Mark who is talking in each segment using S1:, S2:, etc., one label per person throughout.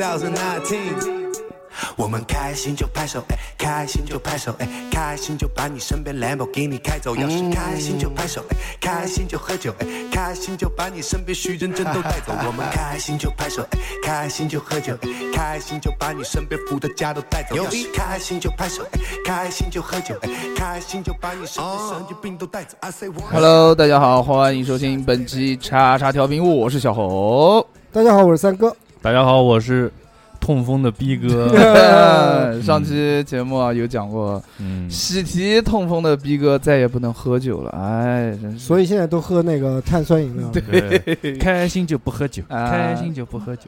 S1: 2019，我们开心就拍手，哎，开心就拍手，哎，开心就把你身边 Lambo 给你开走。要是开心就拍手，哎，开心就喝酒，哎，开心就把你身边徐真真都带走。我们开心就拍手，哎，开心就喝酒，哎，开心就把你身边伏的家都带走。要是开心就拍手，哎，开心就喝酒，哎，开心就把你身边神经病都带走。I say one-
S2: Hello，大家好，欢迎收听本期叉叉调频，我是小 猴。
S3: 大家好，我是三哥。
S4: 大家好，我是痛风的逼哥。
S2: 上期节目啊有讲过，
S4: 嗯，
S2: 喜提痛风的逼哥再也不能喝酒了，哎，真是。
S3: 所以现在都喝那个碳酸饮料。
S2: 嗯
S4: 对，开心就不喝酒，
S2: 啊
S4: 开心就不喝酒，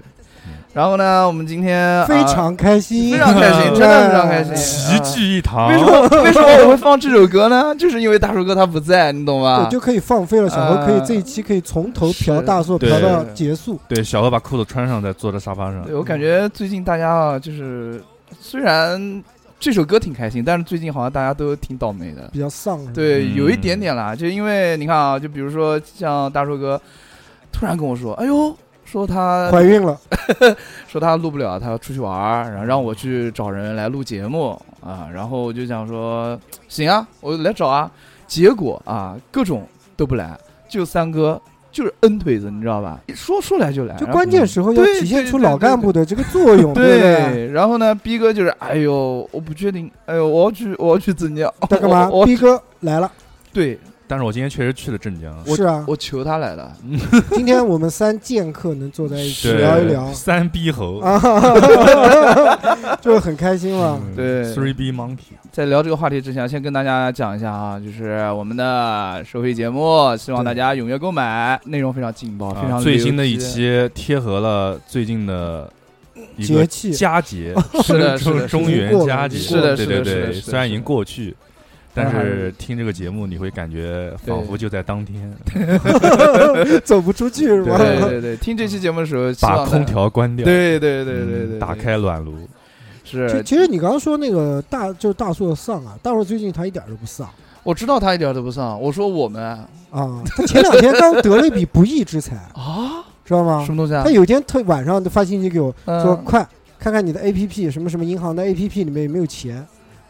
S2: 然后呢，我们今天
S3: 非、
S2: 啊
S3: 常开心，
S2: 非常开心，真的非常开心。
S4: 齐
S2: 啊
S4: 聚一堂
S2: 为。什么 为什么我会放这首歌呢？ 就是因为大叔哥他不在，你懂吧
S3: 对，？就可以放飞了。小
S2: 啊
S3: 何可以这一期可以从头嫖大硕
S4: 是
S3: 嫖到
S2: 对
S3: 结束，
S4: 对，小何把裤子穿上，再坐在沙发上
S2: 对。我呃感觉最近大家啊，就是虽然这首歌挺开心，但是最近好像大家都挺倒霉的。
S3: 比较丧。是吧，
S2: 对，
S4: 嗯
S2: 有一点点啦，就因为你看啊，就比如说像大硕哥，突然跟我说，哎呦，说他
S3: 怀孕了，
S2: 说他录不了，他要出去玩儿，然后让我去找人来录节目啊，然后我就想说，行啊，我来找啊，结果啊，各种都不来，就三哥就是摁腿子，你知道吧？说说来就来，
S3: 就
S2: 然后
S3: 关键时候要
S2: 对
S3: 体现出
S2: 对对
S3: 老干部的这个作用，对不对？
S2: 对，然后呢，逼哥就是，哎呦，我不确定，哎呦，我要去，我要去怎样？
S3: 他干嘛
S2: 我我
S3: 逼哥来了，
S2: 对
S4: 但是我今天确实去了镇江，
S2: 我
S3: 是啊。
S2: 我求他来了，
S3: 今天我们三剑客能坐在 一起
S4: 对
S3: 聊一聊
S4: 三逼猴
S3: 啊， 就很开心嘛。
S2: 对
S4: 嗯，Three B Monkey。
S2: 在聊这个话题之前，先跟大家讲一下啊，就是我们的收费节目，希望大家踊跃购买，内容非常劲爆，非
S4: 啊
S2: 常
S4: 最新的
S2: 流
S4: 一
S2: 气，
S4: 期贴合了最近的一
S3: 节
S4: 个
S3: 气
S4: 佳节，
S2: 是的，是
S4: 中
S2: 的，
S4: 中
S2: 是的
S4: 原佳节，
S2: 是的
S4: 对
S2: 是的
S4: 对
S2: 是的
S4: 对，
S2: 是的
S4: 虽然已
S2: 是
S4: 经
S2: 的
S4: 过去。但
S2: 但还
S4: 是
S2: 是
S4: 听这个节目，你会感觉
S2: 对
S4: 仿佛就在当天，
S3: 走不出去是吧？
S2: 对 对对，听这期节目的时候，希望
S4: 把
S2: 大家
S4: 空，调关掉，
S2: 对对对对对，
S4: 嗯打开暖炉，
S3: 其
S2: 是，
S3: 其实你刚刚说那个大，就是大硕丧啊，大硕最近他一点都不丧
S2: 我知道他一点都不丧，我说我们
S3: 啊，他前两天刚得了一笔不义之财，
S2: 啊，
S3: 知道吗
S2: 什？么东西啊
S3: 他？有一天特晚上就发信息给我，说
S2: 嗯，
S3: 快看看你的 A P P 什么什么银行的 A P P 里面有没有钱。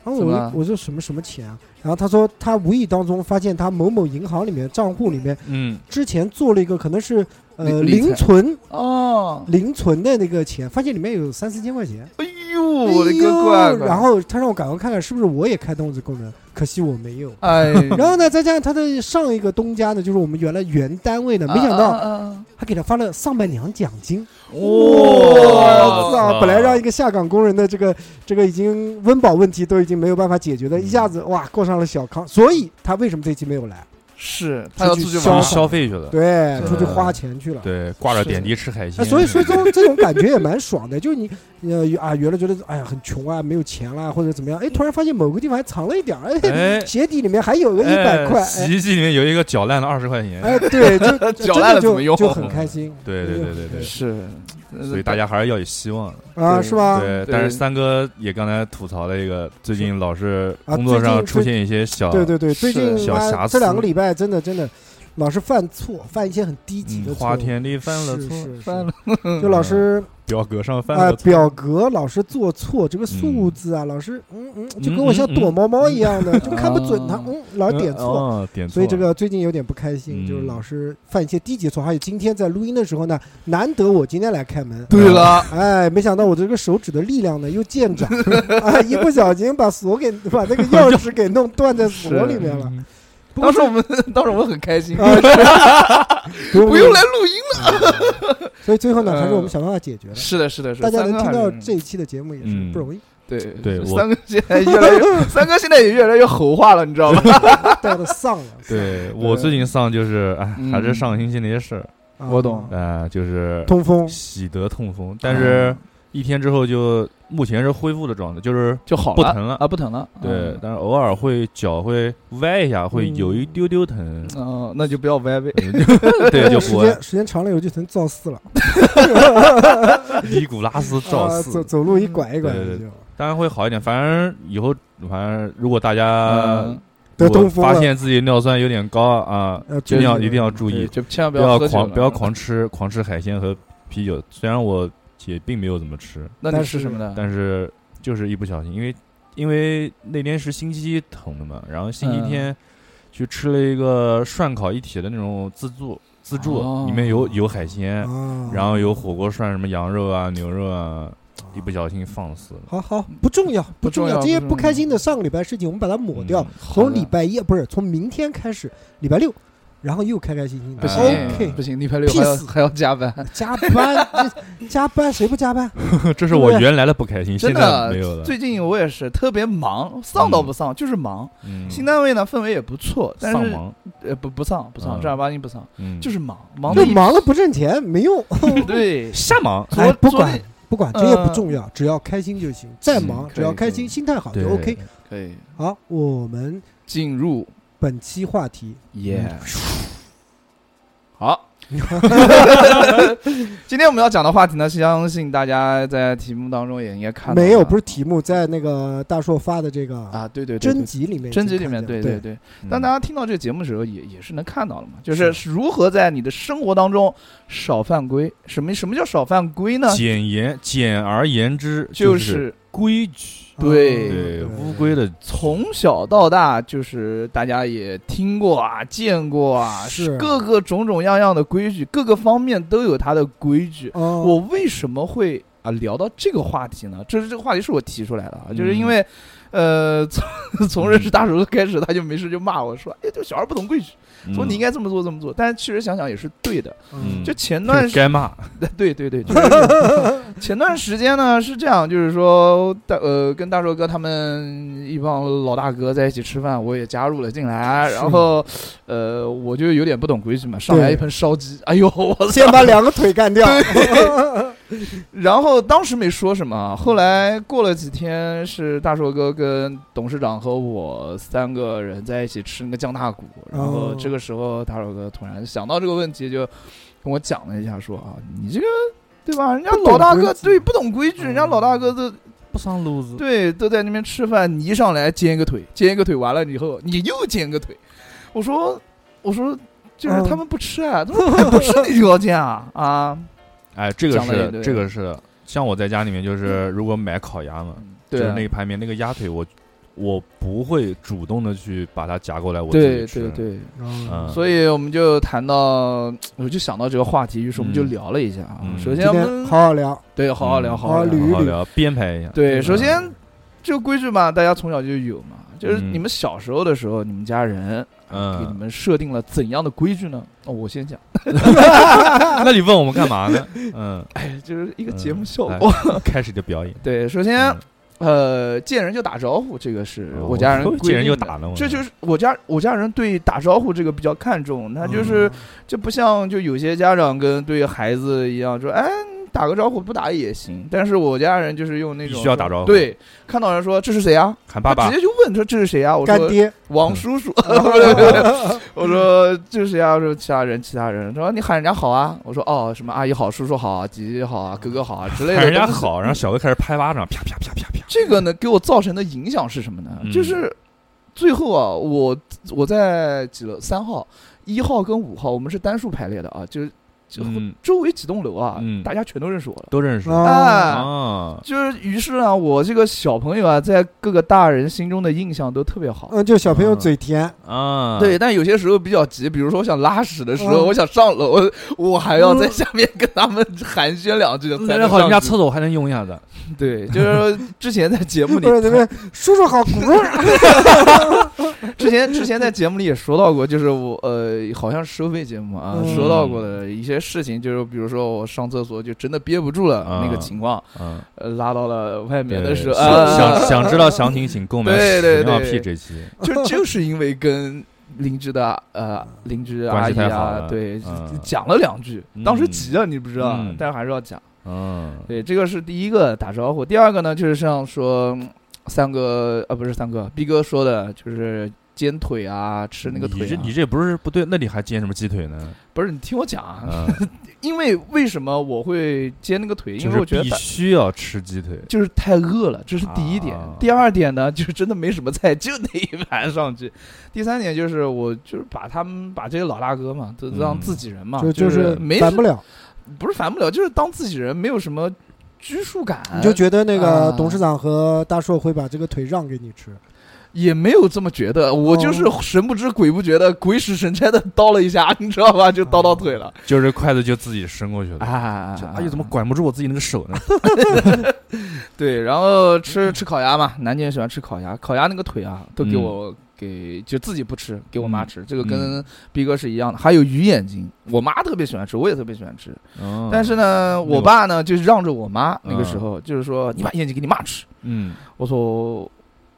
S3: 然后
S2: 怎么
S3: 我
S2: 了
S3: 我说什么什么钱啊？然后他说他无意当中发现他某某银行里面账户里面
S4: 嗯，
S3: 之前做了一个可能是呃
S2: 理理财
S3: 零存
S2: 哦，
S3: 零存的那个钱，发现里面有三四千块钱。
S2: 哎呦，我的个
S3: 哎
S2: 乖
S3: 呦
S2: 乖，
S3: 然后他让我赶快看看是不是我也开通这功能，可惜我没有。
S2: 哎，
S3: 然后呢，再加上他的上一个东家呢，就是我们原来原单位的，没
S2: 啊
S3: 想
S2: 啊
S3: 到
S2: 啊啊
S3: 还给他发了上半娘奖金。
S2: 哇
S3: 我操！
S4: 啊
S3: 本来让一个下岗工人的这个这个已经温饱问题都已经没有办法解决的，
S2: 嗯
S3: 一下子哇过上了小康，所以他为什么这期没有来？
S2: 是他要出
S3: 出去
S2: 去
S3: 消
S2: 玩
S4: 消
S2: 儿，
S4: 消费去了，
S3: 对，
S2: 是
S3: 出去花钱去了。
S4: 对，挂着
S2: 是
S4: 点滴吃海
S3: 嗯哎，
S4: 鲜，
S3: 所以说这 种这种感觉也蛮爽的，就是你呃啊原来觉得哎呀很穷啊没有钱啦或者怎么样，
S2: 嗯
S3: 哎突然发现某个地方还藏了一点儿，哎
S4: 哎，
S3: 鞋底里面还有个一百块，哎
S4: 哎洗衣机里面有一个搅烂了二十块钱，
S3: 哎对， 就
S2: 搅烂了怎
S3: 真的
S2: 么
S3: 就
S2: 用
S3: 就很开心
S4: 对对
S3: 哎
S4: 对对对，
S2: 是，
S4: 所以大家还是要有希望的。
S3: 啊
S2: 对
S3: 是吧？
S4: 对，
S2: 对
S4: 但是三哥也刚才吐槽了一个，最近老是
S3: 啊
S4: 工作
S3: 最近
S4: 上出现一些小
S3: 对对对，最近
S4: 啊小瑕
S3: 妈
S4: 疵
S3: 这两个礼拜真的真的老是犯错，犯一些很低级的错
S4: 嗯，
S3: 误。
S4: 花田里犯了
S3: 是
S4: 错，
S3: 是是
S2: 翻了，
S3: 就老师
S4: 表格上犯
S3: 啊、
S4: 了错，嗯
S3: 表格老是做错这个数字啊，老是嗯嗯，就跟我像躲猫猫一样的，就看不准它，嗯，老是点错。
S4: 嗯，哦点错，
S3: 所以这个最近有点不开心，
S4: 嗯
S3: 就是老是犯一些低级错。还有今天在录音的时候呢，难得我今天来开门，
S2: 对了，
S3: 哎，没想到我这个手指的力量呢又见 长，啊，一不小心把锁给把那个钥匙给弄断在锁里面了。
S4: 嗯
S3: 不过
S2: 当时我们当时我们很开心，
S3: 啊，是
S2: 不用来录音了。
S3: 所以最
S4: 呃
S3: 后呢，还是我们想办法解决了。
S2: 是的，是的，是
S3: 大
S2: 的。
S3: 家
S2: 三
S3: 能
S2: 哥
S3: 听
S2: 还
S3: 到
S2: 是
S3: 这一期的节目也是
S4: 嗯
S3: 不 容易，
S2: 对
S4: 对我
S2: 三哥现在越 来越，三哥现在也越来越吼话了，你知道吗？
S3: 带的丧了。
S4: 对我最近上就是哎，
S2: 嗯
S4: 还是上星期那些事儿，
S3: 啊
S2: 我懂
S4: 呃，就是
S3: 通风
S4: 喜得痛风，但是一天之后就目前是恢复的状态， 就是
S2: 就好了，
S4: 不疼了
S2: 啊，不疼了。
S4: 对，但是偶尔会脚会歪一下，会有一丢丢疼，
S2: 嗯，哦，那就不要歪歪。
S4: 对，就
S3: 哎时
S4: 不会
S3: 间时间长了以后就成造四了，
S4: 尼古拉斯赵
S3: 啊走
S4: 四，
S3: 走路一拐一拐
S4: 对
S3: 的
S4: 对
S3: 就。
S4: 当然会好一点。反正以后，反正如果大家
S2: 嗯
S3: 得
S4: 我
S3: 东风
S4: 发
S3: 了，
S4: 现自己尿酸有点高啊，
S3: 呃，
S4: 一定要
S3: 注意
S4: 一定要注
S2: 对
S4: 意，
S2: 就千万
S4: 不
S2: 要
S4: 要
S2: 喝酒
S4: 狂
S2: 了
S4: 不要。狂吃狂吃海鲜和啤酒。虽然我也并没有怎么吃，
S2: 那你
S3: 但
S2: 吃
S3: 是
S2: 什么呢？
S4: 但是就是一不小心，因为因为那天是星期一疼的嘛，然后星期
S2: 嗯
S4: 天去吃了一个涮烤一体的那种自助自助，
S2: 哦
S4: 里面有有海鲜，
S3: 啊，
S4: 然后有火锅涮什么羊肉啊、牛肉啊，一不小心放肆了。
S5: 好好，不重要，
S2: 不
S5: 重
S2: 重要
S5: 这些
S2: 不重
S5: 不开心
S2: 要
S5: 的上个礼拜的事情我们把它抹
S4: 嗯
S5: 掉，
S2: 好
S5: 从
S2: 的
S5: 礼拜一不是从明天开始，礼拜六，然后又开开心心的。
S2: 不行
S5: OK，
S2: 哎不行，礼拜六还要
S5: Peace
S2: 还要加班，
S4: 嗯
S5: 加班，这加班谁不 加班？
S4: 这是我原来的不开心，
S2: 真
S4: 现在没有
S2: 的。
S4: 了。
S2: 最近我也是特别忙，丧倒不丧，就是忙。
S4: 嗯
S2: 新单位呢氛围也不错，但
S4: 丧
S2: 是
S4: 忙，
S2: 呃不不丧不丧，
S4: 嗯
S2: 正儿八经不丧，
S4: 嗯，
S2: 就是忙忙
S5: 就
S2: 的
S5: 忙了不挣钱没用，
S2: 对。
S4: 瞎忙。
S2: 昨
S5: 哎，不
S2: 昨
S5: 管
S2: 天
S5: 不管，这些不
S2: 呃
S5: 重要，只要开心就行。再
S4: 嗯
S5: 忙，
S2: 可
S5: 只要
S2: 以
S5: 开
S2: 可以
S5: 心，心态好就
S4: 对
S5: OK。
S2: 可以
S5: 好，我们
S2: 进入
S5: 本期话题，
S2: 耶。好， 今天我们要讲的话题呢，相信大家在题目当中也应该看 到
S5: 没有
S2: 了
S5: 不是题目，在那个大硕发的这个
S2: 啊，对对对对
S5: 征集里面已经看见了，
S2: 征集里面，对
S5: 对
S2: 对。
S4: 嗯
S2: 当大家听到这个节目的时候也，也是能看到了嘛，就是如何在你的生活当中少犯规。什么什么叫少犯规呢？
S4: 简言简而言之，
S2: 就是是
S4: 规矩。
S2: 对
S4: 对乌龟的
S2: 从小到大，就是大家也听过啊，见过啊，
S5: 是
S2: 各个种种样样的规矩，各个方面都有它的规矩。
S5: 哦，
S2: 我为什么会啊聊到这个话题呢？这是这个话题是我提出来的啊，就是因
S4: 嗯
S2: 为，呃，从 从认识大叔开始，他就没事就骂我说，哎，这小孩不懂规矩，
S5: 嗯
S2: 说你应该这么做这么做。但是确实想想也是对的。
S4: 嗯
S2: 就前 段时，
S4: 该骂，
S2: 对对对，就是 前段时间呢是这样，就是说大呃跟大硕哥他们一帮老大哥在一起吃饭，我也加入了进来，
S5: 是
S2: 然后呃我就有点不懂规矩嘛，上来
S5: 对
S2: 一盆烧鸡， 哎呦我操！
S5: 先把两个腿干掉，
S2: 然后当时没说什么啊，后来过了几天，是大硕哥跟董事长和我三个人在一起吃那个酱大骨，然后
S5: 哦
S2: 这个时候大硕哥突然想到这个问题，就跟我讲了一下，说啊，你这个对吧？人家
S5: 不懂
S2: 老大哥
S5: 规矩
S2: 对不懂规矩，
S5: 嗯
S2: 人家老大哥都
S4: 不上路子。
S2: 对都在那边吃饭，你一上来煎一个腿，煎一个腿完了以后，你又煎一个腿，我说我说就是
S5: 嗯
S2: 他们不吃啊，他们不吃你就要煎啊 啊，
S4: 哎，这个
S2: 讲得也对
S4: 是这个是，像我在家里面就是，如果买烤鸭嘛，
S2: 对
S4: 就是
S2: 啊
S4: 那个排面那个鸭腿，我我不会主动的去把它夹过来，我自己
S2: 对
S4: 吃
S2: 对，对。
S5: 嗯
S4: 嗯，
S2: 所以我们就谈到，我就想到这个话题，于是我们就聊了一下啊。
S4: 嗯
S2: 首
S5: 今
S2: 先我
S5: 天
S2: 们
S5: 好好聊，
S2: 对好好聊，
S4: 嗯
S2: 好好
S5: 好
S2: 聊。
S5: 捋一
S4: 好好
S5: 捋
S4: 聊，编排一下。
S2: 对，
S4: 嗯
S2: 首先这个规矩嘛，大家从小就有嘛，就是
S4: 嗯
S2: 你们小时候的时候，你们家人给你
S4: 嗯，
S2: 们设定了怎样的规矩呢？哦，我先讲，
S4: 啊那你问我们干嘛呢？嗯，
S2: 哎，就是一个
S4: 嗯
S2: 节目效
S4: 哎
S2: 果。
S4: 开始就表演。
S2: 对，首先
S4: 嗯
S2: 呃，见人就打招呼，这个是
S4: 哦
S2: 我家人
S4: 见人
S2: 规定
S4: 就
S2: 的
S4: 打了我
S2: 这就是我家我家人对打招呼这个比较看重，他
S4: 嗯
S2: 就是这不像就有些家长跟对孩子一样说，哎，你打个招呼不打也行。但是我家人就是用那种
S4: 必须要打招呼
S2: 对，看到人说这是谁啊，
S4: 喊爸
S2: 他
S4: 爸
S2: 直，接就问说这是谁啊，我
S5: 干
S2: 说
S5: 爹，
S2: 王叔 叔， 不对不对我说这是谁啊，我说其他人其他人说你喊人家好啊，我说哦什么阿姨好，叔叔好啊，姐姐好啊，哥哥好啊之类的，
S4: 喊人家
S2: 都是
S4: 好，然后小哥开始拍巴掌，啪啪啪啪啪。
S2: 这个呢，给我造成的影响是什么呢？
S4: 嗯
S2: 就是最后啊，我我在几楼三号、一号跟五号，我们是单数排列的啊，就是就
S4: 嗯，
S2: 周围几栋楼啊，
S4: 嗯
S2: 大家全都认识我了。
S4: 都认识
S3: 嗯
S5: 啊，
S2: 哎，
S4: 啊。
S2: 就是于是呢，我这个小朋友啊，在各个大人心中的印象都特别好。
S5: 嗯，就小朋友嘴甜，
S4: 啊，
S2: 对，但有些时候比较急，比如说我想拉屎的时候，
S5: 嗯
S2: 我想上楼， 我还要在下面跟他们寒暄两句才能
S4: 好，人
S2: 上
S4: 家
S2: 去
S4: 厕所还能用一下子。
S2: 对，就是之前在节目
S5: 不
S2: 里
S5: 是那边叔叔好，骨
S3: 啊
S5: 肉
S2: 之前之前在节目里也说到过，就是我呃，好像是收费节目啊，
S5: 嗯
S2: 说到过的一些事情，就是比如说我上厕所就真的憋不住了、
S4: 啊
S2: 那个情况，
S4: 嗯，
S2: 呃，拉到了外面的时候，
S4: 想
S2: 啊，
S4: 想想知道详情，请购买
S2: 对
S4: 《
S2: 对
S4: 屎尿
S2: 对
S4: 屁》这期。
S2: 就就是因为跟邻居的呃邻居阿
S4: 嗯关系
S2: 姨
S4: 太好
S2: 啊
S4: 了，
S2: 对、
S4: 嗯
S2: 讲了两句，
S4: 嗯
S2: 当时急啊，你不知道，
S4: 嗯
S2: 但是还是要讲。
S4: 嗯，
S2: 对，这个是第一个打招呼，第二个呢就是像说嗯三哥呃不是三哥，逼哥说的，就是。煎腿啊，吃那个腿、
S4: 你
S2: 啊。
S4: 这你这不是不对，那你还煎什么鸡腿呢？
S2: 不是你听我讲啊，
S4: 啊，
S2: 因为为什么我会煎那个腿？因
S4: 就
S2: 为我
S4: 是
S2: 觉得
S4: 必须要吃鸡腿。
S2: 就是太饿了，这是第一点。
S4: 啊
S2: 第二点呢， 就是真的没什么菜，就那一盘上去。第三点就是我就是把他们把这些老大哥嘛，都
S4: 嗯
S2: 当自己人嘛，
S3: 就
S2: 就
S3: 就是
S2: 没
S3: 反不了。
S2: 不是烦不了，就是当自己人，没有什么拘束感，
S3: 你就觉得那个
S2: 啊
S3: 董事长和大硕会把这个腿让给你吃，
S2: 也没有这么觉得。我就是神不知鬼不觉的，鬼使神差的叨了一下， 你知道吧？就叨到腿了
S4: 就是筷子就自己伸过去了。
S2: 啊
S4: 就哎呦，怎么管不住我自己那个手呢？
S2: 对，然后吃吃烤鸭嘛，南京人喜欢吃烤鸭，烤鸭那个腿啊，都给
S4: 嗯
S2: 我、给就自己不吃，给我妈
S4: 嗯
S2: 吃，这个跟逼哥是一样的。还有鱼眼睛，我妈特别喜欢吃，我也特别喜欢吃，
S4: 嗯
S2: 但是呢，我爸呢就让着我妈，那个时候、就是说你把眼睛给你妈吃，
S4: 嗯，
S2: 我说。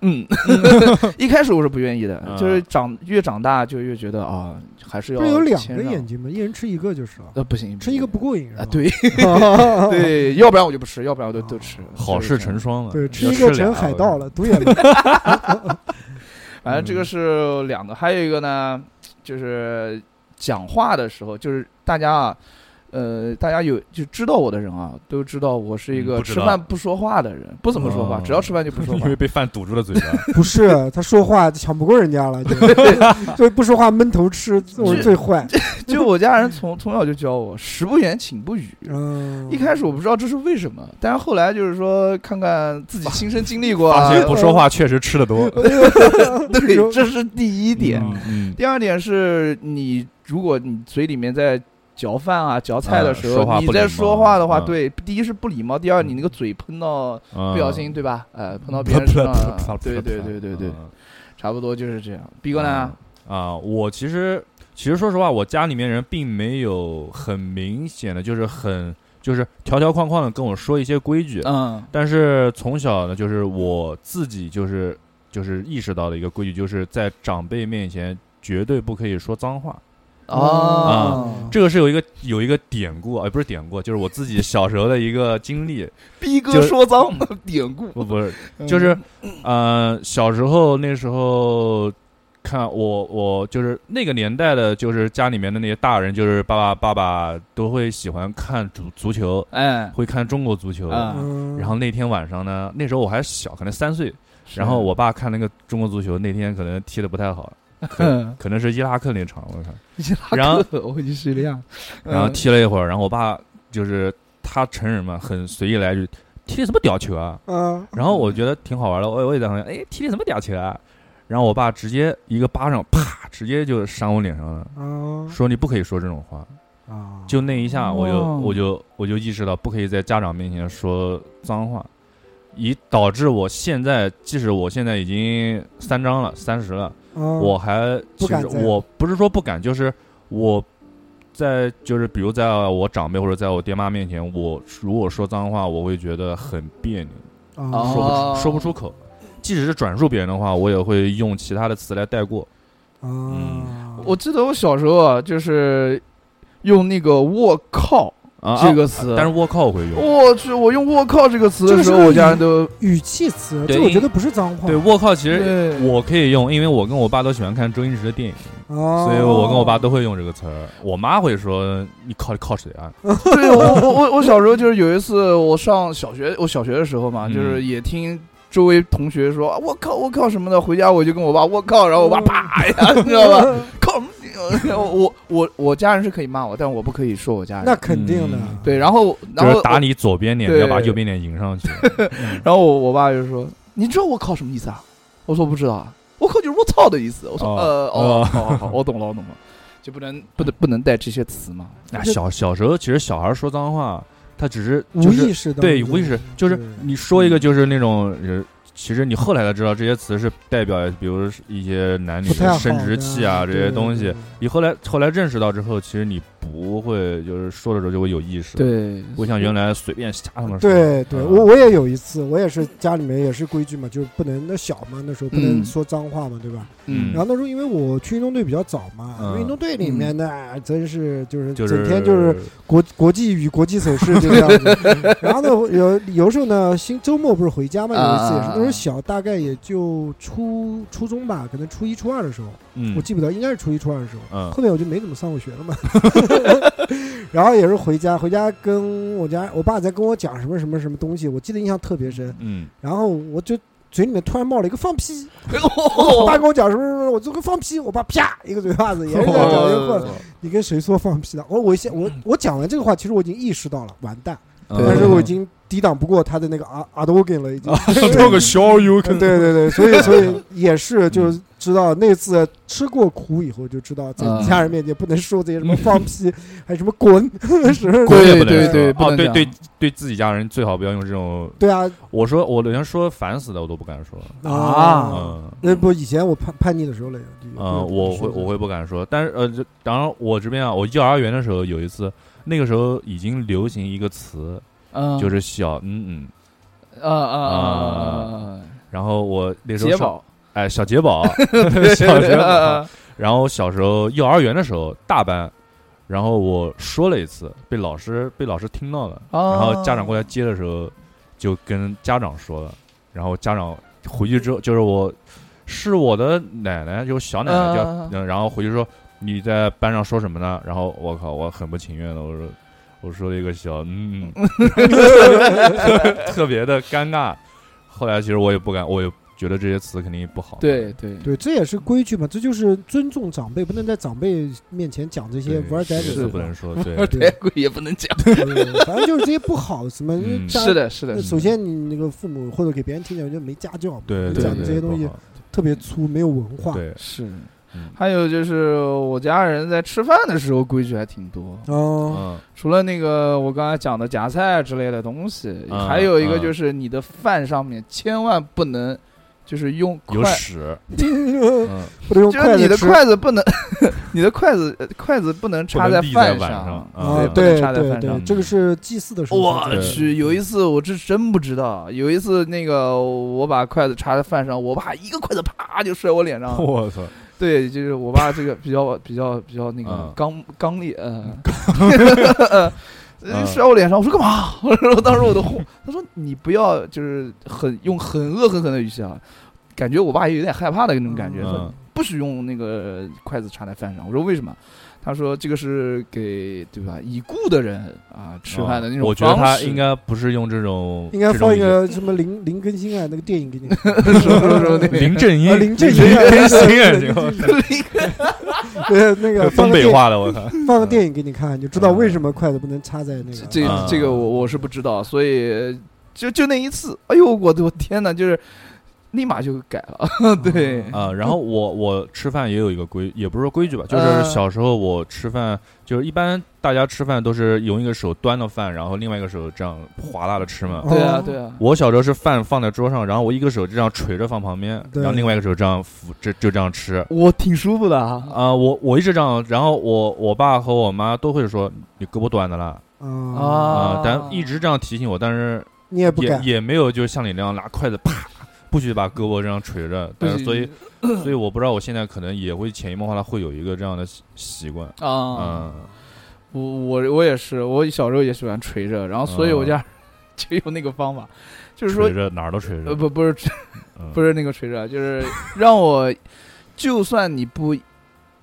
S2: 嗯， 一开始我是不愿意的，
S4: 嗯
S2: 就是长越长大就越觉得啊，还是要
S3: 不是有两
S2: 谦
S3: 个
S2: 让
S3: 眼，睛吗？一人吃一个就是了，
S2: 呃，不行，
S3: 吃一个不过瘾是吧
S2: 啊，对
S3: 对
S2: 对，要不然我就不吃，要不然我就都吃，
S4: 好
S2: 是
S4: 事
S2: 这样
S4: 成双了。
S3: 对，吃
S4: 要
S3: 一个
S4: 俩
S3: 成海盗。了，独眼龙。
S2: 反
S4: 嗯
S2: 正这个是两个，还有一个呢，就是讲话的时候，就是大家啊，呃，大家有就知道我的人啊，都知道我是一
S4: 嗯
S2: 个
S4: 不知
S2: 吃
S4: 道
S2: 饭不说话的人，不怎么说话，
S4: 哦
S2: 只要吃饭就不说
S4: 因
S2: 话
S4: 为。被饭堵住了嘴巴，
S3: 不是，他说话抢不过人家了，就就不说话闷头吃，我是最坏。
S2: 就我家人从从小就教我，食不言，寝不语。
S3: 嗯，
S2: 一开始我不知道这是为什么，但是后来就是说看看自己亲身经历过啊
S4: 发，现不说话确实吃的多。
S2: 对， 这是第一点。
S4: 嗯，
S2: 第二点是你如果你嘴里面在嚼饭啊、嚼菜的时
S4: 啊说
S2: 候，
S4: 话
S2: 你
S4: 不礼
S2: 在
S4: 貌
S2: 说话的话，
S4: 嗯
S2: 对，第一是不礼貌，第二你那个嘴碰到
S4: 不
S2: 不小心，对吧？
S4: 嗯
S2: 呃，碰到别 人身上啊，对对对对对，差不多就是这样。逼哥呢？
S4: 啊，我其实其实说实话，我家里面人并没有很明显的，就是很就是条条框框的跟我说一些规矩，
S2: 嗯
S4: 但是从小呢，就是我自己就是就是意识到的一个规矩，就是在长辈面前绝对不可以说脏话。
S2: 哦，
S4: 这个是有一个有一个典故，哎，不是典故，就是我自己小时候的一个经历，
S2: 逼哥
S4: 就
S2: 说脏的典故
S4: 不不是
S3: 嗯
S4: 就是，呃，小时候那时候看我我就是那个年代的，就是家里面的那些大人，就是爸爸爸爸都会喜欢看足足球，
S2: 哎，
S4: 会看中国足球。
S2: 啊
S3: 嗯，
S4: 然后那天晚上呢，那时候我还小，可能三岁，
S2: 是
S4: 然后我爸看那个中国足球，那天可能踢的不太好，
S2: 嗯
S4: 可能是伊拉克那场，我看，
S2: 然
S4: 然后
S2: 后我去叙利亚，
S4: 然后
S2: 嗯
S4: 踢了一会儿，然后我爸就是他成人嘛，很随意来一句，踢的什么屌球啊？
S3: 嗯，
S4: 然后我觉得挺好玩的，我也我也在旁边，哎，踢的什么屌球啊？然后我爸直接一个巴掌，啪，直接就扇我脸上了，
S3: 啊
S4: 说你不可以说这种话。
S3: 啊，
S4: 就那一下，我就
S2: 哦
S4: 我就我就意识到不可以在家长面前说脏话，以导致我现在，即使我现在已经三张了，三十了，我
S3: 我
S4: 还
S3: 嗯不
S4: 其
S3: 敢
S4: 实
S3: 再
S4: 我不是说不敢，就是我在就是比如在我长辈或者在我爹妈面前，我如果说脏话，我会觉得很别扭，
S2: 哦
S3: 啊
S4: 说不出说不出口。即使是转述别人的话，我也会用其他的词来带过。
S3: 啊，
S4: 嗯
S2: 我记得我小时候啊，就是用那个“我靠
S4: 啊”
S2: 这个词，
S4: 啊但是我靠我会
S3: 哦
S4: 用。
S2: 我去，我用“我靠”这个词
S3: 这
S2: 的
S3: 个
S2: 时
S3: 是
S2: 候，我家人都
S3: 语气词，
S4: 对
S3: 这我觉得不是脏话，
S4: 对，我靠，其实
S2: 对
S4: 我可以用，因为我跟我爸都喜欢看周星驰的电影，
S3: 哦，
S4: 所以我跟我爸都会用这个词儿。我妈会说：“你靠靠谁啊
S2: 对我我我我小时候就是有一次我上小学，我小学的时候嘛，
S4: 嗯
S2: 就是也听。周围同学说：“啊我靠，我靠什么的。”回家我就跟我爸：“我靠！”然后我爸啪一下，你知道吧？靠！ 我我我家人是可以骂我，但我不可以说我家人。
S3: 那肯定的，
S4: 嗯
S2: 对，然后？”然
S4: 就是
S2: 后
S4: 打
S2: 我，
S4: 你左边脸，
S2: 对
S4: 要把右边脸迎上去。
S2: 然后我我爸就说：“你知道我靠什么意思啊？”我说：“不知道啊。”我靠就是我操的意思。我说：“
S4: 哦
S2: 呃，哦
S4: 哦，
S2: 好好好，我懂了，我懂了。”就不能不能不能带这些词嘛？
S4: 那小小时候，其实小孩说脏话，他只是
S3: 无
S4: 就是
S3: 意识的，
S4: 对无意识，就是你说
S3: 嗯
S4: 一个就是那种呃其实你后来才知道这些词是代表，比如是一些男女
S3: 不太
S4: 的
S3: 好
S4: 生殖
S3: 的嗯
S4: 器啊这
S3: 对
S4: 些东
S3: 对
S4: 西
S3: 对。
S4: 你后来后来认识到之后，其实你不会就是说的时候就会有意识，，
S2: 对，
S4: 不像原来随便瞎他妈说。
S3: 对对，
S4: 嗯
S3: 我我也有一次，我也是家里面也是规矩嘛，就是不能那小嘛，那时候不能
S2: 嗯
S3: 说脏话嘛，对吧？
S2: 嗯
S3: 然后那时候因为我去运动队比较早嘛，
S4: 嗯
S3: 运动队里面呢真是就是
S4: 就是
S3: 整天就是国国际 语、国际手势就这样子。然后呢，有有时候呢，新周末不是回家嘛，有一次也是
S2: 啊，
S3: 那时时候小，大概也就初初中吧，可能初一初二的时候，
S4: 嗯
S3: 我记不得，应该是初一初二的时候。
S4: 嗯
S3: 后面我就没怎么上过学了嘛。 然后也是回家，回家跟我家我爸在跟我讲什么什么什么东西，我记得印象特别深。
S4: 嗯
S3: 然后我就嘴里面突然冒了一个放屁，我爸
S2: 哦，
S3: 跟我讲什么什么什么，我这个放屁，我爸啪一个嘴巴子，也是这样讲一个
S4: 哦
S3: 话。你跟谁说放屁的？我我现我我讲完这个话，其实我已经意识到了，完蛋，
S4: 啊
S2: 对
S3: 但是我已经抵挡不过他的那个阿阿多根了，已经。
S4: 这个啊小有可
S3: 对
S4: 能，
S3: 对对，所以所以也是就是知道那次吃过苦以后，就知道在
S4: 啊
S2: 嗯
S3: 家人面前不能说这些 什么放屁，还有什么滚， 什么
S2: 滚
S4: 也不能
S2: 对
S4: 说
S2: 对不
S4: 哦
S2: 能
S4: 对
S2: 这
S4: 对
S2: 样
S4: 对自己家人最好不要用这种。
S3: 对啊
S4: 我说我连说烦死的我都不敢说，
S2: 啊
S4: 嗯。
S3: 那不以前我叛叛逆的时候了呀，就
S4: 嗯，我会我会不敢说，但是呃，这然后我这边啊，我幼儿园的时候有一次，那个时候已经流行一个词，
S2: 嗯，
S4: 就是小嗯嗯，
S2: 啊啊啊，
S4: 然后我那时候
S2: 解
S4: 上
S2: 宝，
S4: 哎小 杰宝，小杰宝
S2: 啊，
S4: 然后小时候幼儿园的时候大班，然后我说了一次，被老师被老师听到了，然后家长过来接的时候就跟家长说了，然后家长回去之后就是我是我的奶奶，就是小奶奶叫，
S2: 嗯
S4: 嗯然后回去说你在班上说什么呢？然后我靠，我很不情愿的，我说我说了一个小嗯， 嗯 特别的尴尬。后来其实我也不敢，我也觉得这些词肯定不好。
S2: 对对
S3: 对，这也是规矩嘛，这就是尊重长辈，不能在长辈面前讲这些
S4: 对，
S3: 玩儿宅
S4: 这
S3: 的
S4: 个
S3: 事
S4: 不能说， 对，
S2: 太贵也不能讲。
S3: 对反正就是这些不好什么
S4: 嗯
S3: 家
S2: 是。的，是的
S3: 那，首先，你那个父母或者给别人听讲，就没家教嘛，
S4: 对
S3: 你
S4: 对
S3: 讲的
S4: 对
S3: 这些东西
S4: 不好
S3: 特别粗，没有文化。
S4: 对，
S2: 是的
S4: 嗯
S2: 还有就是我家人在吃饭的时候规矩还挺多，
S3: 哦，
S4: 嗯
S2: 除了那个我刚才讲的夹菜之类的东西，
S4: 嗯
S2: 还有一个就是你的饭上面千万不能就是用筷
S4: 有，屎，嗯，
S3: 不能用
S2: 就
S3: 筷
S2: 是
S3: 子
S2: 你的
S3: 吃
S2: 筷子不能，你的筷子呃筷子不能插
S4: 不能立在
S2: 饭
S4: 碗上
S3: 啊
S4: 啊，
S2: 不能
S3: 对
S2: 插在
S3: 对
S2: 饭上
S3: 对，。这个是祭祀的时候才
S2: 我
S3: 做的。
S2: 去！有一次我这真不知道，有一次那个我把筷子插在饭上，我爸一个筷子啪就摔我脸上，
S4: 我操，
S2: 对，就是我爸这个比较比较比较那个
S4: 嗯
S2: 刚刚烈，嗯， 呃摔我脸上，我说干嘛？ 我说当时我都慌，他说你不要就是很用很恶狠狠的语气啊，感觉我爸也有点害怕的那种感觉，说
S4: 嗯
S2: 不许用那个筷子插在饭上。我说为什么？他说这个是给对吧已故的人啊吃饭的那种
S4: 哦我觉得
S2: 方
S4: 他
S2: 式
S4: 应该不是用这种，
S3: 应该放一
S4: 这种
S3: 个什么林林更新啊，那个电影给你。
S2: 是不是说那个
S4: 林正
S3: 啊
S4: 英，
S3: 林正英
S4: 林
S3: 啊
S4: 正英啊，
S3: 林
S4: 这 个
S3: 呃，那个放
S4: 东
S3: 个
S4: 北
S3: 电
S4: 话的，啊 我靠，
S3: 放个电影给你看，你就知道为什么筷子不能插在那
S2: 这
S3: 个。
S2: 这
S4: 啊
S2: 这个我我是不知道，所以就就那一次，哎呦我的我天哪，就是立马就改了， 对，
S4: 啊，然后我我吃饭也有一个规，也不是说规矩吧，就是
S2: 嗯
S4: 小时候我吃饭，就是一般大家吃饭都是用一个手端着饭，然后另外一个手这样哗啦的吃嘛。
S2: 对啊
S3: 哦
S2: 对啊，
S4: 我小时候是饭放在桌上，然后我一个手这样垂着放旁边，
S3: 对
S4: 然后另外一个手这样扶，这就这样吃。
S2: 我挺舒服的啊，
S4: 啊、我我一直这样，然后我我爸和我妈都会说你胳膊短的啦，
S3: 啊，
S4: 啊、
S2: 啊，
S4: 但一直这样提醒我，但是
S3: 你也不
S4: 也
S3: 敢。
S4: 也没有就像你那样拿筷子啪，不许把胳膊这样垂着，
S2: 不嗯
S4: 但
S2: 行
S4: 是所以所以我不知道我现在可能也会潜移默化的会有一个这样的习习惯，
S2: 啊，
S4: 嗯
S2: 我我我也是，我小时候也喜欢垂着，然后所以
S4: 啊
S2: 我家 就有那个方法，就是说
S4: 垂着哪儿都垂着
S2: 呃，不不是
S4: 嗯
S2: 不是那个垂着，就是让我，就算你不，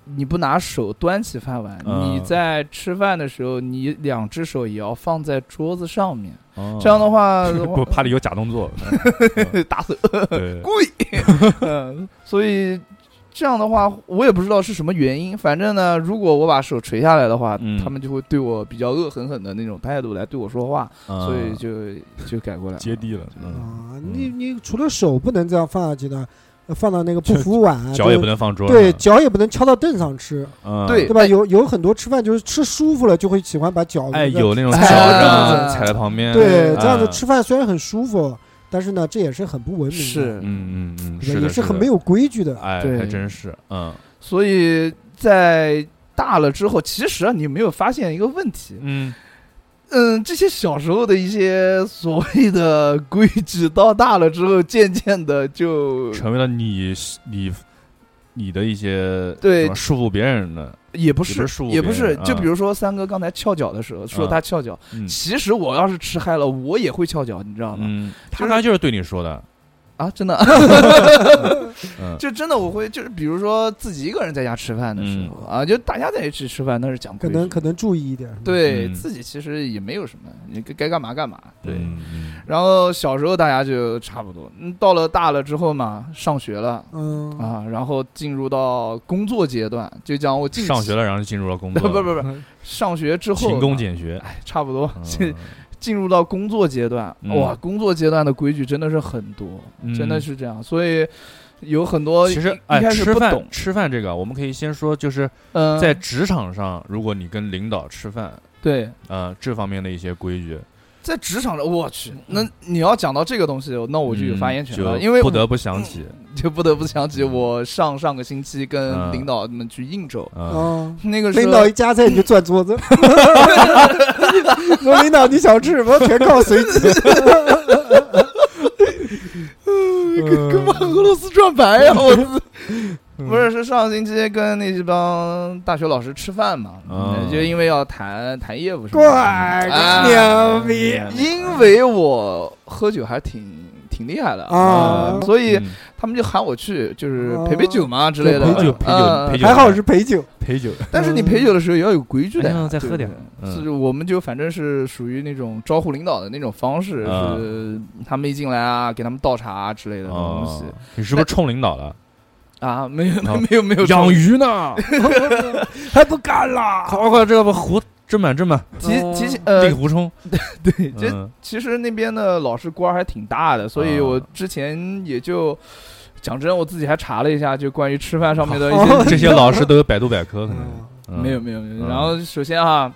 S2: 你不拿手端起饭碗，
S4: 嗯
S2: 你在吃饭的时候，你两只手也要放在桌子上面。
S4: 哦
S2: 这样的 话，
S4: 不怕你有假动 作，嗯
S2: 打死
S4: 对，
S2: 贵。 嗯所以这样的话，我也不知道是什么原因。反正呢，如果我把手垂下来的话，
S4: 嗯
S2: 他们就会对我比较恶狠狠的那种态度来对我说话，所以就就改过来了。
S4: 嗯接地了，嗯，
S3: 啊，你你除了手不能这样放下去的，呃放到那个不服碗啊，
S4: 脚也不
S3: 能
S4: 能放桌上，
S3: 对，脚也不能敲到凳上吃，
S4: 嗯
S2: 对
S3: 对吧？
S2: 哎
S3: 有有很多吃饭就是吃舒服了就会喜欢把脚
S4: 哎，
S3: 那个
S4: 有那种脚
S2: 哎
S4: 这样踩在旁边，
S3: 对这样子
S4: 嗯
S3: 吃饭虽然很舒服，但是呢，这也是很不文明的，
S2: 是，
S4: 嗯嗯嗯，
S3: 对
S4: 是
S3: 吧也
S4: 的，
S3: 是
S4: 是
S3: 很
S4: 的
S3: 没有规矩的。
S4: 哎，
S2: 对
S4: 还真是，嗯
S2: 所以在大了之后，其实啊你没有发现一个问题，
S4: 嗯，
S2: 嗯，这些小时候的一些所谓的规矩，到大了之后，渐渐的就
S4: 成为了你你你的一些
S2: 对
S4: 什么束缚别人的，
S2: 也不
S4: 也不
S2: 是
S4: 是束缚
S2: 也不
S4: 别
S2: 是，
S4: 人
S2: 就
S4: 啊
S2: 比如说三哥刚才翘脚的时候，说
S4: 啊
S2: 他翘脚，
S4: 嗯
S2: 其实我要是吃嗨了，我也会翘脚，你知道吗？
S4: 嗯，
S2: 就
S4: 他
S2: 是
S4: 刚才就是对你说的，
S2: 啊，真的，
S4: 嗯
S2: 就真的我会就是比如说自己一个人在家吃饭的
S4: 嗯
S2: 时候、啊，就大家在一起吃饭那是讲
S5: 可
S2: 规
S5: 能
S2: 矩，
S5: 可能注意一点。
S2: 对、
S4: 嗯
S2: 自己其实也没有什么，你该该干嘛干嘛，对。
S4: 嗯嗯
S2: 然后小时候大家就差不多，嗯，到了大了之后嘛，上学了
S5: 嗯，
S2: 啊，然后进入到工作阶段，就讲我近期
S4: 上学，了，然后就进入了 工
S2: 不
S4: 作，
S2: 不不，上学之后
S4: 勤工
S2: 嘛
S4: 俭学，
S2: 哎，差不多
S4: 嗯
S2: 进进入到工作阶段，
S4: 嗯
S2: 哇，工作阶段的规矩真的是很多，
S4: 嗯
S2: 真的是这样，所以有很多
S4: 其实
S2: 一
S4: 哎
S2: 一，开始
S4: 吃
S2: 不懂
S4: 饭，吃饭这个，我们可以先说，就是
S2: 嗯，
S4: 在职场上，如果你跟领导吃饭，
S2: 对。
S4: 呃，这方面的一些规矩，
S2: 在职场上，我去，那你要讲到这个东西，那我就有
S4: 嗯
S2: 发言权了，
S4: 就
S2: 因为
S4: 不
S2: 我
S4: 得不想起，
S2: 就不得不想起我上上个星期跟
S4: 嗯
S2: 领导们去应酬，
S4: 嗯，
S5: 哦，
S2: 那个时候
S5: 领导一夹菜你就转 桌子，说领导你想吃什么全靠随 机。
S4: 嗯
S2: 跟帮俄罗斯转盘 呀！我操嗯不是是上星期跟那些帮大学老师吃饭嘛，
S4: 嗯
S2: 就因为要谈谈业务什么的。
S5: 怪
S2: 啊
S5: 牛逼
S2: 因为我喝酒还挺挺厉害的
S5: 啊
S2: 嗯所以
S4: 嗯
S2: 他们就喊我去，就是陪陪酒嘛之类的。
S5: 陪酒
S4: 陪酒
S2: 啊嗯
S4: 陪酒
S5: 还好是陪酒，
S4: 陪酒，
S2: 但是你陪酒的时候也要有规矩的
S4: 哎
S2: 呀
S4: 呀，再喝
S2: 对
S4: 点
S2: 不对
S4: 嗯
S2: 是我们就反正是属于那种招呼领导的那种方式，
S4: 啊
S2: 是他们一进来啊，给他们倒茶啊之类的东西
S4: 哦，你是不是冲领导了？
S2: 啊，没有
S4: 啊
S2: 没有没有
S4: 养鱼呢，
S5: 还不干啦？
S4: 快快这个湖斟满斟满，
S2: 提提起呃
S4: 令，狐冲，
S2: 对，这
S4: 嗯
S2: 其实那边的老师官儿还挺大的，所以我之前也就讲真，我自己还查了一下，就关于吃饭上面的一 些、
S5: 哦
S4: 这些老师都有百度百科，可能
S5: 嗯
S4: 嗯
S2: 没有没有没有。
S4: 嗯
S2: 然后首先啊，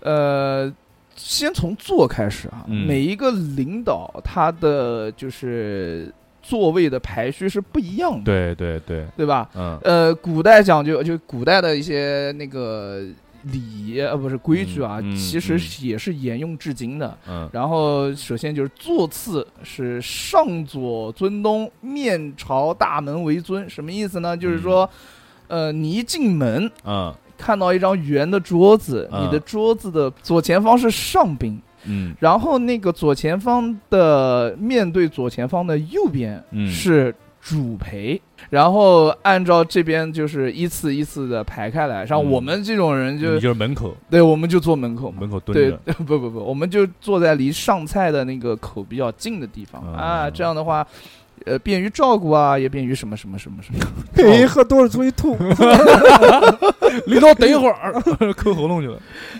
S2: 呃，先从坐开始啊，
S4: 嗯
S2: 每一个领导他的就是座位的排序是不一样的，
S4: 对对对，
S2: 对吧？
S4: 嗯
S2: 呃，古代讲究就古代的一些那个礼仪呃不是规矩啊，
S4: 嗯嗯
S2: 其实是也是沿用至今的。
S4: 嗯
S2: 然后首先就是座次是上左尊东，面朝大门为尊，什么意思呢？就是说，呃，你一进门
S4: 嗯
S2: 看到一张圆的桌子，
S4: 嗯
S2: 你的桌子的左前方是上宾，
S4: 嗯
S2: 然后那个左前方的面对左前方的右边
S4: 嗯
S2: 是主陪。然后按照这边就是依次依次的排开来，像
S4: 嗯
S2: 我们这种人就、
S4: 你就是门口
S2: 对，我们就坐门口嘛，
S4: 门口蹲
S2: 对，
S4: 着，
S2: 不不不，我们就坐在离上菜的那个口比较近的地方、
S4: 嗯
S2: 啊，这样的话，呃，便于照顾啊，也便于什么什么什么什么。
S5: 陪喝多了出去吐，
S4: 领导等一会儿，抠喉咙去了。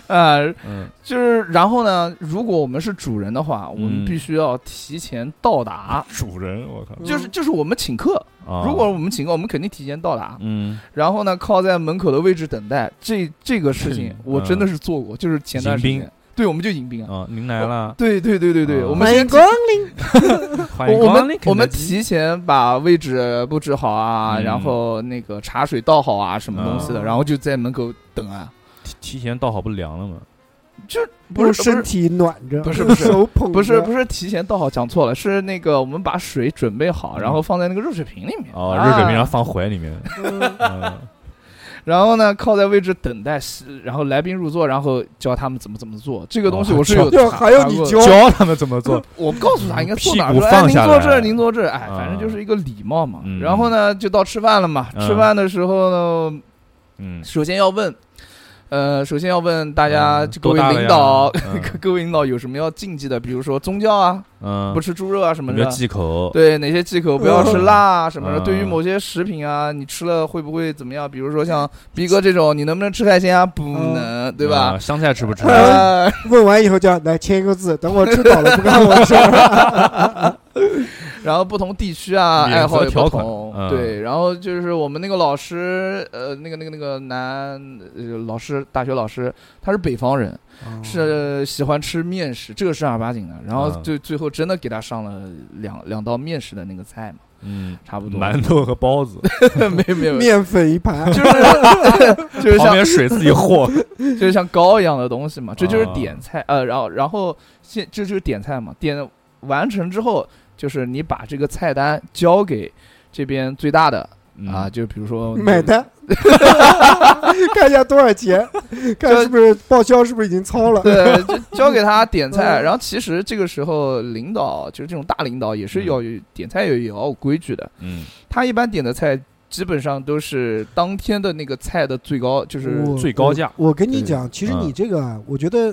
S2: 啊，
S4: 嗯
S2: 就是然后呢，如果我们是主人的话，我们
S4: 嗯
S2: 必须要提前到达，
S4: 主人，我
S3: 嗯
S4: 靠！
S2: 就是就是我们请客，
S4: 啊
S2: 如果我们请客，我们肯定提前到达，
S4: 嗯，
S2: 然后呢，靠在门口的位置等待。这这个事情
S4: 嗯
S2: 我真的是做过，就是前段时
S4: 迎
S2: 间
S4: 宾，
S2: 对，我们就迎宾啊。
S4: 啊，您来了，
S2: 对对对对对，
S4: 啊
S2: 我们
S5: 欢
S2: 先
S5: 迎
S2: 提
S5: 光
S4: 欢迎
S2: 我我
S4: 光
S2: 们
S4: 临肯德基
S2: 我们提前把位置布置好啊，
S4: 嗯
S2: 然后那个茶水倒好啊，什么东西的，
S5: 啊
S2: 然后就在门口等啊，
S4: 提提前倒好不凉了吗？
S2: 不
S5: 用
S2: 是
S5: 身体暖着，
S2: 不是
S5: 用
S2: 不是
S5: 手捧着，
S2: 不是不是提前倒好，讲错了，是那个我们把水准备好，
S4: 嗯
S2: 然后放在那个热水瓶里面
S4: 哦，热水瓶要
S2: 啊
S4: 放怀里面。
S5: 嗯
S4: 嗯
S2: 然后呢靠在位置等待，是然后来宾入座，然后教他们怎么怎么做，这个东西
S4: 哦
S2: 我是有
S5: 就
S2: 查
S5: 还 要你
S2: 查过的
S5: 教
S4: 教他们怎么 做。
S2: 我告诉他应该坐哪儿，
S4: 屁股
S2: 说哎，
S4: 放
S2: 您
S4: 下
S2: 坐
S4: 来
S2: 这儿，您坐这儿，哎，
S4: 啊
S2: 反正就是一个礼貌嘛。
S4: 嗯
S2: 然后呢，就到吃饭了嘛。
S4: 嗯
S2: 吃饭的时候呢，
S4: 嗯，
S2: 首先要问，呃，首先要问大家
S4: 嗯
S2: 各位
S4: 多大了呀
S2: 领导，
S4: 嗯
S2: 各位领导有什么要禁忌的？比如说宗教啊，
S4: 嗯，
S2: 不吃猪肉啊什么
S4: 有没有
S2: 的。
S4: 忌口？
S2: 对哪些忌口不要吃辣啊什么的，
S4: 嗯
S2: 对于某些食品啊，你吃了会不会怎么样？比如说像逼哥这种，你能不能吃海鲜啊？不
S5: 嗯
S2: 能，对吧
S4: 啊？香菜吃不吃？
S2: 呃，
S5: 问完以后叫来签一个字，等我吃饱了不干我的事 儿。
S2: 然后不同地区啊，
S4: 免责
S2: 爱好也不
S4: 条款
S2: 同，
S4: 嗯
S2: 对。然后就是我们那个老师，呃，那个那个那个男、呃、老师，大学老师，他是北方人，是喜欢吃面食，这个是正儿八经的。然后
S4: 嗯
S2: 就最后真的给他上了两两道面食的那个菜嘛，
S4: 嗯，
S2: 差不多。
S4: 馒头和包子，
S2: 没有没有，
S5: 面粉一盘
S2: 就是就是
S4: 旁
S2: 像
S4: 边水自 己和。
S2: 就是像糕一样的东西嘛，这就是
S4: 啊
S2: 点菜，呃，然后然后现这就是点菜嘛，点完成之后，就是你把这个菜单交给这边最大的
S4: 嗯
S2: 啊，就比如说
S5: 买单，
S3: 看一下多少钱，看是不是报销，是不是已经超了？
S2: 对，就交给他点菜。然后其实这个时候，领导就是这种大领导也是要有点菜也要有规矩的。
S4: 嗯，
S2: 他一般点的菜基本上都是当天的那个菜的最高，就是
S3: 我
S4: 最高价
S3: 我。我跟你
S2: 对
S3: 讲，其实
S4: 嗯
S3: 你这个啊，我觉得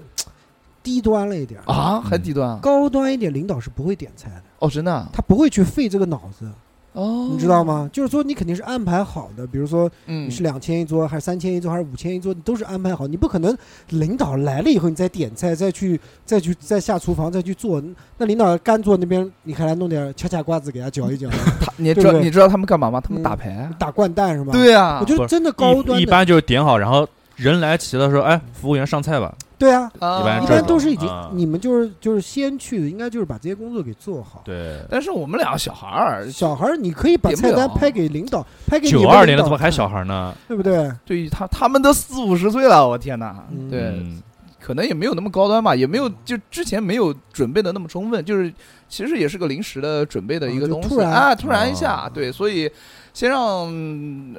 S3: 低端了一点儿，
S2: 啊，还低端啊？
S3: 高端一点，领导是不会点菜的，
S2: 哦，真的啊
S3: 他不会去费这个脑子，
S2: 哦，
S3: 你知道？吗？就是说，你肯定是安排好的，比如说
S2: 嗯
S3: 你，是两千一桌，还是三千一桌，还是五千一桌，你都是安排好，你不可能领导来了以后你再点菜，再去再去再下厨房再去做，那领导干坐那边，你还来弄点掐掐瓜子给他搅一搅，
S2: 他你
S3: 对
S2: 知道
S3: 不对
S2: 你知道他们干嘛吗？他们
S3: 嗯
S2: 打牌。啊
S3: 打掼蛋是吧？
S2: 对啊
S3: 嗯我，觉
S4: 不
S3: 得
S4: 是
S3: 真的高端
S4: 一一
S3: 的，
S4: 般就是点好，然后人来齐了说，哎，服务员上菜吧。
S3: 对啊，
S2: 啊
S4: 一般
S3: 一
S4: 这
S3: 般
S4: 种
S3: 都是已经
S4: 啊
S3: 你们就是就是先去的，应该就是把这些工作给做好。
S4: 对，
S2: 但是我们俩小孩儿，
S3: 小孩儿，你可以把
S2: 点不
S3: 菜单
S2: 了
S3: 拍给领导，拍给你
S4: 啊九
S3: 们
S4: 二
S3: 领
S4: 年
S3: 导
S4: 了怎么还
S3: 看
S4: 小？孩呢？
S3: 对不对？
S2: 对于他他们都四五十岁了，我天哪！
S3: 嗯
S2: 对，
S4: 嗯
S2: 可能也没有那么高端吧，也没有就之前没有准备的那么充分，就是其实也是个临时的准备的一个
S3: 啊就
S2: 东西
S3: 突然
S2: 啊，突然一下，
S4: 哦
S2: 对，所以先让嗯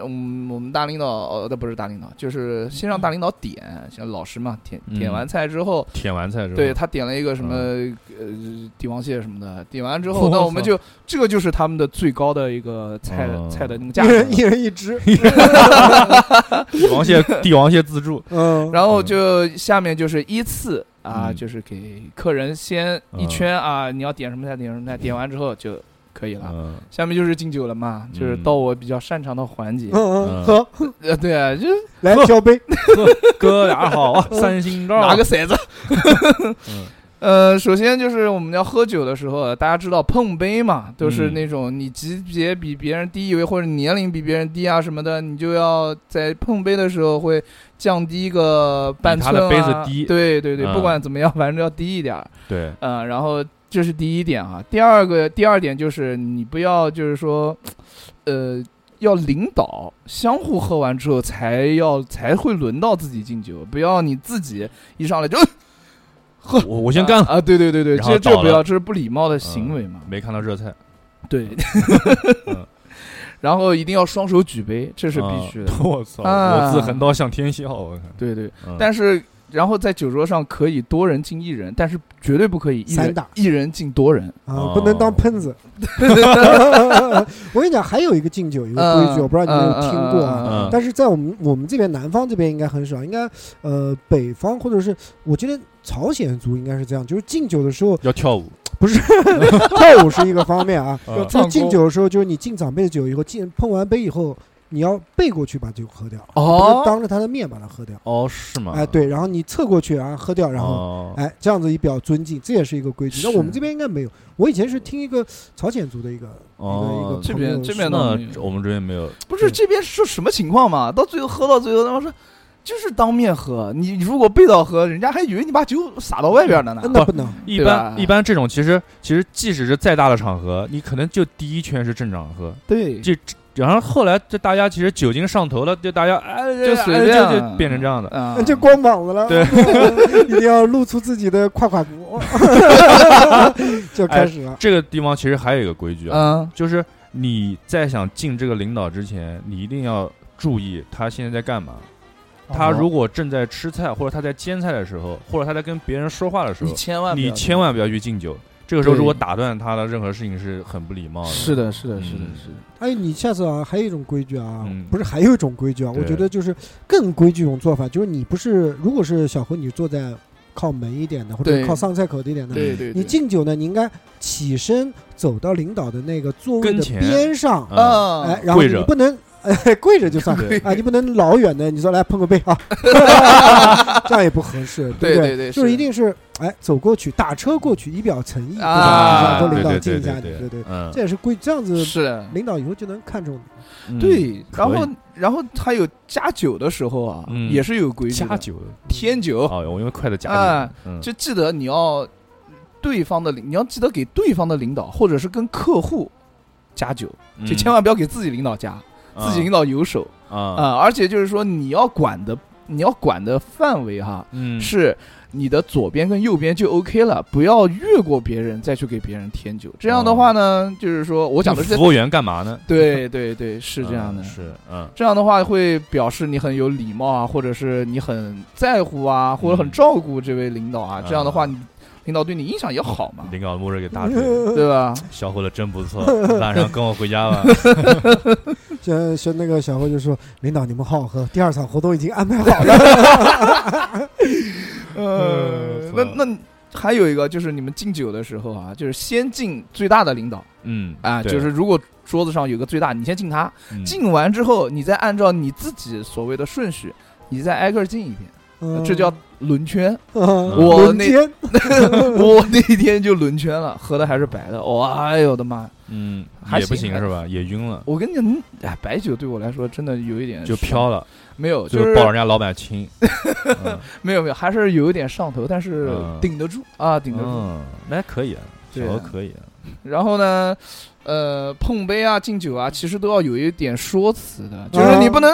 S2: 我们大领导呃不是大领导，就是先让大领导点，像老师嘛，点
S4: 嗯
S2: 点完菜之后，
S4: 舔完菜之后，
S2: 对他点了一个什么呃帝王蟹什么的，点完之后，那我们就这个就是他们的最高的一个菜的
S4: 哦
S2: 菜的那 个价
S3: 一
S2: 格
S3: 人一，人一只，
S4: 帝王蟹，帝王蟹自助，
S3: 嗯，
S2: 然后就下面就是依次啊，
S4: 嗯
S2: 就是给客人先一圈啊，你要点什么菜点什么菜，点完之后就可以了。
S4: 嗯，
S2: 下面就是敬酒了嘛，就是
S4: 嗯
S2: 到我比较擅长的环节
S3: 嗯。嗯，
S4: 嗯
S3: 好，
S2: 呃，对啊，就
S3: 来交杯，
S4: 哥俩好啊，三星照，
S2: 拿个骰子。
S4: 嗯
S2: 呃，首先就是我们要喝酒的时候，大家知道碰杯嘛，都是
S4: 嗯
S2: 那种你级别比别人低一位或者年龄比别人低啊什么的，你就要在碰杯的时候会降低个半
S4: 比
S2: 寸、
S4: 他
S2: 啊、
S4: 的杯子低
S2: 对对对，
S4: 嗯
S2: 不管怎么样，反正要低一点儿。
S4: 对，
S2: 嗯、然后这是第一点啊。第二个，第二点就是你不要就是说，呃。要领导相互喝完之后才要才会轮到自己敬酒，不要你自己一上来就
S4: 我我先干了，
S2: 啊！对对对对，
S4: 然后
S2: 这这
S4: 倒了
S2: 不要，这是不礼貌的行为嘛。
S4: 没看到热菜，
S2: 对
S4: 嗯，
S2: 然后一定要双手举杯，这是必须的。
S4: 嗯 我操，
S2: 啊
S4: 我自横刀向天笑，我看，
S2: 对对，
S4: 嗯
S2: 但是然后在酒桌上可以多人敬一人，但是绝对不可以一
S3: 散
S2: 人
S3: 打
S2: 一人敬多人。
S4: 哦
S3: 啊，不能当喷子。 我跟你讲，还有一个敬酒一个规矩，我不知道你有没有听过啊。
S4: 嗯
S3: 但是在我们我们这边南方这边应该很少，应该呃北方或者是我觉得朝鲜族应该是这样，就是敬酒的时候
S4: 要跳舞，
S3: 跳舞是一个方面啊，
S4: 嗯
S3: 就是敬酒的时候就是你敬长辈的酒以后，敬碰完杯以后，你要背过去把酒喝掉，不能
S2: 哦，
S3: 当着他的面把它喝掉。
S4: 哦是吗？哦
S3: 哎，对，然后你侧过去然后喝掉，然后
S4: 后
S3: 哎，这样子以表尊敬，这也是一个规矩。那
S2: 是
S3: 我们这边应该没有。我以前是听一个朝鲜族的一个
S4: 哦
S3: 一个一个
S2: 这
S3: 朋友
S2: 边这边
S3: 说
S2: 呢
S4: 那我们这边没有，
S2: 不是这边是什么情况嘛？到最后喝到最后，他们说。就是当面喝，你如果背到喝，人家还以为你把酒洒到外边了呢
S4: 啊
S3: 哎。那不能，
S4: 一
S2: 对吧
S4: 般一般这种其实其实即使是再大的场合，你可能就第一圈是正常喝，
S2: 对，
S4: 这然后后来这大家其实酒精上头了，就大家哎
S2: 就
S4: 哎
S2: 随
S4: 哎
S2: 便
S4: 就就变成这样的，
S2: 啊
S3: 那，就光膀子了，
S4: 对，
S3: 一定要露出自己的胯胯骨， 就开始了。
S4: 这个地方其实还有一个规矩啊，
S2: 嗯，
S4: 就是你在想进这个领导之前，你一定要注意他现在在干嘛。
S2: 哦
S4: 他如果正在吃菜，或者他在煎菜的时候，或者他在跟别人说话的时
S2: 你
S4: 候，
S2: 千万不要
S4: 你千万不要去敬酒。这个时候
S2: 对
S4: 如果打断他的任何事情是很不礼貌的。
S2: 是的，是的，是的
S4: 嗯，
S2: 是的。
S3: 还有你下次啊，还有一种规矩啊
S4: 嗯，
S3: 不是还有一种规矩啊，
S4: 对
S3: 我觉得就是更规矩一种做法，就是你不是如果是小何，你坐在靠门一点的，或者
S2: 对
S3: 靠上菜口的一
S4: 嗯
S3: 点的，
S2: 对对，
S3: 你
S2: 对
S3: 敬酒呢，你应该起身走到领导的那个座位的
S4: 跟前
S3: 边上，
S4: 嗯，
S2: 啊
S3: 哎，，然后
S4: 跪
S3: 你
S4: 着
S3: 不能。哎， 跪着就算
S4: 对
S3: 啊，你不能老远的，你说来碰个杯 啊，这样也不合适，
S2: 对
S3: 不
S2: 对对
S3: 就是
S2: 是
S3: 一定是哎走过去打车过去，以表诚意，对吧？
S2: 啊
S3: 让
S4: 对
S3: 多领导
S4: 对
S3: 敬
S4: 对
S3: 一下
S4: 对
S3: 你，对对，
S4: 嗯
S3: 这，也是规，这样子
S2: 是的
S3: 领导以后就能看中 你。
S4: 嗯，
S2: 对，然
S4: 可
S2: 后
S4: 以
S2: 然后还有加酒的时候啊，
S4: 嗯
S2: 也是有规矩的，
S4: 加酒
S2: 添酒，
S4: 哦，我用筷子夹
S2: 啊
S4: 酒，嗯
S2: 就记得你要对方的领，你要记得给对方的领导或者是跟客户加酒，就千万不要给自己领导加，自己领导有手
S4: 嗯啊
S2: 啊，而且就是说你要管的。你要管的范围哈，
S4: 嗯，
S2: 是你的左边跟右边就 OK 了，不要越过别人再去给别人添酒。这样的话呢，就是说我讲的是
S4: 服务员干嘛呢？
S2: 对对对，是这样的
S4: 嗯。是嗯，
S2: 这样的话会表示你很有礼貌啊，或者是你很在乎啊，或者很照顾这位领导啊。
S4: 嗯
S2: 这样的话，你领导对你印象也好嘛，
S4: 领导摸着给 大腿，
S2: 对吧？
S4: 小伙子真不错，晚上跟我回 家吧。
S3: 小小那个小辉就说：“领导，你们好好喝，第二场活动已经安排好了。
S2: 呃
S4: 嗯，
S2: 那那还有一个就是你们敬酒的时候啊，就是先敬最大的领导
S4: 嗯
S2: 啊，
S4: 对
S2: 就是如果桌子上有个最大，你先敬他，
S4: 嗯
S2: 敬完之后，你再按照你自己所谓的顺序，你再挨个儿敬一遍，
S3: 嗯”
S2: 这叫轮圈。
S3: 嗯
S2: 我
S3: 轮
S2: 那
S3: 奸
S2: 我那天就轮圈了，喝的还是白的，哇，哎呦我的妈！
S4: 嗯
S2: 还
S4: 也不
S2: 行
S4: 行
S2: 还
S4: 是吧？也晕了，
S2: 我跟你讲，嗯哎，白酒对我来说真的有一点
S4: 就
S2: 上
S4: 飘，了，
S2: 没有，
S4: 就是抱人家老板亲。嗯
S2: 没有没有，还是有一点上头，但是
S4: 嗯
S2: 顶得住啊，顶得住。
S4: 嗯，那还可以啊，小
S2: 对啊
S4: 何可以啊。
S2: 然后呢，呃，碰杯啊、敬酒啊，其实都要有一点说辞的，就是你不能，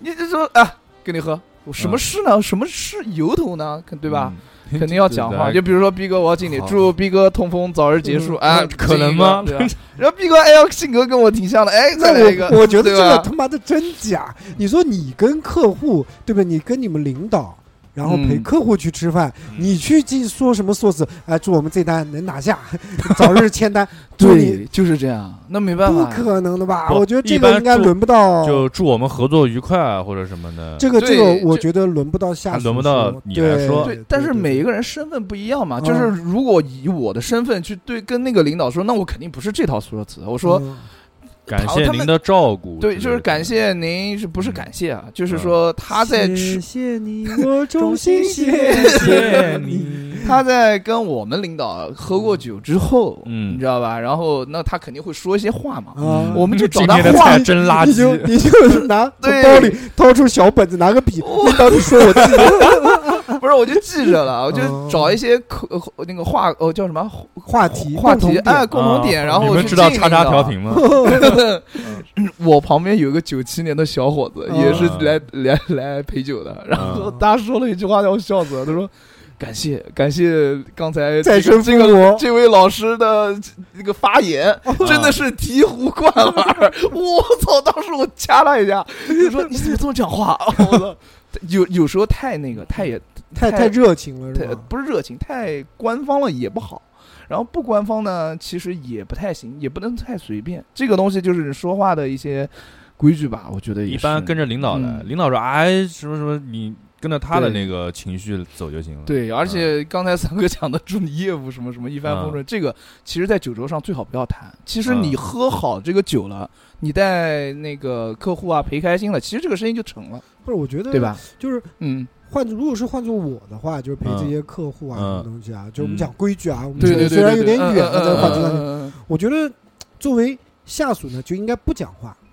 S2: 你就说啊，跟你喝，我什么
S4: 嗯
S2: 事呢？什么事由头呢？肯对吧？
S4: 嗯？
S2: 肯定要讲话，
S4: 对
S2: 就比如说逼哥，我要敬你，
S4: 好
S2: 祝逼哥痛风早日结束啊，
S4: 可能吗
S2: 敬一个对吧？然后逼哥，哎呦，性格跟我挺像的，哎，再来一
S3: 那
S2: 个，
S3: 我我觉得这
S2: 对
S3: 个
S2: 吧
S3: 他妈的真假。你说你跟客户对不对？你跟你们领导，然后陪
S2: 嗯
S3: 客户去吃饭，
S4: 嗯
S3: 你去进说什么硕士？哎，祝我们这单能拿下， 早日签单。祝你
S2: 对，就是这样，那没办
S3: 不
S2: 法，
S3: 可能的吧？
S4: 不
S3: 我觉得这
S4: 一
S3: 个
S4: 般
S3: 应该
S4: 祝
S3: 轮不到，
S4: 就祝我们合作愉快啊，或者什么的。
S3: 这个这
S2: 对
S3: 个，我
S2: 这
S3: 觉得轮不到下
S4: 还
S3: 属说，
S4: 轮不到你来
S3: 对
S4: 说
S2: 对，但是每一
S3: 个
S2: 个人身份不一样嘛，
S3: 嗯
S2: 就是如果以我的身份去对跟那个领导说，那我肯定不是这套说辞，我
S3: 嗯
S2: 说、
S4: 感
S2: 他
S4: 谢
S2: 他
S4: 您
S2: 们
S4: 的照顾之
S2: 对，
S4: 类的。
S2: 就是感谢您，是不是感谢啊？就是说他
S3: 他
S2: 在吃，
S3: 谢你，我 衷心
S2: 心
S3: 谢
S2: 谢
S3: 谢
S4: 谢
S3: 你。
S4: 你。
S2: 他在跟我们领导喝过酒之后，
S4: 嗯
S2: 你知道吧？然后那他肯定会说一些话嘛，
S3: 啊，
S2: 我们 就找他
S4: 今天的
S2: 话
S4: 嗯菜真垃
S3: 你就
S4: 圾。
S3: 你就拿从
S2: 对
S3: 包里掏出小本子，拿个笔，
S2: 我
S3: 到底说我自己
S2: 哦不是我就记着了，我
S3: 哦
S2: 就找一些口呃那个话哦叫什么
S3: 话题
S2: 话
S3: 共
S2: 题
S3: 同点
S2: 哎共同点，
S4: 啊
S2: 然后
S4: 你
S2: 我
S4: 们
S2: 去
S4: 知道
S2: 敬
S4: 叉叉
S2: 领导
S4: 调频吗？
S2: 我旁边有一个九七年的小伙子，
S3: 嗯
S2: 也是来来来陪酒的，然后他说了一句话让我笑死了，他说。感谢感谢刚才
S3: 再
S2: 这个
S3: 生
S2: 这
S3: 复
S2: 个
S3: 活。
S2: 这位老师的那个发言，真的是醍醐灌耳！我操！当时我掐他一下，我说你怎么这么讲话？我操！有有时候太那个太也
S3: 太太
S2: 太
S3: 热情了，
S2: 太
S3: 是吧？
S2: 不是热情，太官方了也不好。然后不官方呢，其实也不太行，也不能太随便。这个东西就是说话的一些规矩吧，我觉得也
S4: 一般
S2: 是
S4: 跟着领导来，
S2: 嗯
S4: 领导说哎什么什么，你跟着他的
S2: 对
S4: 那个情绪走就行了。
S2: 对。而
S4: 嗯
S2: 且刚才三哥讲的祝你业务什么什么一帆风顺，这个其实在酒桌上最好不要谈。其实你
S4: 嗯
S2: 喝好这个酒了，你带那个客户啊陪开心了，其实这个生意就成了，
S3: 不是，我觉得
S2: 对？吧？
S3: 就是
S2: 嗯，
S3: 换，如果是换做我的话，就是陪这些客户啊，
S4: 嗯
S3: 什么东西啊，就是我们
S4: 嗯
S3: 讲规矩啊，我们
S2: 对对对，
S3: 虽然有
S2: 对
S3: 点
S2: 对
S3: 远啊，
S2: 嗯嗯
S3: 在话题
S2: 嗯
S3: 上面，
S2: 嗯嗯
S3: 我觉得作为下属呢，就应该不讲话，
S2: 嗯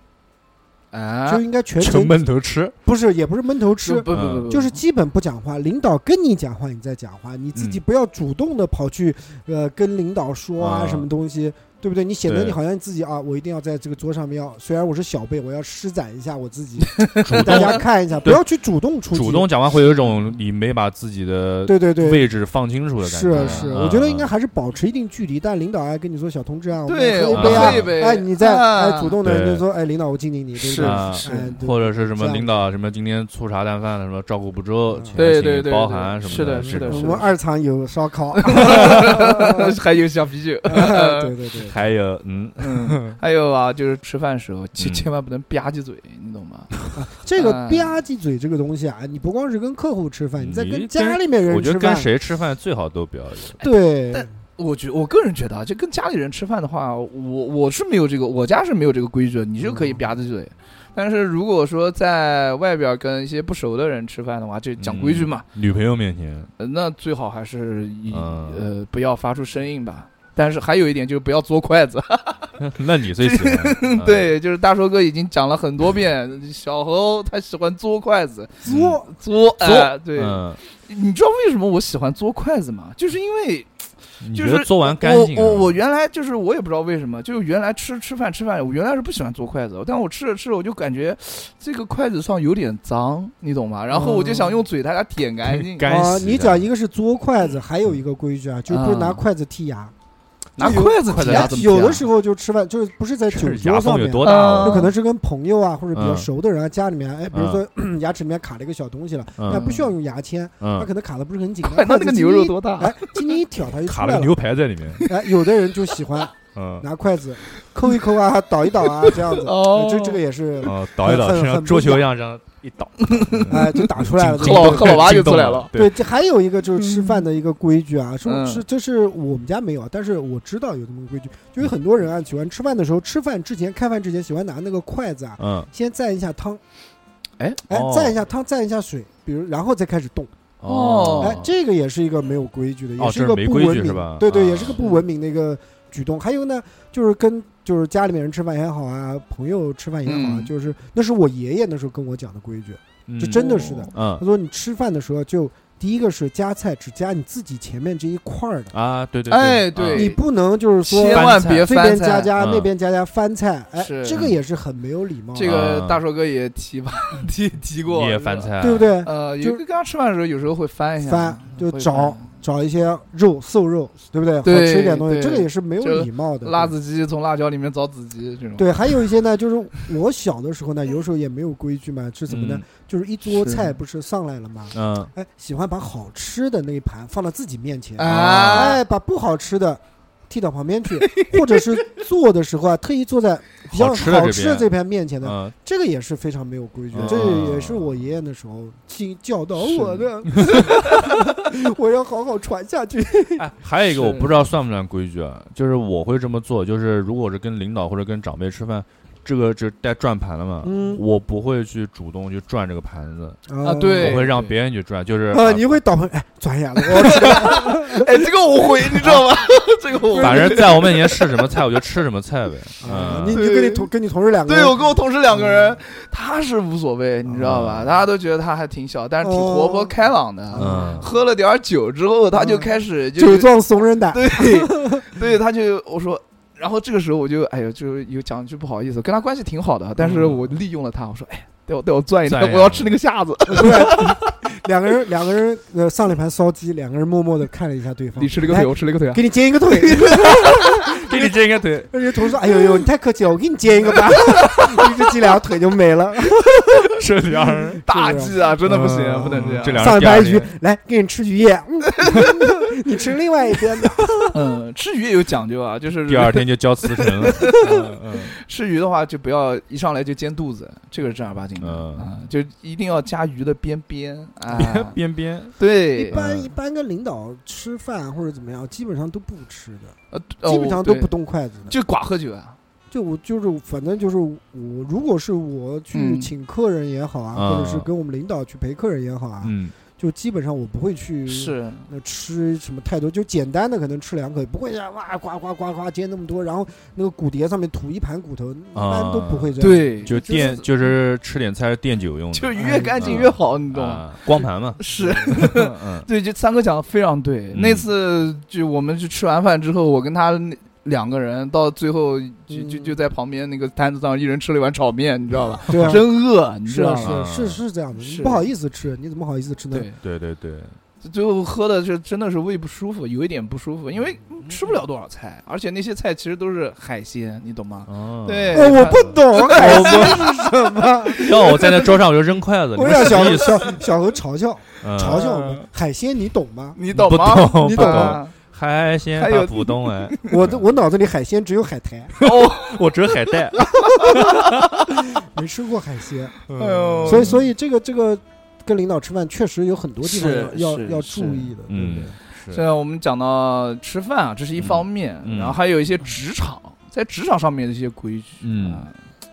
S2: 啊
S3: 就，应该全
S4: 成
S3: 程
S4: 闷头吃，
S3: 不是，也不是闷头吃，
S2: 不不不
S4: 嗯
S2: 不，
S3: 就是基本不讲话，领导跟你讲话，你再讲话，你自己
S4: 嗯
S3: 不要主动的跑去呃跟领导说啊
S4: 啊
S3: 什么东西，对不对？你显得
S4: 对
S3: 你好像你自己啊，我一定要在这个桌上面要，虽然我是小辈，我要施展一下我自己，
S4: 主
S3: 大
S4: 动
S3: 家看 一下，不
S4: 对
S3: 要去主动出击，
S4: 主动讲话会有一种你没把自己的
S3: 对对对。
S4: 位置放清楚的感
S3: 是
S2: 啊
S4: 觉。
S3: 是，
S4: 嗯
S3: 我觉得应该
S4: 嗯
S3: 还是保持一定距离，但领导哎跟你说小同志啊，我们
S2: 对
S3: 喝
S4: 我
S3: 一杯
S4: 们喝
S3: 啊，
S4: 一
S2: 杯
S3: 哎你再
S2: 啊
S3: 哎主动的
S4: 对
S3: 就说哎领导我敬敬你，对不
S2: 是
S3: 对
S4: 啊
S2: 是
S3: 哎对
S4: 或者是什
S3: 这
S4: 么
S3: 样
S4: 领导啊什么今天粗茶淡饭的什么照顾不周，请
S2: 对对
S4: 请
S2: 对
S4: 包
S2: 对
S4: 涵什么
S2: 是的
S4: 这
S2: 是的
S4: 种
S3: 我
S2: 是
S3: 们
S2: 的
S3: 二厂有烧 烤，
S2: 还有小啤酒。
S3: 对对对，
S4: 还有嗯，
S2: 嗯，还有啊，就是吃饭时候千
S4: 嗯
S2: 千万不能吧唧嘴，你懂吗？
S3: 这个吧
S2: 嗯
S3: 唧嘴这个东西啊，你不光是跟客户吃饭，
S4: 你
S3: 你在跟
S4: 跟
S3: 家里面人
S4: 我觉
S3: 吃
S4: 得跟
S3: 饭，
S4: 谁吃饭最好都不要有。
S3: 对，啊
S2: 但我觉我个人觉得啊，就跟家里人吃饭的话，我我是没有这个，我家是没有这个规矩的，你就可以
S4: 嗯
S2: 吧唧嘴。但是如果说在外边跟一些不熟的人吃饭的话，就讲规矩嘛，
S4: 女朋友面前，
S2: 呃那最好还是以、
S4: 嗯
S2: 呃不要发出声音吧。但是还有一点就是不要嘬筷子，
S4: 那你最喜欢？嗯
S2: 对，就是大硕哥已经讲了很多遍，小猴他喜欢嘬筷子，
S3: 作
S2: 嘬，哎对，
S4: 嗯
S2: 你知道为什么我喜欢嘬筷子吗？就是因为
S4: 你
S2: 就
S4: 觉得
S2: 是
S4: 做完干净啊？
S2: 我我我原来就是我也不知道为什么，就是原来吃吃饭吃饭，我原来是不喜欢做筷子，但我吃着吃着我就感觉这个筷子上有点脏，你懂吗？然后我就想用嘴把它舔干净，
S4: 哦干
S3: 啊，
S4: 洗
S3: 你
S4: 的嗯
S3: 讲一个是嘬筷子，还有一个规矩啊，就不是拿筷子剔牙。
S2: 拿
S3: 有
S2: 筷子
S4: 筷子
S2: 舔
S4: 牙
S2: 啊
S4: 怎么
S3: 有
S4: 剔
S3: 的 时候就吃饭，就是不是在酒
S4: 是牙
S3: 桌上
S4: 缝有
S3: 面，
S4: 多大啊？
S3: 有可能是跟朋友啊或者比较
S4: 嗯
S3: 熟的人啊，家里面，哎，比如说 牙齿里面卡了一个小东西了，
S4: 嗯
S3: 那不需要用牙签，它
S4: 嗯，
S3: 可能卡的不是很紧，
S2: 快 那那个牛肉
S3: 多，
S2: 多大？
S3: 哎，轻轻一挑它就出
S4: 卡
S3: 来
S4: 了个
S3: 了。
S4: 牛排在里面。
S3: 哎，有的人就喜欢
S4: 嗯，
S3: 拿筷子抠一抠啊，倒一倒啊，这 样子，
S2: 哦
S3: 这这个也是，
S4: 哦，倒一倒，
S3: 很
S4: 像
S3: 很
S4: 桌
S3: 不一样
S4: 球一样这样一倒。嗯
S3: 哎，就打出来 了。
S4: 惊
S2: 克老
S3: 这个
S4: 动
S2: 克老娃就
S4: 惊动
S2: 出来 了
S3: 对，这还有一个就是吃饭的一个规矩啊，是我
S2: 嗯
S3: 是这是我们家没有，啊但是我知道有这么个规矩，就有很多人啊喜欢吃饭的时候，吃饭之前开饭之前喜欢拿那个筷子啊，
S4: 嗯，
S3: 先蘸一下汤，
S2: 哎
S3: 哎
S4: 哦
S3: 蘸一下汤，蘸一下水，比如然后再开始动，
S2: 哦
S3: 哎，这个也是一个没有规矩的，也
S4: 哦
S3: 一个
S4: 这是没
S3: 不
S4: 规矩
S3: 文明，
S4: 是吧
S3: 对对，
S4: 啊
S3: 也是个不文明的一个举动。还有呢，就是跟就是家里面人吃饭也好啊，朋友吃饭也好啊，
S2: 嗯
S3: 就是那是我爷爷那时候跟我讲的规矩，
S4: 嗯
S3: 这真的是的。
S4: 嗯
S3: 他说你吃饭的时候就第一个是夹菜，只夹你自己前面这一块儿的，
S4: 啊，对对，
S2: 哎
S4: 对
S2: 对
S3: 你不能就是说
S2: 千万别
S3: 这
S2: 翻
S3: 边夹
S2: 菜。
S3: 夹
S4: 嗯
S3: 那边夹夹翻菜，哎，
S2: 是
S3: 这个也是很没有礼貌的，
S2: 这个
S4: 啊
S2: 大硕哥也提吧， 提提
S4: 嗯
S2: 过，
S4: 你也
S2: 是吧
S4: 翻。菜啊，
S3: 对不对？
S2: 呃，
S3: 就
S2: 有跟刚吃饭的时候，有时候会翻一下，
S3: 翻就
S2: 哎会
S3: 找
S2: 翻
S3: 找一些肉瘦肉，对不对？
S2: 对
S3: 好吃一点东西，
S2: 对
S3: 这个也是没有
S2: 就
S3: 礼貌的。
S2: 辣
S3: 对
S2: 子鸡，从辣椒里面找子鸡这种。
S3: 对，还有一些呢，就是我小的时候呢，有时候也没有规矩嘛，是怎么呢
S4: 嗯？
S3: 就是一桌
S2: 是
S3: 菜不是上来了吗？
S4: 嗯，
S3: 哎，喜欢把好吃的那一盘放到自己面前，
S2: 啊
S3: 哎，把不好吃的踢到旁边去， 或者是坐的时候啊，特意坐在比较
S4: 好吃的这
S3: 好吃的
S4: 边
S3: 这盘面前的，
S4: 嗯，
S3: 这个也是非常没有规矩的
S4: 嗯。
S3: 这也是我爷爷那时候教教导我的， 我要好好传下去。
S4: 哎，还有一个
S2: 是
S4: 我不知道算不算规矩啊，就是我会这么做，就是如果是跟领导或者跟长辈吃饭，这个就带转盘了嘛，
S3: 嗯
S4: 我不会去主动去转这个盘子，
S2: 啊对
S4: 我会让别人去转，就是
S3: 啊， 你会倒盆哎，转眼了，我
S2: 哎，这个我会，你知 道吗？这个我会
S4: 反正在我面前是什么菜，我就吃什么菜呗。
S3: 啊
S4: 嗯，
S3: 你你跟你同跟你同事两个 人
S2: 对我跟我同事两个人，他是无所谓，你知道吧？大家都觉得他还挺小，但是挺活泼开朗的。
S4: 嗯，
S2: 喝了点儿酒之后，他就开始就
S3: 啊酒壮怂人胆，
S2: 对对，他就我说。然后这个时候我就哎呦，就有讲句不好意思，跟他关系挺好的，但是我利用了他，我说哎，带我带我转一
S4: 转
S2: 转，
S4: 一
S2: 我要吃那个虾子。
S3: 两个人两个人呃上了一盘烧鸡，两个人默默的看了一下对方
S2: 你，吃了个腿，我吃了个腿啊，
S3: 给你煎一个腿。
S4: 给你这个腿，
S3: 那些同事说：“哎呦呦，你太客气了，我给你煎一个吧。”一只鸡两腿就没了。
S4: 这两人
S2: 大忌啊，真的不行，
S3: 嗯
S2: 不能这样。
S4: 这两
S3: 上一盘
S4: 第二
S3: 鱼
S4: 天，
S3: 来给你吃鱼 叶，嗯 你吃另外一边的。
S2: 嗯，吃鱼也有讲究啊，就是
S4: 第二天就交辞呈了。嗯
S2: 吃鱼的话，就不要一上来就煎肚子，这个是正儿八经的，
S4: 嗯
S2: 啊就一定要加鱼的边边 啊，
S4: 嗯， 边边
S3: 一
S2: 对，啊
S3: 般一般跟领导吃饭或者怎么样，基本上都不吃的，
S2: 呃
S3: 基本上都，
S2: 哦
S3: 不
S2: 对
S3: 动筷子的。
S2: 就寡喝酒啊，
S3: 就我就是反正就是我，如果是我去
S2: 嗯
S3: 请客人也好啊，
S4: 啊
S3: 或者是跟我们领导去陪客人也好啊，
S4: 嗯，
S3: 就基本上我不会去
S2: 是，啊
S3: 那吃什么太多，就简单的可能吃两口，不会呀哇呱呱呱呱煎那么多，然后那个骨碟上面吐一盘骨头，一般都不会这样。
S2: 对，
S4: 就
S2: 电
S4: 垫就是吃点菜是垫酒用的，
S2: 就越干净越好，你懂吗？。
S4: 啊，光盘嘛
S2: 是，
S4: 嗯
S2: 对，就三哥讲的非常对。
S4: 嗯
S2: 那次就我们去吃完饭之后，我跟他那两个人到最后就就
S3: 嗯
S2: 就在旁边那个摊子上，一人吃了一碗炒面，你知道吧？
S3: 对啊，
S2: 真饿，你
S3: 是
S2: 知道
S3: 啊
S2: 吗？
S3: 是
S4: 吗
S3: 啊是是是这样的，你
S2: 是
S3: 不好意思吃，你怎么好意思吃呢？
S2: 对，
S4: 对对对，
S2: 最后喝的是真的是胃不舒服，有一点不舒服，因为
S4: 嗯
S2: 吃不了多少菜，而且那些菜其实都是海鲜，你懂吗？
S4: 哦
S2: 对，
S3: 哦，我不懂，海
S4: 我不
S3: 鲜是什么？
S4: 要我在那桌上我就扔筷子，你
S3: 我
S4: 们
S3: 让
S4: 什
S3: 小
S4: 么意思？
S3: 小小何嘲笑
S4: 嗯
S3: 嘲笑我们，海鲜你懂吗？
S2: 你懂
S4: 不
S2: 吗？
S4: 懂
S3: 你
S4: 不
S3: 懂
S4: 懂？
S2: 啊
S4: 海鲜
S2: 还
S4: 大
S2: 有
S4: 浦东哎，
S3: 我的我脑子里海鲜只有海苔，
S2: 哦，
S4: 我只有海带。
S3: 没吃过海鲜，
S2: 哎呦，
S3: 所以所以这个这个跟领导吃饭确实有很多地方
S2: 是
S3: 要要
S2: 是
S3: 要
S2: 是
S3: 注意的，对不
S4: 嗯
S3: 对？，
S2: 现在我们讲到吃饭啊，这是一方面，
S4: 嗯嗯
S2: 然后还有一些职场，在职场上面的一些规矩，
S4: 嗯
S2: 啊，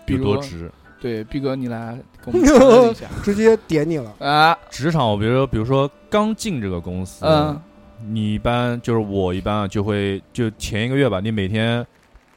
S2: 比
S4: 有
S2: 如
S4: 多直。
S2: 对毕哥，你来给我 们讨论一下
S3: 直接点你了。
S2: 啊，
S4: 职场，我比如说，比如说刚进这个公司，
S2: 嗯，
S4: 你一般就是我一般啊，就会就前一个月吧，你每天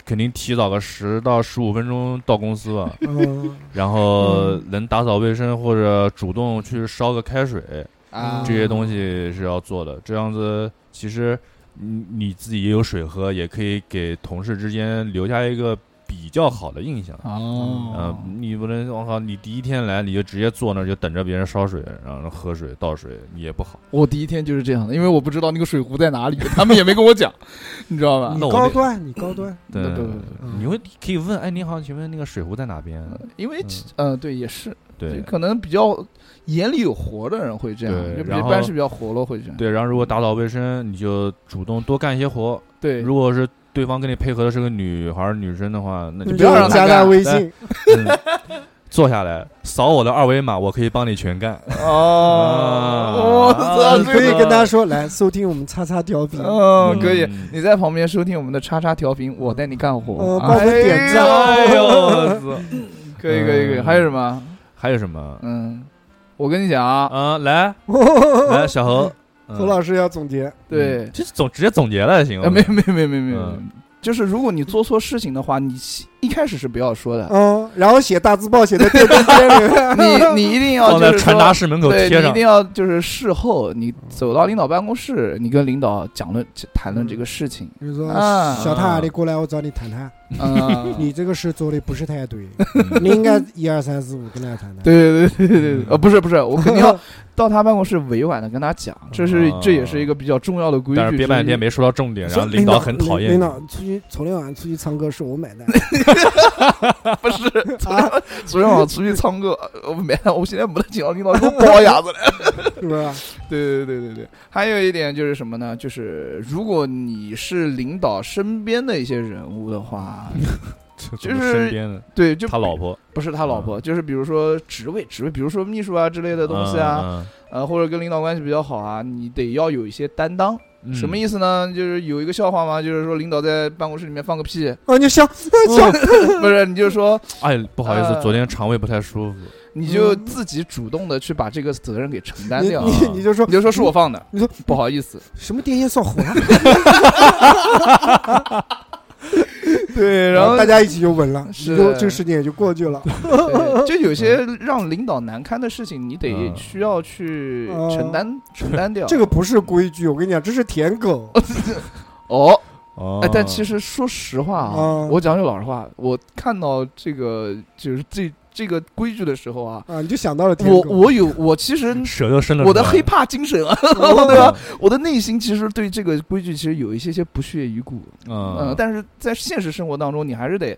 S4: 肯定提早个十到十五分钟到公 司吧，
S3: 嗯，
S4: 然后能打扫卫生或者主动去烧个开水，
S3: 嗯
S2: 啊，
S4: 这些东西是要做的。这样子其实你你自己也有水喝，也可以给同事之间留下一个比较好的印象。
S2: 哦，
S4: 嗯，你不能我靠，你第一天来你就直接坐那儿就等着别人烧水，然后喝水倒水，你也不好。
S2: 我第一天就是这样的，因为我不知道那个水壶在哪里，他们也没跟我讲，你知道吧
S3: 你？
S4: 那我
S3: 高
S4: 得
S3: 端，你高端，
S4: 嗯对
S2: 对对对
S4: 你会可以问，哎，您好，请问那个水壶在哪边？
S2: 因为
S4: 嗯
S2: 其嗯呃，对，也是，
S4: 对
S2: 可能比较眼里有活的人会这样，
S4: 对
S2: 就比
S4: 然后
S2: 办事比较活络会这样。
S4: 对，然后如果打扫卫生，你就主动多干一些活。
S2: 对，
S4: 如果是对方跟你配合的是个女孩儿、女生的话，那
S3: 你
S4: 就
S2: 不要让他
S3: 嗯加他
S2: 干
S3: 微信，
S4: 嗯坐下来扫我的二维码，我可以帮你全干。
S2: 哦，我操，
S4: 啊
S3: 你
S2: 这
S3: 可以
S2: 个
S3: 跟他说来收听我们叉叉调频，
S2: 嗯，可以。
S4: 嗯
S2: 你在旁边收听我们的叉叉调频，我带你干活
S3: 呃，
S4: 哦
S2: 啊
S3: 帮我们点赞
S4: 哎呦我操，
S2: 可以可以可以。
S4: 嗯
S2: 还有什么？
S4: 还有什么？
S2: 嗯，我跟你讲啊，
S4: 啊，来
S2: 嗯
S4: 来，小侯，
S3: 何
S4: 嗯
S3: 老师要总结，
S2: 对，
S4: 这总直接总结了行
S2: 呃，
S4: 吗？
S2: 没有没有没有没有没有
S4: 嗯，
S2: 就是如果你做错事情的话，你一开始是不要说的，
S3: 嗯，然后写大字报，写在电灯间 里，
S2: 你你一定要
S4: 嗯放在
S2: 就是
S4: 传
S2: 说
S4: 达室门口
S2: 对
S4: 贴
S2: 你一
S4: 上
S2: 定。要就是事后你走到领导办公室，你跟领导讲论谈论这个事情，
S3: 比如说
S2: 啊
S3: 小塔，你过来，我找你谈谈，
S2: 嗯，
S3: 你这个事做的不是太对，
S4: 嗯
S3: 你应该一二三四五跟他谈谈。
S2: 对对对对对对，呃，不是不是，我肯定 要到他办公室委婉的跟他讲，这是这也是一个比较重要的规矩之一。
S4: 啊但是憋半天没说到重点，然
S3: 说
S4: 后领导很讨厌你。
S3: 领导出去昨天晚上出去唱歌是我买单， 啊
S2: 不 是，昨天昨天晚上出去唱歌，呃我没，我现在没得请到领导给 我包牙子了。
S3: 是吧？
S2: 对对对对对，还有一点就是什么呢？就是如果你是领导身边的一些人物的 话，
S4: 就
S2: 就是
S4: 身边的
S2: 对，就
S4: 他老嗯婆
S2: 不是他老婆，就是比如说职位，职位，比如说秘书啊之类的东西
S4: 嗯
S2: 啊，，呃，或者跟领导关系比较好啊，你得要有一些担当。
S3: 嗯
S2: 什么
S4: 思？
S2: 意思呢？就是有一个笑话嘛，就是说领导在办公室里面放个 屁，
S3: 啊， 你想
S2: 嗯
S3: 想，
S2: 不是，你就说，
S3: 嗯
S4: 哎，不好意思，
S2: 呃
S4: 昨天肠胃不太舒服。
S2: 你就自己主动的去把这个责任给承担
S3: 你
S2: 掉。
S3: 你你就说
S2: 你就说是我放的，
S3: 你说
S2: 不好意思。
S3: 什么电线烧火了，啊
S2: 对，然后
S3: 大家一起就稳了，
S2: 是
S3: 就这个事情也就过去了。
S2: 呃对就
S3: 嗯
S2: 有些让领导难堪的事情，你得
S4: 嗯
S2: 需要去
S3: 嗯
S2: 承担承担掉。
S3: 这个不是规矩，我跟你讲，这是舔狗。
S2: 哦，
S4: 哦
S2: 哎，但其实说实话啊，
S3: 嗯
S2: 我讲句老实话，我看到这个就是这这个规矩的时候啊，
S3: 啊，你就想到了舔
S2: 我
S3: 狗，
S2: 我有我其实
S4: 哦舌头伸了出来。
S2: 我的黑怕精神啊，
S3: 嗯
S2: 对吧？我的内心其实对这个规矩其实有一些些不屑一顾，嗯
S4: 嗯，，
S2: 但是在现实生活当中，你还是得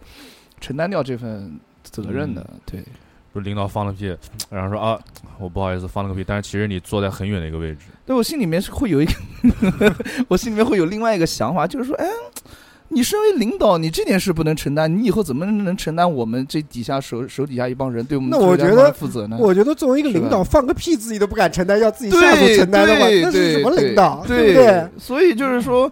S2: 承担掉这份责任的，
S3: 嗯
S2: 对，
S4: 不是领导放了屁，然后说啊，我不好意思放了个屁，但是其实你坐在很远的一个位置，
S2: 对我心里面是会有一个， 我心里面会有另外一个想法，就是说，哎，你身为领导，你这件事不能承担，你以后怎么能承担我们这底下手手底下一帮人对我们
S3: 那
S2: 这
S3: 我
S2: 两
S3: 觉
S2: 帮
S3: 得
S2: 人负责呢？
S3: 我觉得作为一个领导，
S2: 是
S3: 放个屁自己都不敢承担，要自己
S2: 对
S3: 下属承担的话，
S2: 对
S3: 那是什么
S2: 对
S3: 领导？
S2: 对
S3: 不对？
S2: 所以就是说。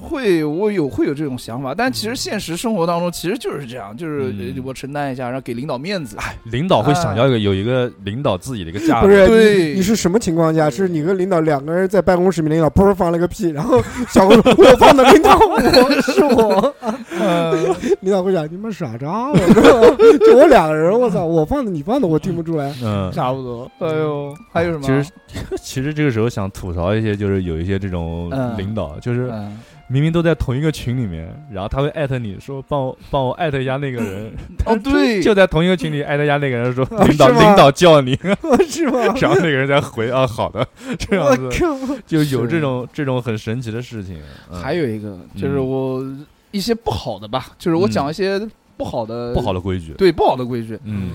S2: 会，我有会有这种想法，但其实现实生活当中其实就是这样，就是
S4: 嗯哎
S2: 呃我承担一下，然后给领导面子。
S4: 领导会
S2: 啊
S4: 想要一个有一个领导自己的一个架子，
S3: 不是
S2: 对
S3: 你，你是什么情况下？是你跟领导两个人在办公室里面，领导噗放了个屁，然后 小胡说：“我放的领导，我是我。
S2: 呃，”
S3: 领导会讲：“你们傻叉，我说就我 两个人，我操，我放的你放的，我听不 出来。
S4: 嗯，
S2: 差不多。哎呦，还有什么？
S4: 其实其实这个时候想吐槽一些，就是有一些这种
S2: 嗯
S4: 领导，就是
S2: 嗯，
S4: 明明都在同一个群里面，然后他会艾特你说帮我帮我艾特一下那 个人，
S2: 哦对，
S4: 就在同一个群里艾特一下那个人说
S2: 哦
S3: 啊
S4: 领导
S3: 是吗
S4: 领导叫你，”
S2: 啊
S3: 是吗？
S4: 然后那个人再回啊 好的这样
S3: 我
S4: 子，
S3: 靠！
S4: 就有
S2: 是
S4: 这种这种很神奇的事情。嗯
S2: 还有一个就是
S4: 嗯
S2: 我一些不好的吧，就是我
S4: 嗯
S2: 讲一些不好的，
S4: 不好的规矩，
S2: 对不好的规矩，
S4: 嗯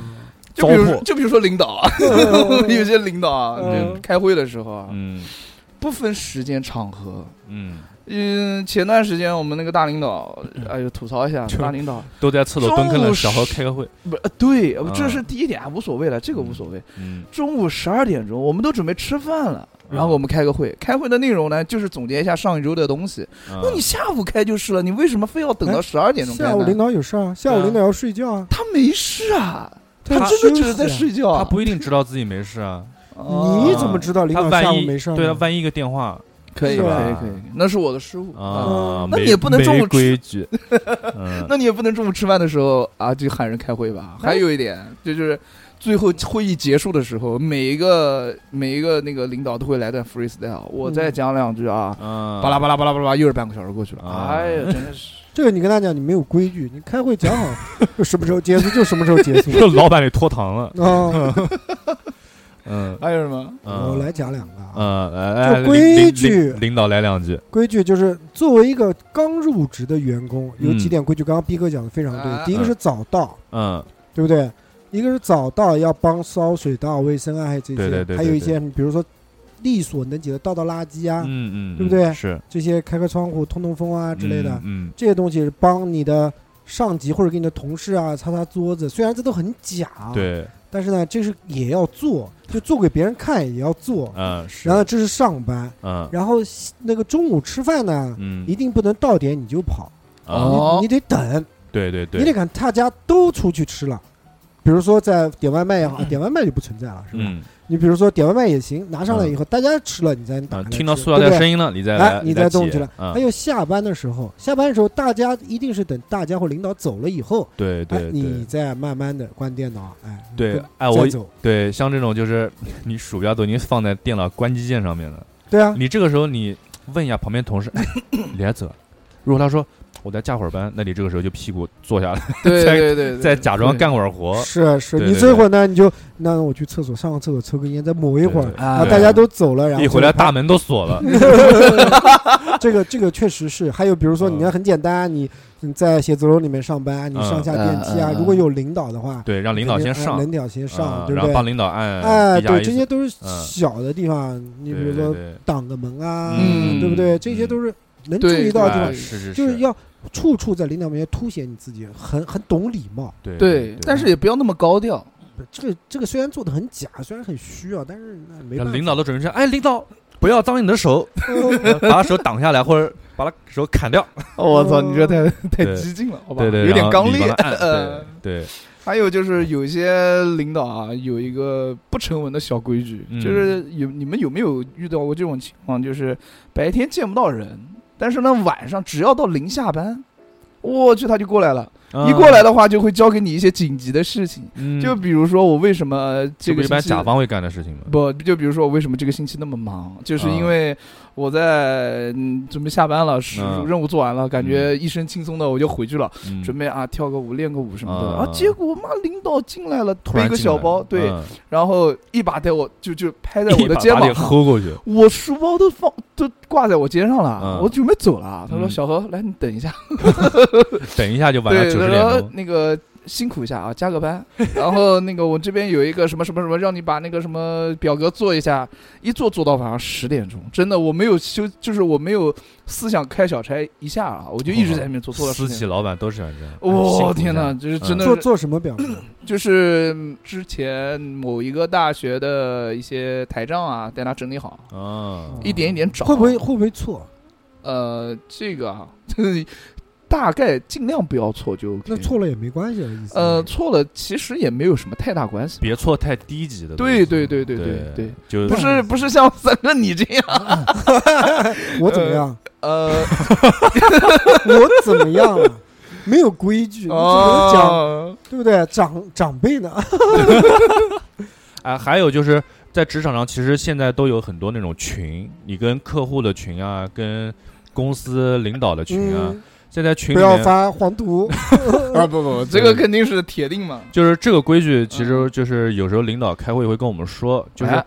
S2: 就比如
S4: 糟粕
S2: 就比如说领导 啊，有些领导啊，
S3: 嗯
S2: 开会的时候啊，
S4: 嗯
S2: 不分时间场合。
S4: 嗯，
S2: 嗯，前段时间我们那个大领导，
S3: 嗯
S2: 哎呦，吐槽一下
S4: 就
S2: 大领导，
S4: 都在厕所蹲坑
S2: 中午
S4: 了，小何
S2: 十
S4: 开个会，
S2: 不是，呃对，呃
S4: 啊
S2: 这是第一点，无所谓了，这个无所谓。
S4: 嗯
S2: 中午十二点钟，我们都准备吃饭了，
S4: 嗯
S2: 然后我们开个会，开会的内容呢，就是总结一下上一周的东西。
S4: 啊
S2: 那你下午开就是了，你为什么非要等到
S3: 嗯哎
S2: 十二点钟开
S3: 下午
S2: 呢
S3: 领？导有事儿，啊下午领导要睡觉啊。
S2: 他没事啊，他
S4: 嗯他
S2: 真的只
S3: 休
S2: 是在
S3: 息啊
S2: 睡觉啊。
S4: 他不一定知道自己没事啊，
S2: 哦，
S3: 你怎么知道领
S4: 他
S3: 导
S4: 万
S3: 下午
S4: 一啊
S3: 没事儿呢？
S4: 对他万一一个电话，
S2: 可以
S4: 是
S2: 可
S4: 吧
S2: 以可以，那是我的失误啊。
S3: 嗯
S4: 啊，
S2: 那
S4: 没
S2: 你也不能中午
S4: 没
S2: 吃
S4: 规矩， 嗯，
S2: 那你也不能中午吃饭的时候啊就喊人开会吧？还有一点，这就是最后会议结束的时候，每一个每一个那个领导都会来段 freestyle，我再讲两句啊，
S4: 嗯，
S2: 巴拉巴拉巴拉巴拉，又是半个小时过去了。
S4: 啊
S2: 哎呀，真是
S3: 这个你跟他讲，你没有规矩，你开会讲好就什么时候结束就什么时候结束
S4: 这老板给拖堂了，
S3: 啊。
S4: 嗯，
S2: 还有什么？
S4: 嗯
S3: 我来讲两个啊，
S4: 嗯，来来，
S3: 这规
S4: 领领
S3: 矩
S4: 领领导来两句，
S3: 规矩就是作为一个刚入职的员工，有
S4: 嗯
S3: 几点规矩，刚刚逼哥讲的非常
S2: 啊
S3: 对。第一个是早到，
S4: 嗯
S3: 对不对？一个是早到要帮烧水道、卫生啊，还有这些，
S4: 对对对对
S3: 还有一些比如说力所能及的倒倒垃圾啊，
S4: 嗯嗯，
S3: 对不对
S4: 是
S3: 这些开开窗户、通通风啊之类的，
S4: 嗯，嗯
S3: 这些东西是帮你的上级或者给你的同事啊擦擦桌子。虽然这都很假，，
S4: 嗯对，
S3: 但是呢，这是也要做，就做给别人看也要做。
S4: 嗯是，
S3: 然后这是上班，
S4: 嗯
S3: 然后那个中午吃饭呢，
S4: 嗯
S3: 一定不能到点你就跑，
S4: 啊，
S2: 哦
S3: 你你得等，
S4: 对对
S3: 你
S4: 对，
S3: 得看大家都出去吃了。比如说在点外卖也好，点外卖就不存在了，是吧？
S4: 嗯
S3: 你比如说点外卖也行，拿上来以后大家吃了，你再打
S4: 啊
S3: 开，来
S4: 听到
S3: 吃
S4: 塑料
S3: 对
S4: 袋
S3: 不对
S4: 声音了，你再
S3: 哎，你
S4: 再
S3: 再动起来。
S4: 啊
S3: 还，有下班的时候，下班的时候大家一定是等大家或领导走了以后，
S4: 对
S3: 哎
S4: 对，
S3: 你
S4: 对
S3: 再慢慢的关电脑，哎，
S4: 对
S3: 跟，
S4: 哎我
S3: 再走，
S4: 对像这种就是 你鼠标都已经放在电脑关机键上面了，
S3: 对啊，
S4: 你这个时候你问一下旁边同事，哎 你还走啊？如果他说我再加会儿班，那你这个时候就屁股坐下来，
S2: 对
S4: 再
S2: 对对对，
S4: 再假装干会儿活，
S3: 是是，
S4: 对
S3: 你
S4: 对
S3: 这
S4: 对
S3: 会儿呢，你就那我去厕所上个厕所抽根烟，再抹一会
S4: 对
S3: 儿
S2: 啊
S4: 对，
S3: 啊，大家都走了，然后
S4: 一回来
S3: 就拍
S4: 大门都 锁了，
S3: 这个这个确实是，还有比如说，
S4: 嗯
S3: 你看很简单，你你在写字楼里面上班，你
S4: 嗯
S3: 上下电梯啊
S2: 嗯嗯，嗯
S3: 如果有领导的话，
S4: 对，让领导先
S3: 肯定哎
S4: 上，
S3: 领导先上，
S4: 啊
S3: 对
S4: 然
S3: 不
S4: 后帮
S3: 对？
S4: 领导按
S3: 哎，
S4: 低下
S3: 对，
S4: 意
S3: 这
S4: 思
S3: 些都是
S4: 嗯
S3: 小的地方，你
S4: 对
S3: 比如
S4: 对
S3: 说
S4: 对
S3: 挡个门啊，
S2: 嗯
S3: 对不对？这些都是能注意到的地
S4: 啊
S3: 方，
S4: 是是
S3: 就是要处处在领导面前凸显你自己，很很懂礼貌。
S4: 对
S2: 对，但是也不要那么高调。
S3: 这个这个虽然做的很假，虽然很虚啊，但是那没办
S4: 那
S3: 法，
S4: 领导 都准备说，哎，领导不要脏你的手，
S3: 嗯
S4: 把他手挡下来，或者把他手砍掉，
S2: 哦我操，你这太太
S4: 对
S2: 激进了，好吧？
S4: 对对，
S2: 有点
S4: 然后
S2: 刚
S4: 你帮
S2: 烈。
S4: 他按
S2: 呃
S4: 对对，
S2: 还有就是有一些领导啊，有一个不成文的小规矩，
S4: 嗯
S2: 就是有你们有没有遇到过这种情况？就是白天见不到人，但是呢晚上只要到临下班，我去他就过来了。
S4: 嗯
S2: 一过来，的话，就会交给你一些紧急的事情，
S4: 嗯
S2: 就比如说我为什么这
S4: 这不
S2: 个
S4: 一
S2: 星
S4: 般
S2: 期
S4: 甲方会干的事情吗？
S2: 不，就比如说我为什么这个星期那么忙，就是因
S4: 啊
S2: 为我在、嗯、准备下班了，是、
S4: 嗯
S2: 任务做完了，感觉一身轻松的我就回去了，
S4: 嗯
S2: 准备啊跳个舞练个舞什么的。
S4: 啊
S2: 然后结果妈领导进来了，
S4: 突
S2: 推
S4: 然
S2: 个
S4: 进来
S2: 小包，对，
S4: 嗯
S2: 然后一把带我就就拍在 我
S4: 一
S2: 的
S4: 把
S2: 肩
S4: 把
S2: 膀
S4: 脸
S2: 上。
S4: 薅 过去，
S2: 我书包都放都挂在我肩上了，
S4: 嗯
S2: 我准备走了。他说：“
S4: 嗯
S2: 小何，来，你等一下。
S4: 等一下就晚上
S2: 对，
S4: 九
S2: 他
S4: 十点
S2: 说
S4: 钟，
S2: 那个辛苦一下啊，加个班。 然后那个我这边有一个什么什么什么，让你把那个什么表格做一下，一做做到晚上十点钟。真的，我没有休，就是我没有思想开小差一下啊，我就一直在那边做，做了十
S4: 私企
S2: 点。
S4: 老板都喜欢这样。
S2: 我、
S4: 辛苦嗯
S2: 天
S4: 一下
S2: 哪，就是真的
S3: 做
S2: 是，
S3: 做什么表格？
S2: 就是嗯之前某一个大学的一些台账啊，带他整理好，
S3: 嗯
S4: 啊，
S2: 一点一点找。
S3: 会不会会不会错？
S2: 呃，这个啊， 大概尽量不要错就 OK。
S3: 那错了也没关系的意思。
S2: 呃，错了其实也没有什么太大关系。
S4: 别错太低级的东西。
S2: 对对对对对对，
S4: 就
S2: 不是不是像三哥你这 样，
S3: 我怎么样？
S2: 呃，
S3: 我怎么样了？没有规矩，你只能讲，
S2: 哦，
S3: 对不对？长长辈呢？
S4: 啊，还有就是在职场上，其实现在都有很多那种群，你跟客户的群啊，跟公司领导的群啊，哦
S3: 嗯，
S4: 现在群
S3: 不
S4: 里
S3: 要
S4: 面
S3: 发黄图。
S2: 啊不不，这个肯定是铁定嘛，
S4: 就是这个规矩，其实就是有时候领导开会会跟我们说，就是
S2: 哎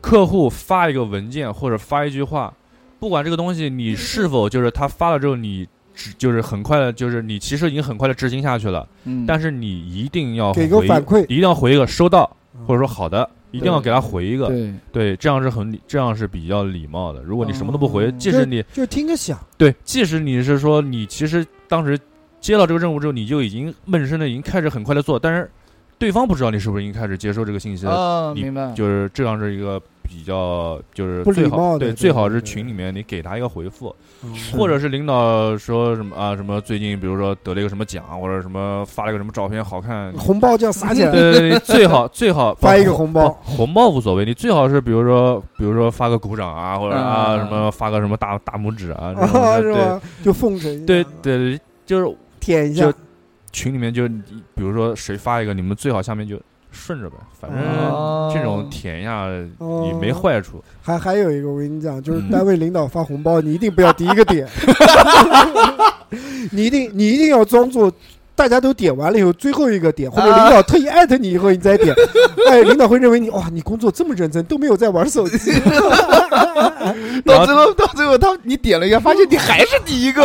S4: 客户发一个文件或者发一句话，不管这个东西你是否就是他发了之后你只。就是很快的，就是你其实已经很快的执行下去了，
S2: 嗯，
S4: 但是你一定要
S3: 给个
S4: 回
S3: 反馈
S4: 一定要回一个收到，或者
S3: 者
S4: 说好的，一定要给他回一个，
S2: 对，
S4: 对，这样是很礼，这样是比较礼貌的。如果你什么都不回，
S2: 哦
S4: 即使你
S3: 就听个响，
S4: 对，即使你是说你其实当时接到这个任务之后，你就已经闷声的已经开始很快的做，但是对方不知道你是不是已经开始接受这个信息了，
S2: 啊，
S4: 你
S2: 明白，
S4: 就是这样是一个比较就是
S3: 不
S4: 最
S3: 礼
S4: 好
S3: 貌的
S4: 对
S3: 对
S4: 最好
S3: 对
S4: 是
S3: 对
S4: 群里面你给他一个回复，
S3: 嗯
S4: 或者是领导说什么啊什么最近比如说得了一个什么奖或者什么发了一个什么照片 好看，
S3: 红包这样撒起来，
S4: 对对对，最好最好
S3: 发一个红包，
S4: 红包无所谓，你最好是比如说比如说发个鼓掌啊，或者啊
S2: 啊
S4: 什么发个什么大大拇指啊，这种
S3: 啊，
S4: 的
S3: 是吧？就奉承一下，
S4: 对对对，就是
S3: 舔一下
S4: 就，群里面就你比如说谁发一个，你们最好下面就顺着呗，反正
S2: 哦
S4: 这种舔一下
S3: 哦
S4: 也没坏处。
S3: 还还有一个，我跟你讲，就是
S4: 嗯
S3: 单位领导发红包，你一定不要第一个 点，你一定你一定要装作大家都点完了以后，最后一个点，或
S2: 啊
S3: 者领导特意艾特你以后，你 再点，哎，领导会认为你哇，你工作这么认真，都没有在玩手机，
S2: 到最后到最后他你点了一个，发现你还是第一个，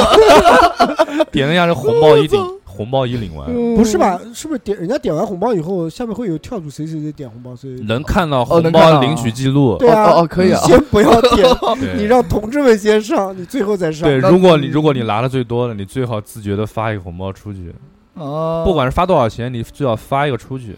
S4: 点了一下这红包一
S2: 哦
S4: 领， 红包一领完，
S2: 嗯
S3: 不是吧？是不是点人家点完红包以后，下面会有跳出谁谁谁点红包谁？
S4: 能看到
S2: 哦
S4: 红
S2: 能看
S4: 包
S2: 到哦
S4: 领取记录。
S3: 对啊，
S2: 哦哦可以啊
S3: 你先不要 点，
S4: 对
S3: 你让同志们先上，你最后再上。
S4: 对，
S2: 那
S4: 如果你如果你拿的最多了，你最好自觉的发一个红包出去，
S2: 哦
S4: 不管是发多少钱，你最好发一个出去。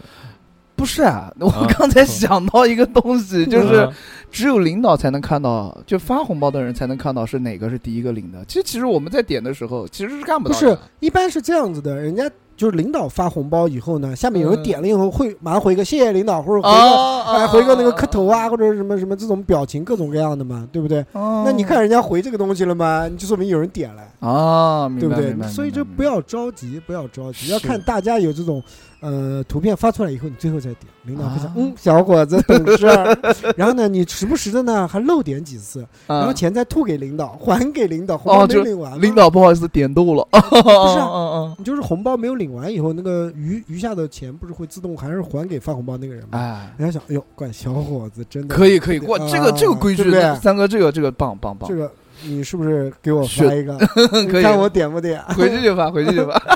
S2: 不是啊，
S4: 啊
S2: 我刚才想到一个东西，就是
S4: 嗯
S2: 只有领导才能看到，就发红包的人才能看到是哪个是第一个领的。其实其实我们在点的时候其实是看不
S3: 不
S2: 到
S3: 是
S2: 的，，
S3: 一般是这样子的，人家就是领导发红包以后呢，下面有人点了以后会马上回个谢谢领导，或者回个哎
S2: 啊
S3: 回个那个磕头啊，或者什么什么这种表情各种各样的嘛，对不对？
S2: 那
S3: 那你看人家回这个东西了吗？你就说明有人点了，
S2: 啊，
S3: 对
S2: 明
S3: 不
S2: 白
S3: 对
S2: 明白？
S3: 所以就不要着急，不要着急，
S2: 是
S3: 要看大家有这种呃图片发出来以后，你最后再点。领导会想
S2: 啊，
S3: 嗯，小伙子懂事儿。然后呢，你时不时的呢还漏点几次，然
S2: 然
S3: 后钱再吐给领导，还给领导，红
S2: 哦
S3: 包没
S2: 就
S3: 领完嘛。
S2: 啊领导不好意思点逗了，
S3: 不是啊
S2: 嗯嗯
S3: 就是红包没有领完以后，那个余余下的钱不是会自动还是还给发红包那个人
S2: 嗯，
S3: 吗？
S2: 哎，
S3: 人家想，哎呦，怪小伙子，真的
S2: 可以可以，哇，这个
S3: 啊
S2: 这个规矩
S3: 对不对，
S2: 三哥这个这个棒棒棒
S3: 这，个你是不是给我发
S2: 是
S3: 一个？
S2: 可
S3: 你
S2: 以
S3: 看我点不点？
S2: 回去就发，回去就发。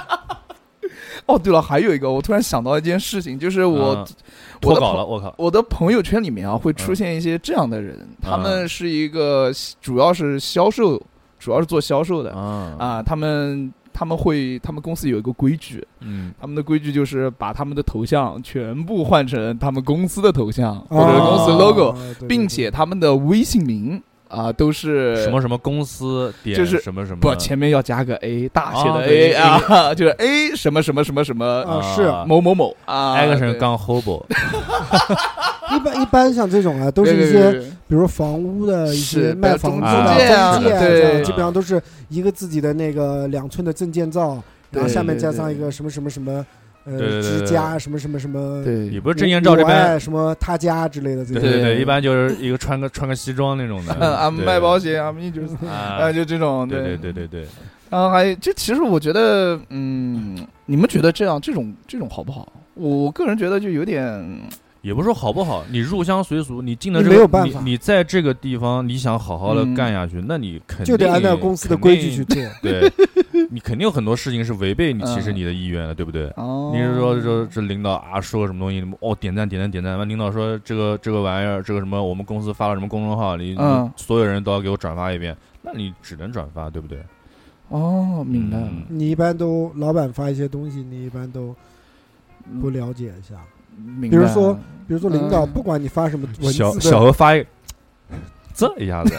S2: 哦，对了，还有一个，我突然想到一件事情，就是我、
S4: 嗯
S2: 我
S4: 脱
S2: 的
S4: 稿
S2: 朋
S4: 了，我靠！
S2: 我的朋友圈里面啊，会出
S4: 嗯
S2: 现一些这样的人，他们是一个主要是销售，主要是做销售的、
S4: 啊，
S2: 啊，他们他们会他们公司有一个规矩，
S4: 嗯，
S2: 他们的规矩就是把他们的头像全部换成他们公司的头像或
S3: 哦
S2: 者公司 logo，、
S3: 对对对
S2: 并且他们的微信名啊都是
S4: 什么什么公司点
S2: 就是
S4: 什么什么，
S2: 不前面要加个 A 大写
S4: 啊
S2: 的
S4: 对
S2: A 啊， 就是 A 什么什么什么什么
S3: 啊是
S2: 某某某啊
S4: action
S2: 对
S4: 杠 hobo，
S3: 一般一般像这种啊，都是一
S2: 对对
S3: 些
S2: 对对
S3: 比如说房屋的一些
S2: 是
S3: 卖房子的
S4: 中
S3: 中
S4: 介
S3: 介
S4: 啊
S3: 啊，
S2: 对
S3: 这样基本上都是一个自己的那个两寸的证件照，然
S2: 对
S3: 后下面
S2: 对
S3: 加
S2: 对
S3: 上一
S2: 对
S3: 个什么什么什么
S4: 对
S3: 呃
S4: 对对
S3: 之
S4: 对
S3: 家什么什么什么
S2: 对
S4: 也不是证件照
S3: 我
S4: 这边
S3: 爱什么他家之类的这
S4: 对
S3: 种。
S4: 对对，
S2: 对
S4: 一般就是 一个穿个穿个西装那种的
S2: 嗯 啊，
S4: 对
S2: 卖保险啊，一就是
S4: 啊
S2: 啊，，就这种
S4: 对对
S2: 对
S4: 对对对，
S2: 然后还这其实我觉得，嗯，你们觉得这样这种这种好不好？我个人觉得就有点
S4: 也不是说好不好，你入乡随俗，你进了
S3: 你
S4: 这
S3: 没有
S4: 个，
S3: 办
S4: 你
S3: 法
S4: 你在这个地方，你想好好的
S2: 嗯
S4: 干下去，那你肯定
S3: 就得按照公司的规矩去
S4: 肯定
S3: 做。
S4: 对，你肯定有很多事情是违背你其实
S2: 嗯
S4: 你的意愿的，对不对？
S2: 哦，
S4: 你是说说这领导啊说个什么东西，你们哦点赞点赞点赞，完领导说这个这个玩意儿这个什么我们公司发了什么公众号，你、
S2: 嗯
S4: 你所有人都要给我转发一遍，那你只能转发，对不对？
S2: 哦，明白了，
S4: 嗯
S3: 你一般都老板发一些东西，你一般都不了解一下。
S2: 明
S3: 比
S2: 白了。
S3: 如说 比如说领导
S2: 嗯
S3: 不管你发什么文字
S4: 小
S3: 的，
S4: 小何发一个这一下子，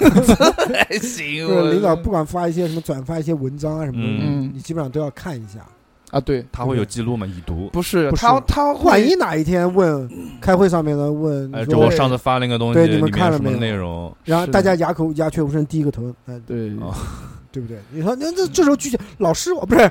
S2: 还行，
S3: 就是
S2: 我
S3: 领导不管发一些什么转发一些文章啊什么东西，
S2: 嗯
S3: 你基本上都要看一下。
S2: 啊，对，
S4: 他会有记录吗？已 读。
S2: 不是
S3: 不是
S2: 他他会
S3: 万一哪一天问开会上面呢问
S4: 哎，，
S3: 说
S4: 这我上次发了一个东西，
S3: 对
S4: 里
S3: 你们
S4: 面
S3: 看了
S4: 什么
S3: 没有
S4: 内容？
S3: 然后
S2: 是
S3: 大家
S2: 的
S3: 哑口鸦雀无声，低一个头，嗯，
S2: 对
S4: 哦
S3: 对不对？你说那这这时候拒绝老师，我不是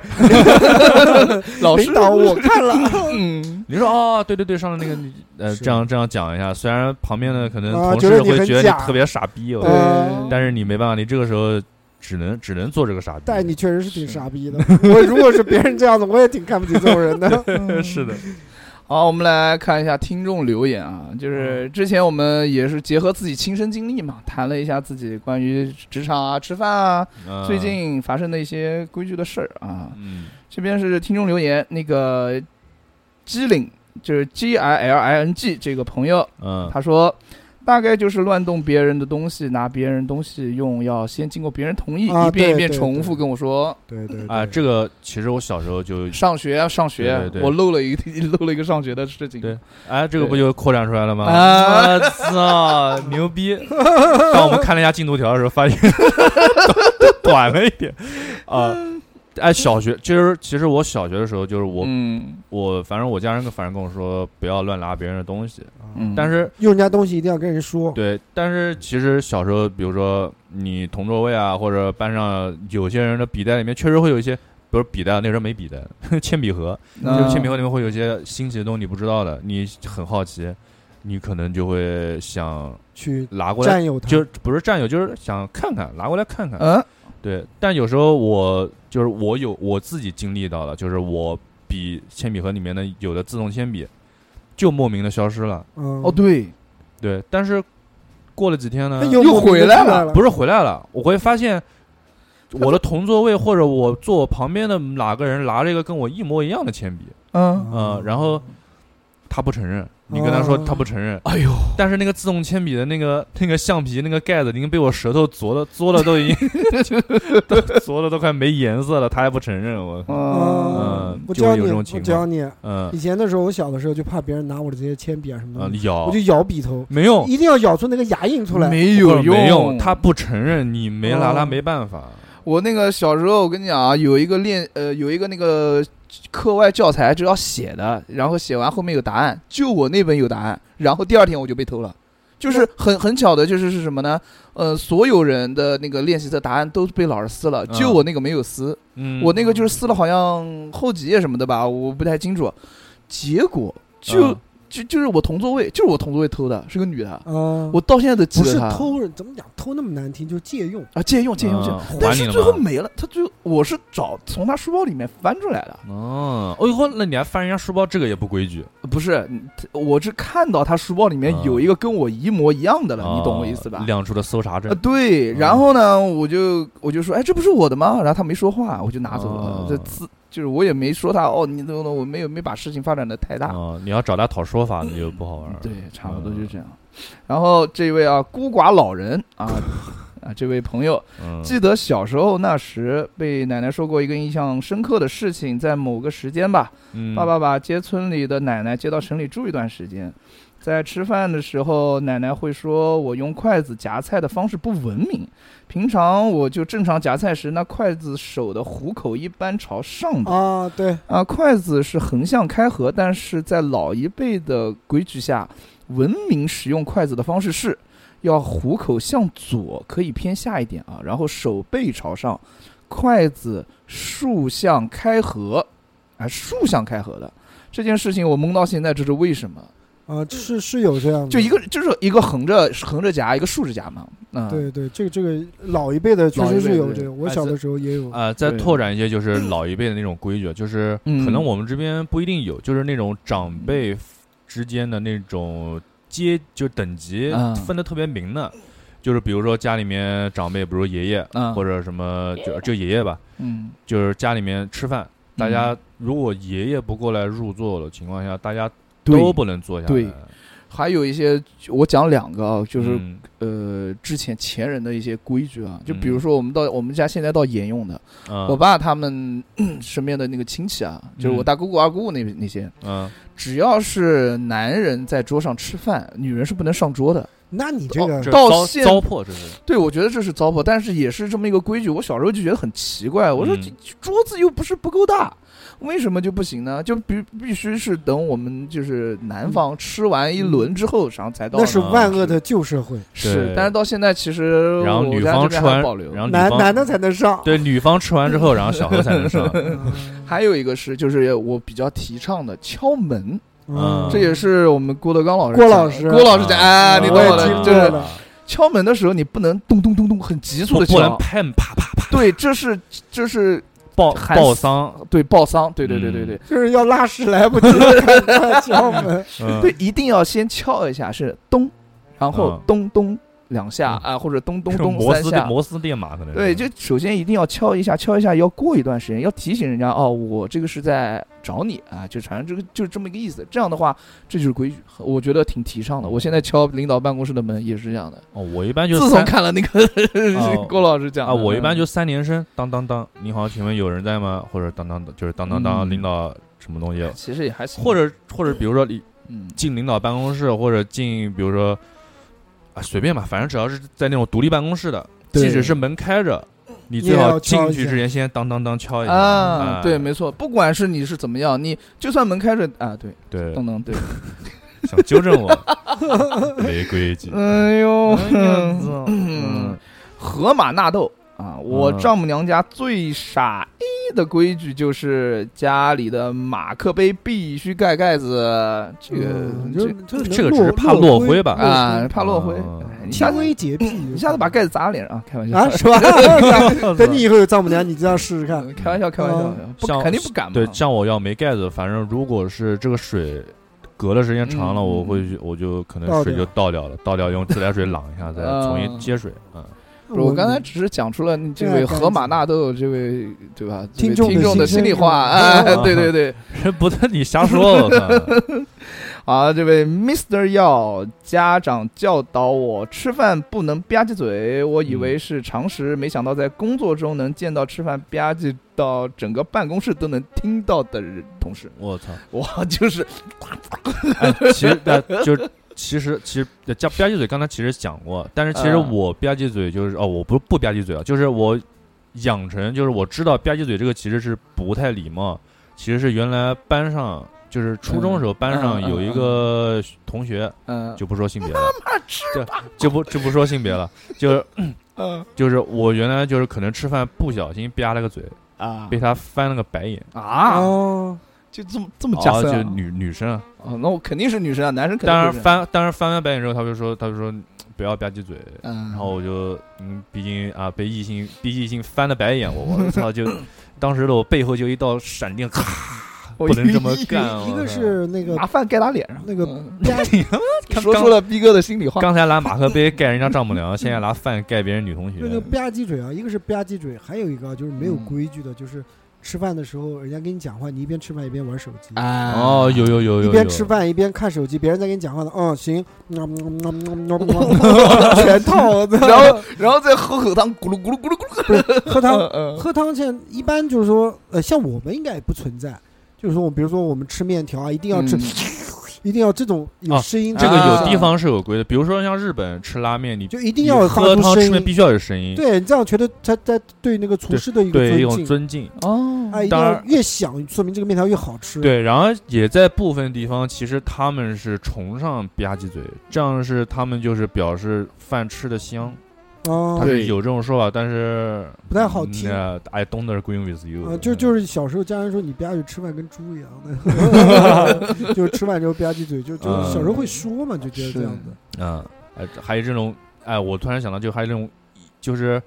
S2: 老师
S3: 领导，我看了，
S2: 嗯，
S4: 你说哦，对对对，上了那个，呃，
S3: 是
S4: 这样这样讲一下，虽然旁边的可能
S3: 啊
S4: 同
S3: 觉
S4: 事
S3: 得你
S4: 会
S3: 很
S4: 觉得
S3: 假
S4: 你特别傻逼，哦
S2: 对
S3: 呃
S4: 但是你没办法，你这个时候只能只能做这个傻逼。
S3: 但你确实是挺傻逼的。我如果是别人这样子，我也挺看不起这种 人的。
S4: 是的，
S2: 好，我们来看一下听众留言啊，
S4: 嗯
S2: 就是之前我们也是结合自己亲身经历嘛，谈了一下自己关于职场啊、吃饭啊，
S4: 嗯
S2: 最近发生的一些规矩的事儿啊。
S4: 嗯
S2: 这边是听众留言，那个机灵就是 G I L I N G 这个朋友，
S4: 嗯
S2: 他说。大概就是乱动别人的东西，拿别人东西用，要先经过别人同意，
S3: 啊
S2: 一遍一
S3: 对
S2: 遍
S3: 对
S2: 重复
S3: 对
S2: 跟我说。
S3: 对对
S4: 啊，这个其实我小时候就，
S2: 上学啊，上学，
S4: 对对对
S2: 我漏了一个漏了一个上学的事情。
S4: 对哎，这个不就扩展出来了吗？
S2: 啊
S4: 我操，牛逼！当我们看了一下进度条的时候，发现 短了一点啊。哎，小学其实其实我小学的时候就是我
S2: 嗯
S4: 我反正我家人跟反正跟我说不要乱拿别人的东西，
S2: 嗯，
S4: 但是
S3: 用人家东西一定要跟人说，
S4: 对，但是其实小时候，比如说你同座位啊，或者班上有些人的笔袋里面确实会有一些，比如笔袋，那时候没笔袋， 铅笔盒，
S2: 嗯
S4: 就是铅笔盒里面会有一些新奇的东西你不知道的，你很好奇，你可能就会想
S3: 去
S4: 拿过来，
S3: 占有他。
S4: 就是不是占有，就是想看看，拿过来看看。
S2: 嗯
S4: 对，但有时候我就是我有我自己经历到了，就是我笔铅笔盒里面的有的自动铅笔就莫名的消失了。
S3: 嗯
S2: 哦，对，
S4: 对，但是过了几天呢，
S3: 那
S2: 又
S3: 莫名
S2: 回
S3: 地
S2: 来
S3: 出
S2: 了
S3: 了，
S4: 不是回来了，我会发现我的同座位或者我坐我旁边的哪个人拿了一个跟我一模一样的铅笔，
S2: 嗯，
S4: 呃，然后他不承认，你跟他说他不承认，
S2: 哎呦，
S4: 但是那个自动铅笔的那个那个橡皮那个盖子已经被我舌头啄的啄的都已经 都啄的都快没颜色了，他还不承认我，
S2: 嗯，
S4: 嗯
S3: 我
S4: 就会
S3: 教你，
S4: 有这种
S3: 我
S4: 情
S3: 教你。
S4: 嗯
S3: 以前的时候，我小的时候就怕别人拿我的这些铅笔啊什么
S4: 啊
S2: 嗯
S3: 东西，
S4: 咬
S3: 我就咬笔头，
S4: 没用。
S3: 一定要咬出那个牙印出来。
S2: 没
S4: 或
S2: 有
S4: 者
S2: 用，嗯
S4: 没用，他不承认，你没拿他没办法。
S2: 我那个小时候，我跟你讲啊，有一个练呃，有一个那个课外教材就要写的，然后写完后面有答案，就我那本有答案，然后第二天我就被偷了。就是很很巧的，就是是什么呢？呃，所有人的那个练习册答案都被老师撕了，
S4: 嗯
S2: 就我那个没有撕。
S4: 嗯，
S2: 我那个就是撕了，好像后几页什么的吧，我不太清楚。结果就、
S4: 嗯
S2: 就就是我同座位，就是我同座位偷的，是个女的，
S3: 啊，
S2: 我到现在都记
S3: 不
S2: 得
S3: 是
S2: 她
S3: 偷人，怎么讲偷那么难听？就是借用。
S2: 啊，借用借用借用。
S4: 嗯
S2: 但
S4: 还你
S2: 是
S4: 了
S2: 最后
S4: 吗
S2: 没了，他最后我是找从他书包里面翻出来的，
S4: 哦，哎呦，那你还翻人家书包，这个也不规矩。
S2: 不是，我是看到他书包里面
S4: 啊
S2: 有一个跟我一模一样的了，你懂我意思
S4: 哦
S2: 吧？
S4: 亮出了搜查
S2: 啊，
S4: 证，
S2: 对，
S4: 嗯
S2: 然后呢，我就我就说，哎，这不是我的吗？然后他没说话，我就拿走了
S4: 哦。
S2: 这自就是我也没说他哦，你懂的，我没有没把事情发展的太大。
S4: 哦，你要找他讨说法，那就不好玩了。
S2: 对，差不多就
S4: 嗯
S2: 这样。然后这位啊，孤寡老人啊啊，这位朋友，
S4: 嗯，
S2: 记得小时候那时被奶奶说过一个印象深刻的事情，在某个时间吧，
S4: 嗯
S2: 爸爸把接村里的奶奶接到城里住一段时间，在吃饭的时候，奶奶会说我用筷子夹菜的方式不文明。平常我就正常夹菜时，那筷子手的虎口一般朝上的
S3: 啊，对，
S2: 啊，筷子是横向开合，但是在老一辈的规矩下，文明使用筷子的方式是要虎口向左，可以偏下一点啊，然后手背朝上，筷子竖向开合，啊，竖向开合的。这件事情我懵到现在，这是为什么？
S3: 啊，是是有这样的，
S2: 就一个就是一个横着横着夹，一个竖着夹嘛。嗯，
S3: 对对，这个这个老一辈的确
S2: 老一
S3: 实
S2: 辈
S3: 是有
S2: 对
S3: 这个，我
S4: 哎
S3: 小
S4: 这
S3: 的时候也有。
S4: 啊，再
S2: 对
S4: 拓展一些，就是老一辈的那种规矩，就是
S2: 嗯
S4: 可能我们这边不一定有，就是那种长辈之间的那种阶，就等级
S2: 嗯
S4: 分的特别明的，就是比如说家里面长辈，比如爷爷
S2: 嗯
S4: 或者什么，就就爷爷吧，
S2: 嗯，
S4: 就是家里面吃饭，大家
S2: 嗯
S4: 如果爷爷不过来入座的情况下，大家
S2: 对
S4: 都不能坐下来。
S2: 对还有一些我讲两个啊，就是
S4: 嗯
S2: 呃之前前人的一些规矩啊，就比如
S4: 嗯
S2: 说我们到、我们家现在到沿用的，
S4: 嗯
S2: 我爸他们 身边的那个亲戚啊，就是我
S4: 嗯
S2: 大姑姑、二姑姑那那些，
S4: 嗯，
S2: 只要是男人在桌上吃饭，女人是不能上桌的。
S3: 那你这个
S4: 这
S2: 到
S4: 糟
S2: 现
S4: 糟粕这是，
S2: 对，我觉得这是糟粕，但是也是这么一个规矩。我小时候就觉得很奇怪，我说
S4: 嗯
S2: 这桌子又不是不够大，为什么就不行呢？就必必须是等我们就是南
S4: 嗯
S2: 方吃完一轮之后，然后才到
S3: 那
S2: 呢。
S3: 是
S4: 呢
S3: 万恶的旧社会，
S2: 是
S4: 对，
S2: 但是到现在其实
S4: 然后
S2: 我
S4: 女
S2: 家
S4: 方
S2: 这
S4: 吃
S2: 边
S4: 完
S2: 还保留，。
S4: 然后女
S3: 男
S4: 方
S3: 男的才能上。嗯
S4: 对女方吃完之后，然后小何才能上。
S2: 还有一个是，就是我比较提倡的敲门，
S4: 嗯
S2: 这也是我们郭德纲老师
S3: 郭
S2: 讲的、
S3: 老师
S2: 郭老师讲，哎，
S4: 啊
S2: 你懂
S3: 我也
S2: 我
S3: 听
S2: 的，就
S3: 过
S2: 是
S3: 了
S2: 敲门的时候你不能咚咚咚咚很急
S4: 不
S2: 促的
S4: 不能
S2: 敲，
S4: 喷，啪啪啪，
S2: 对，这是这是
S4: 爆
S2: 喊
S4: 爆丧。
S2: 对报丧，对对对对对、
S3: 就是要拉屎来不及了，赶快敲门。
S4: 嗯
S2: 对，一定要先敲一下，是咚，然后
S4: 嗯
S2: 咚咚两下啊，或者咚咚咚
S4: 摩
S2: 三
S4: 斯
S2: 下。
S4: 摩斯电码可能是
S2: 对，就首先一定要敲一下，敲一下要过一段时间，要提醒人家哦，我这个是在找你啊，就反正这个就是这么一个意思。这样的话，这就是规矩，我觉得挺提倡的。我现在敲领导办公室的门也是这样的。
S4: 哦，我一般就
S2: 自从
S4: 三
S2: 看了那个
S4: 哦
S2: 郭老师讲
S4: 啊，
S2: 的嗯
S4: 我一般就三连声，当当当，你好，请问有人在吗？或者当当当，就是当当当，
S2: 嗯
S4: 领导什么东西？
S2: 其实也还行，
S4: 或者或者比如说你
S2: 嗯，
S4: 进领导办公室，或者进比如说啊随便吧，反正只要是在那种独立办公室的，
S3: 对
S4: 即使是门开着，你
S3: 也
S4: 最
S3: 要
S4: 好进
S3: 敲一
S4: 去
S3: 下
S4: 之前先当当当敲一下哎
S2: 啊，对，没
S4: 错，
S2: 错，不管是你是怎么样，你就算门开着啊，对，
S4: 对，
S2: 等等，对，
S4: 想纠正 我，没规矩。
S2: 哎呦，
S4: 嗯，
S2: 河马纳豆啊，我
S4: 嗯
S2: 丈母娘家最傻一的规矩就是家里的马克杯必须盖盖子，这个
S3: 嗯就
S2: 这
S3: 是就是
S4: 这个
S3: 能
S4: 只是
S3: 落
S4: 怕
S3: 落
S4: 落灰吧
S2: 啊，怕落灰
S3: 哦
S4: 嗯，
S2: 哎你下
S3: 轻
S2: 次
S3: 微洁癖，
S2: 你下次把盖子砸我脸上啊，开玩笑
S3: 嗯 啊，，是吧？等你以后有丈母娘，你这样试试看。
S2: 嗯开玩笑，开玩笑，不
S4: 像
S2: 肯定不敢嘛，
S4: 对，像我要没盖子，反正如果是这个水隔的时间长了，
S2: 嗯
S4: 我会去我就可
S3: 倒
S4: 能水
S3: 掉
S4: 就倒掉了，倒掉用自来水朗一下，再
S2: 嗯
S4: 重新接水。 嗯，
S2: 不是我刚才只是讲出了你
S3: 哎
S2: 这位河马纳豆这位对吧？这位
S3: 听众的
S2: 听众的
S3: 心
S2: 心里
S3: 声
S2: 话，
S3: 啊
S2: 哎，对对对，
S4: 不是你瞎说， 我操！
S2: 啊，这位 Mr. 要家长教导我吃饭不能吧唧嘴，我以
S4: 嗯
S2: 为是常识，没想到在工作中能见到吃饭吧唧到整个办公室都能听到的人同事，
S4: 我操！
S2: 我就是
S4: 哎，其实呃，就是其实其实呃加吧唧嘴，刚才其实讲过，但是其实
S2: 嗯
S4: 我吧唧嘴就是哦，我不不吧唧嘴啊，就是我养成就是我知道吧唧嘴这个其实是不太礼貌，其实是原来班上。就是初中的时候，班上
S2: 嗯嗯
S4: 有一个同学，
S2: 嗯，
S4: 就不说性别了，这就不就不说性别了，就是
S2: 嗯
S4: 就是我原来就是可能吃饭不小心吧了个嘴，
S2: 啊
S4: 被他翻了个白眼，
S2: 啊，
S3: 哦，
S2: 就这么这么加
S4: 哦，
S2: 分
S4: 就
S2: 啊，
S4: 女女生啊，
S2: 哦那我肯定是女生啊，男生肯定
S4: 当然
S2: 不是，
S4: 翻当然翻完白眼之后，他就说他就说不要吧唧嘴，
S2: 嗯，
S4: 然后我就嗯，毕竟啊被异性被异性翻了白眼，我我 操就当时的我背后就一道闪电，咔，
S2: 我
S4: 不能这么干，
S3: 哦一
S4: 我
S3: 个
S4: 操
S3: 是那个
S2: 麻烦盖他脸上
S3: 那个
S2: 嗯
S3: 吧唧
S4: 刚
S2: 说出了逼哥的心里话，
S4: 刚才拿马克杯盖人家丈母娘，现在拿饭盖别人女同学
S3: 那，个吧唧嘴啊，一个是吧唧嘴，还有一个啊就是没有规矩的，就是吃饭的时候人家跟你讲话，你一边吃饭一边玩手机。
S2: 啊
S4: 哦，有有有有
S3: 一
S4: 有，
S3: 边吃饭一边看手机，别人在跟你讲话呢。嗯，行，全套。
S2: 然后然后再喝口汤，咕噜咕噜咕噜咕噜，
S3: 喝汤
S2: 嗯
S3: 喝汤现在一般就是说，呃，像我们应该也不存在，就是说我比如说我们吃面条啊，一定要吃，一定要这种有
S4: 啊
S3: 声音的，
S4: 嗯这个
S2: 啊
S4: 有地方是有规的，比如说像日本吃拉面，你
S3: 就一定要
S4: 你
S3: 发
S4: 喝
S3: 出
S4: 汤
S3: 声
S4: 吃面必
S3: 音。
S4: 须要有声音，
S3: 对，你这样觉得他在对那个厨师的一
S4: 对一
S3: 个
S4: 种
S3: 尊敬，
S4: 尊敬。
S2: 哦
S3: 哎，一定
S4: 当
S3: 要
S4: 然
S3: 越响，说明这个面条越好吃。，
S4: 对，然后也在部分地方，其实他们是崇尚吧唧嘴，这样是他们就是表示饭吃的香，
S3: 哦
S4: 他，
S2: 对
S4: 是有这种说法，但是
S3: 不太好听
S4: 嗯呃 I don't agree with
S3: 啊
S4: you，，
S3: 就就是是小时候家人说你吧唧吃饭跟猪一样 的，就是吃饭之后吧唧嘴，就就
S4: 嗯
S3: 小时候会说嘛，就觉得这样子。
S4: 嗯，呃，还有这种，哎，我突然想到，就还有这种，就是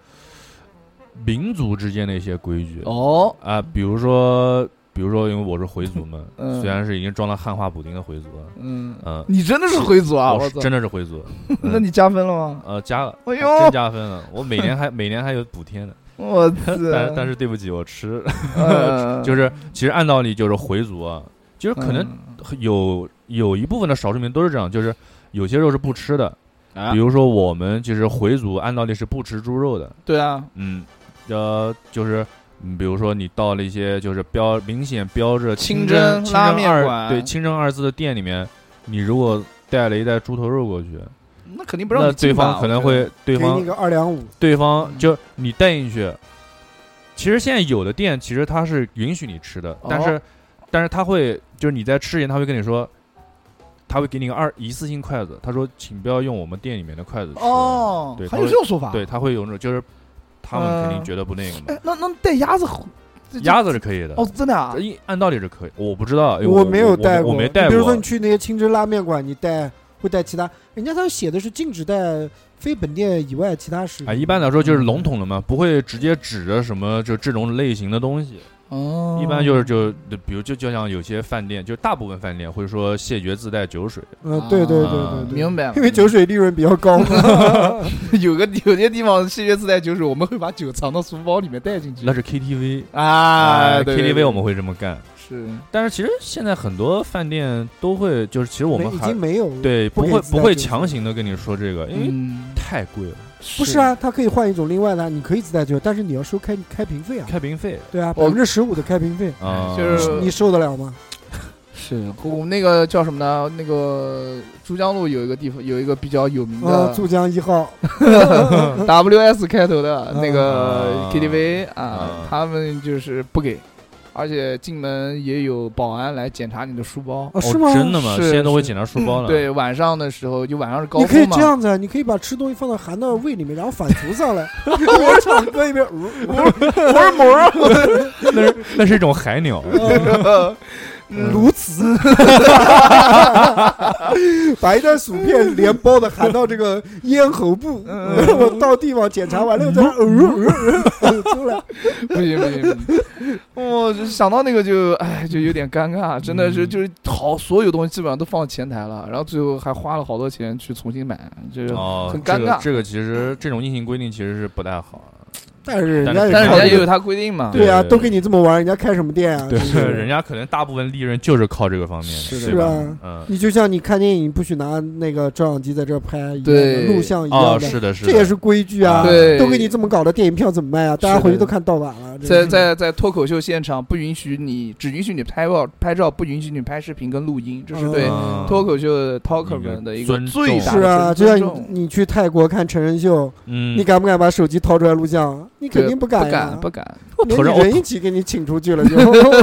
S4: 民族之间的一些规矩
S2: 哦，
S4: 啊，比如说，比如说，因为我是回族嘛，
S2: 嗯
S4: 虽然是已经装了汉化补丁的回族了，
S2: 嗯，
S4: 嗯，
S2: 你真的是回族啊！
S4: 我
S2: 我
S4: 是
S2: 操，
S4: 真的是回族，
S2: 那你加分了吗？
S4: 呃加了，
S2: 哎
S4: 真
S2: 呦，
S4: 加分了，我每年还 每年还有补贴呢。
S2: 我操！
S4: 但但是对不起，我吃，
S2: 呃
S4: 就是其实按道理就是回族啊，就是可能
S2: 嗯
S4: 有有一部分的少数民族都是这样，就是有些肉是不吃的，
S2: 啊
S4: 比如说我们就是回族，按道理是不吃猪肉的，
S2: 对啊，
S4: 嗯，呃，就是。嗯，比如说你到了一些就是标明显标着
S2: 清
S4: 清
S2: 真
S4: 清
S2: 拉
S4: 真
S2: 面
S4: 二
S2: 馆
S4: 对清真二字的店里面，你如果带了一袋猪头肉过去，
S2: 那肯定不让
S4: 那
S2: 你进
S4: 对
S2: 吧
S4: 方可能会对
S3: 给
S4: 方
S3: 你个二两五，
S4: 对方
S2: 嗯
S4: 就你带进去，其实现在有的店其实它是允许你吃
S3: 哦
S4: 的，但是、但是他会就是你在吃前他会跟你说，他会给你个二一次性筷子，他说请不要用我们店里面的筷子
S2: 我觉
S4: 吃。
S2: 得哦
S4: 嗯对，
S2: 还
S4: 他
S2: 有
S4: 会
S2: 这种说法？
S4: 对，，他会有那种就是他们
S3: 呃
S4: 肯定觉得不那个嘛，
S2: 哎，那那带鸭子回，这
S4: 鸭子是可以的。
S2: 哦，真的啊？
S4: 一按道理是可以，我不知道，因为
S3: 我
S4: 哎我
S3: 没有带
S4: 我
S3: 过。
S4: 没带
S3: 比如说
S4: 过
S3: 你。去那些清真拉面馆，你带会带其他，人家他写的是禁止带非本店以
S4: 哎
S3: 外其他食品。
S4: 啊，一般来说就是笼统的嘛，不会直接指着什么就这种类型的东西。
S2: 哦，
S4: 一般就是就比如就就像有些饭店，就大部分饭店会说谢绝自带酒水，
S2: 呃
S3: 嗯，对对对对对，
S2: 明白了，
S3: 因为酒水利润比较高嘛，
S2: 有个有些地方谢绝自带酒水，我们会把酒藏到书包里面带进去
S4: 那。哎是 KTV
S2: 啊对对
S4: KTV
S2: 对
S4: 我们会这么干。
S2: 是
S4: 但是其实现在很多饭店都会，就是其实我们
S3: 没已
S4: 还
S3: 经没有了。
S4: 对
S3: 不
S4: 不
S3: 给
S4: 会
S3: 自带
S4: 不会
S3: 酒水
S4: 强行的跟你说这个，因为
S2: 嗯，
S4: 太贵了，
S3: 不
S2: 不
S3: 是，啊，它可以换一种另外的，你可以自带酒，但是你要收开开瓶费啊，
S4: 开哦瓶费
S3: 对啊，百
S2: 我
S3: 分之十五的开瓶费，
S4: 啊，
S2: 哎就是
S3: 你受得了吗？
S2: 是我们哦那个叫什么呢？那个珠江路有一个地方，有一个比较有名
S3: 啊，
S2: 的
S3: 珠江一
S4: 哦
S3: 号，
S2: WS 开头的
S3: 嗯
S2: 那个
S4: 啊
S2: KTV 啊
S4: 啊，
S2: 他们就是不给，而且进门也有保安来检查你的书包。
S3: 哦，
S4: 哦
S3: 是吗？
S4: 真的吗？
S2: 是
S4: 现在都会
S2: 是嗯
S4: 检查书包了，
S2: 对，晚上的时候就晚上是高
S3: 你可以
S2: 峰
S3: 这
S2: 嘛，
S3: 样子，啊，你可以把吃东西放到含到胃里面，然后反刍 上来，一边唱歌一边呜
S4: 那是那是一种 海鸟，
S3: 嗯
S2: 嗯
S3: 鸬鹚，把一袋薯片连包的含到这个咽喉部，然后到地方检查完了再呜呜呜出来。
S2: 不行不行，不行 我就想到那个就哎就有点尴尬，真的
S4: 嗯
S2: 是就是好所有东西基本上都放前台了，然后最后还花了好多钱去重新买，就是
S4: 哦，
S2: 很尴
S4: 这个
S2: 尬
S4: 这个其实这种硬性规定其实是不太 好，
S3: 但是人家
S2: 但是人
S3: 靠
S2: 家
S3: 这
S2: 也
S3: 个
S2: 有他规定嘛，
S3: 对啊，
S4: 对
S3: 都给你这么玩，人家开什么店啊？
S4: 对
S3: 真是
S4: 人家可能大部分利润就是靠这个方面，
S2: 是的
S4: 对
S3: 是
S4: 吧
S3: 啊？
S4: 嗯，
S3: 你就像你看电影不许拿那个照相机在这儿拍一样的，
S2: 对
S3: 录像一
S4: 哦，
S3: 样
S4: 是
S3: 的，
S4: 的，是的，
S3: 这也是规矩啊。
S2: 对
S3: 都给你这么搞的，电影票怎么卖啊？大家回去都看盗版了。真
S2: 在
S3: 是
S2: 在在脱口秀现场不允许你，只允许你拍照拍照，不允许你拍视频跟录音，这是对
S4: 嗯
S2: 脱口秀的 talker 们的一个
S4: 尊重
S2: 最大
S3: 是啊，
S2: 的
S3: 就
S2: 尊
S3: 像
S2: 重。
S3: 你你去泰国看成人秀，
S4: 嗯，
S3: 你敢不敢把手机掏出来录像？你肯
S2: 对
S3: 定
S2: 不
S3: 敢呀
S2: 敢，不敢，
S3: 连
S4: 头上
S3: 你
S4: 我
S3: 人一起给你请出去了就。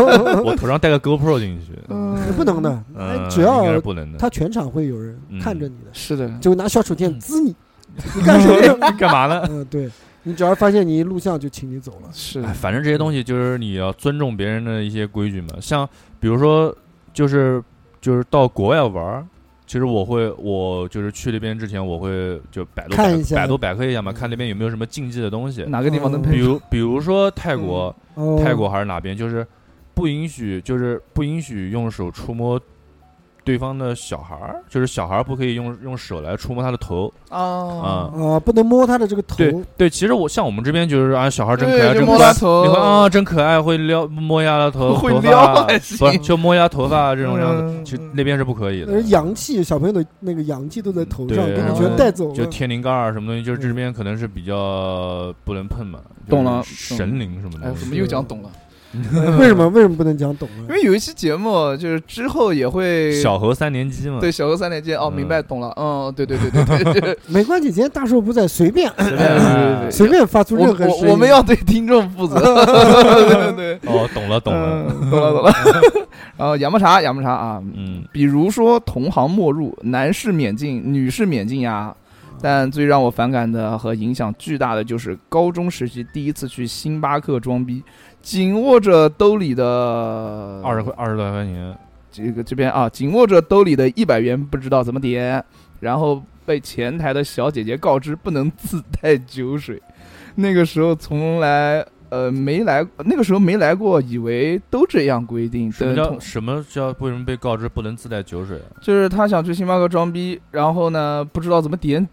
S4: 我头上戴个 GoPro 进去，
S2: 嗯
S3: 不能的，
S4: 嗯，
S3: 只
S4: 应该是
S3: 哎要
S4: 不能的。
S3: 他全场会有人
S4: 嗯
S3: 看着你的，
S2: 是的，
S3: 就拿小手电滋 你，你干什么呢？
S4: 你 干嘛 呢？
S3: 嗯，对你只要发现你一录像就请你走了。
S2: 是
S4: 哎，
S2: 的，
S4: 反正这些东西就是你要尊重别人的一些规矩嘛。像比如说，就是就是到国外玩儿，其实我会我就是去那边之前，我会就百度
S3: 看
S4: 百
S3: 一下嗯
S4: 百度百科一下嘛，看那边有没有什么禁忌的东西。
S2: 哪个地方能
S4: 比
S2: 配？
S4: 如比如说泰国，
S3: 哦
S4: 泰国还是哪边，就是不允许，就是不允许用手触摸对方的小孩儿，就是小孩儿不可以用用手来触摸他的头
S2: 啊
S4: 啊。
S3: 啊，不能摸他的这个头。
S4: 对对，其实我像我们这边就是啊，小孩儿真可
S2: 对，
S4: 爱，
S2: 就
S4: 真
S2: 摸
S4: 可爱
S2: 他，头，
S4: 你会啊，真可爱，会撩摸一下他头，
S2: 会
S4: 头发
S2: 撩还行
S4: 不是就摸一下头发这种样子，
S2: 嗯
S4: 其实那边是不可以
S3: 呃
S4: 的，。
S3: 阳气，小朋友的那个阳气都在头上，
S4: 对
S3: 给
S4: 然
S3: 你
S4: 后
S3: 全带走
S4: 就
S3: 了。嗯
S4: 天灵盖儿啊什么东西，
S2: 嗯
S4: 就是这边可能是比较不能碰嘛，就
S2: 懂
S4: 是
S2: 了
S4: 神灵什么
S2: 哎，
S4: 的，
S2: 我怎么又讲懂了？
S3: 为什么为什么不能讲懂
S2: 因
S3: 呢？
S2: 为有一期节目，就是之后也会
S4: 小猴三年级嘛？
S2: 对小何三连接哦，
S4: 嗯
S2: 明白懂了，嗯，对对对对对对对
S3: 没关系，今天大寿不在，随便
S4: 随便，
S2: 对
S4: 哎
S3: 随便发出
S2: 我
S3: 任何声音。
S2: 我我们要对听众 负责，对对对，
S4: 哦，懂了懂了，
S2: 嗯懂了懂了。 然后亚麻茶亚麻茶啊，
S4: 嗯，
S2: 比如说同行莫入，男士免进，女士免进呀。但最让我反感的和影响巨大的就是高中时期第一次去星巴克装逼，紧握着兜里的
S4: 二十块二十多块钱，
S2: 这个这边啊，紧握着兜里的一百元，不知道怎么点，然后被前台的小姐姐告知不能自带酒水。 那个时候从来呃没来，那个时候没来过，以为都这样规定。
S4: 什么
S2: 等
S4: 叫
S2: 同
S4: 什么叫为什么被告知不能自带酒水？啊
S2: 就是他想去星巴克装逼，然后呢不知道怎么点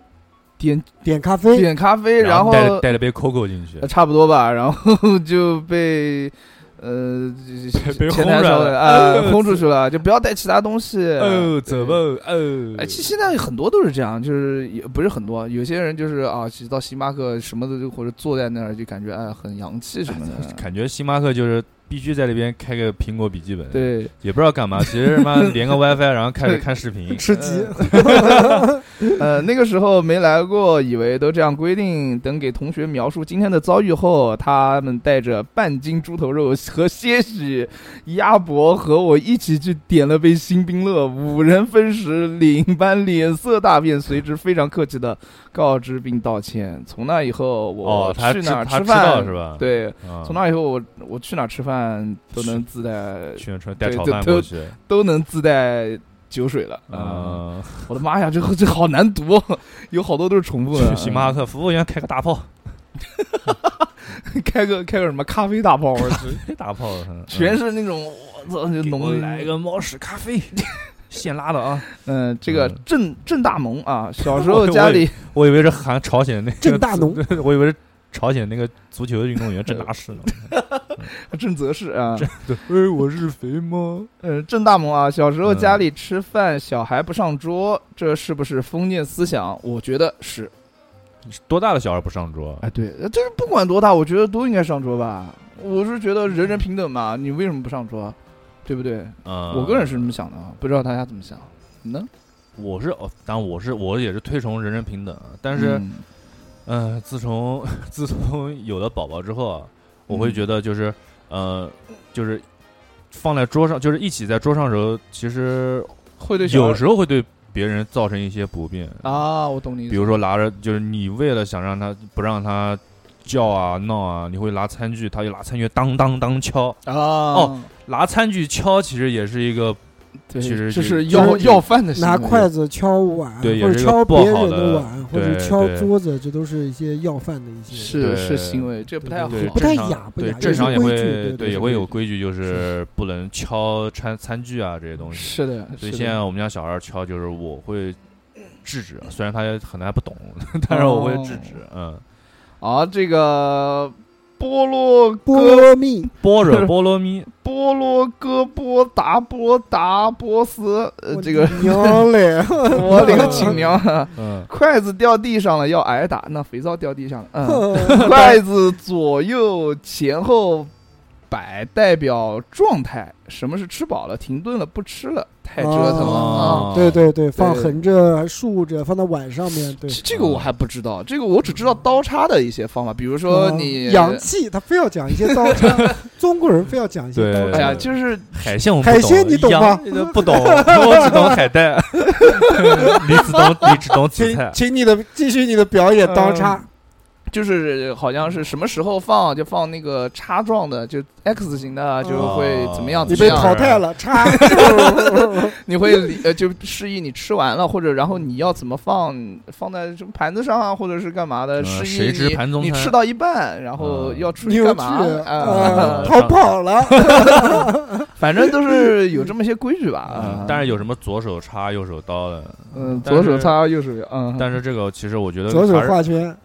S2: 点
S3: 点咖啡，
S2: 点咖啡，然后
S4: 带了带了杯 COCO 进去
S2: 呃，差不多吧，然后就被。呃，
S4: 被
S2: 前
S4: 轰
S2: 台
S4: 出来
S2: 说
S4: 了
S2: 啊，
S4: 呃
S2: 轰出去了，就不要带其他东西。
S4: 哎
S2: 对
S4: 哦
S2: 哎，其实现在很多都是这样，就是也不是很多，有些人就是啊，其实到星巴克什么的就，或者坐在那儿就感觉哎很洋气什么的。
S4: 感觉星巴克就是必须在那边开个苹果笔记本，，
S2: 对，
S4: 也不知道干嘛，其实 他妈连个 WiFi，然后开始看视频，
S3: 吃鸡。
S4: 嗯
S2: 呃，那个时候没来过，以为都这样规定。等给同学描述今天的遭遇后，他们带着半斤猪头肉和些许鸭脖和我一起去点了杯新冰乐，五人分食，领班脸色大变，随之非常客气的告知并道歉。从那以后，我
S4: 哦，他
S2: 去
S4: 知
S2: 哪儿
S4: 他
S2: 吃
S4: 知道
S2: 饭
S4: 是？吧？
S2: 对，
S4: 啊，
S2: 从那以后我，我去哪儿吃饭都能自带，
S4: 去吃带
S2: 对
S4: 炒
S2: 都
S4: 饭
S2: 都啊
S4: 过去
S2: 都能自带酒水了啊！
S4: 啊，
S2: 我的妈呀，这这好难 啊读，有好多都是重复的。
S4: 去星巴克服务员开个大炮，
S2: 开个开个什么咖啡大炮，我 去，
S4: 别打炮了，嗯
S2: 全是那种我操，那
S4: 给我
S2: 浓
S4: 来个猫屎咖啡，现拉的啊！
S2: 嗯，这个
S4: 嗯
S2: 郑郑大萌 啊，小时候家里
S4: 我以为是喊朝鲜那个
S5: 郑大农
S4: 我以为是朝鲜那个足球运动员郑大士
S2: 呃
S4: 呢。
S2: 郑则仕啊，
S4: 哎，我是肥猫，
S2: 呃，郑大萌啊，小时候
S4: 嗯
S2: 家里吃饭小孩不上桌，这是不是封建思想？我觉得是。
S4: 多大的小孩不上桌？
S2: 哎，对，呃就是不管多大，我觉得都应该上桌吧。我是觉得人人平等嘛，你为什么不上桌？对不对？
S4: 嗯，
S2: 我个人是这么想的啊，不知道大家怎么想。你呢？
S4: 我是哦，当然我是我也是推崇人人平等，啊但是
S2: 嗯
S4: 嗯，自从 自从有了宝宝之后啊，我会
S2: 嗯
S4: 觉得就是呃，就是放在桌上，就是一起在桌上的时候，其实
S2: 会对小孩
S4: 有时候会对别人造成一些不便。
S2: 啊，我懂你意思。
S4: 比如说拿着，就是你为了想让他不让他叫啊闹啊，你会拿餐具，他就拿餐具当当当敲，
S2: 啊，
S4: 哦，拿餐具敲其实也是一个
S2: 对，
S4: 其实
S2: 这
S4: 就是
S2: 要
S3: 就是
S2: 要饭的行为
S3: 拿筷子敲碗，
S4: 对
S3: 或
S4: 也
S3: 者
S4: 是一个
S3: 敲
S4: 不
S3: 别
S4: 好
S3: 人
S4: 的
S3: 碗，或者
S4: 对
S3: 敲
S4: 对
S3: 桌子，这都是一些要饭的一些。
S2: 是
S4: 对
S2: 是行为，这不太好。
S4: 对
S3: 不太
S4: 正常
S3: 雅不
S4: 对
S3: 雅
S4: 正
S3: 也是
S4: 常也
S3: 规
S4: 会
S3: 矩对对
S4: 也
S3: 是
S4: 会
S3: 规
S4: 有规矩，就是不能敲餐餐具啊这些东西。
S2: 是的，
S4: 所
S2: 是
S4: 以
S2: 的
S4: 现在我们家小孩敲，就是我会制止，啊虽然他也可能还不懂， 但是我会制止。
S3: 哦
S4: 嗯，
S2: 啊，这个波洛
S3: 菠
S2: 哥
S3: 萝蜜，
S4: 般若波罗蜜，
S2: 波洛哥波达波达波斯，呃，
S3: 我
S2: 这个
S3: 娘嘞！
S2: 我勒个亲娘啊！
S4: 嗯，
S2: 筷子掉地上了要挨打，那肥皂掉地上了，嗯，
S3: 哼
S2: 筷子左右前后摆代表状态，什么是吃饱了、停顿了、不吃了，太折腾了啊！
S4: 哦
S3: 对对对，放
S2: 对
S3: 横着、竖着，放到碗上面，对
S2: 这。这个我还不知道，这个我只知道刀叉的一些方法，比如说
S3: 嗯
S2: 你
S3: 洋气，他非要讲一些 刀叉，中国人非要讲一些刀
S4: 对
S2: 哎
S3: 叉
S2: 呀，。就是
S4: 海鲜我不
S3: 海鲜你懂
S4: 羊
S3: 吗？
S4: 不懂，我只懂 海带，你只懂你只懂紫
S3: 请
S4: 菜。嗯
S3: 请你的继续你的表演刀叉，
S2: 就是好像是什么时候放就放那个叉状的，就 X 型的啊就会怎么样
S4: 嗯
S3: 哦你
S2: 怎么
S3: 被
S2: 样，啊
S3: 淘汰了， 叉。
S2: 你会理呃就示意你吃完了，或者然后你要怎么放，放在什么盘子上啊，或者是干嘛的，
S4: 嗯
S2: 示
S4: 谁
S2: 意
S4: 知
S2: 你
S4: 盘中
S2: 你
S4: 餐
S2: 吃到一半，然后
S4: 嗯
S2: 要出去干
S3: 牛去，
S2: 嘛啊
S3: 呃？逃跑了，
S2: 反正都是有这么些规矩吧。啊
S4: 嗯但是有什么左手叉右手刀的？
S2: 嗯，
S4: 但
S2: 左手
S4: 是
S2: 叉，右手嗯，
S4: 但是这个其实我觉得
S3: 左手
S4: 还是
S3: 画圈，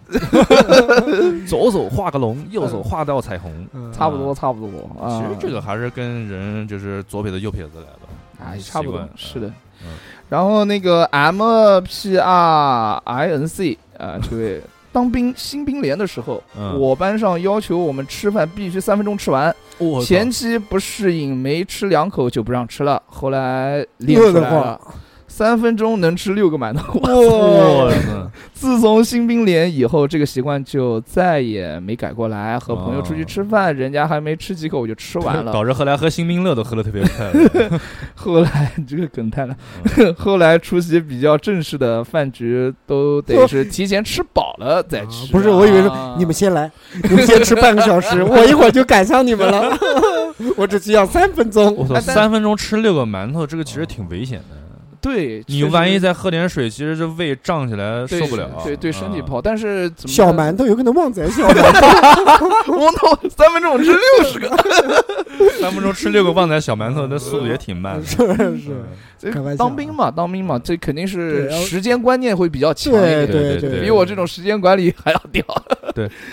S4: 左手画个龙，右手画道彩虹。
S3: 嗯
S2: 差不多，差不多啊。
S4: 其实这个还是跟人就是左撇子右撇子来的，
S2: 哎，差不多是的。
S4: 嗯
S2: 然后那个 M P R I N C 啊、 这位当兵新兵连的时候，
S4: 嗯
S2: 我班上要求我们吃饭必须三分钟吃完，
S4: 我
S2: 前期不适应，没吃两口就不让吃了，后来练
S3: 饿
S2: 出
S3: 得
S2: 来了。哦三分钟能吃六个馒头。
S4: 我操，
S2: 自从新兵连以后，这个习惯就再也没改过来。和朋友出去
S4: 哦
S2: 吃饭，人家还没吃几口我就吃完了。
S4: 导致后来喝新冰乐都喝的特别 快。
S2: 后来这个梗太烂，
S4: 嗯
S2: 后来出席比较正式的饭局都得是提前吃饱了再吃、
S3: 不是我以为是
S2: 啊
S3: 你们先来，你们先吃半个小时，我一会儿就赶上你们了， 我只需要三分钟。
S4: 我操，
S2: 哎但
S4: 三分钟吃六个馒头，这个其实挺危险的。
S2: 对，
S4: 你
S2: 确实
S4: 万一再喝点水，其实这胃胀起来
S2: 对
S4: 受不了，
S2: 对对身体
S4: 嗯
S2: 不好。但是怎么
S3: 小馒头有可能旺仔小馒头，
S2: 头，我操， 三分钟我吃六十个，
S4: 三分钟吃六个旺仔小 馒头，那速度也挺
S2: 嗯
S4: 慢的。
S3: 是是，
S2: 这
S3: 开玩笑
S2: 当兵嘛，当兵嘛，这肯定是
S3: 啊对要
S2: 时间观念会比较强一
S3: 对
S2: 点。
S3: 对
S4: 对
S2: 比我这种时间管理还要屌，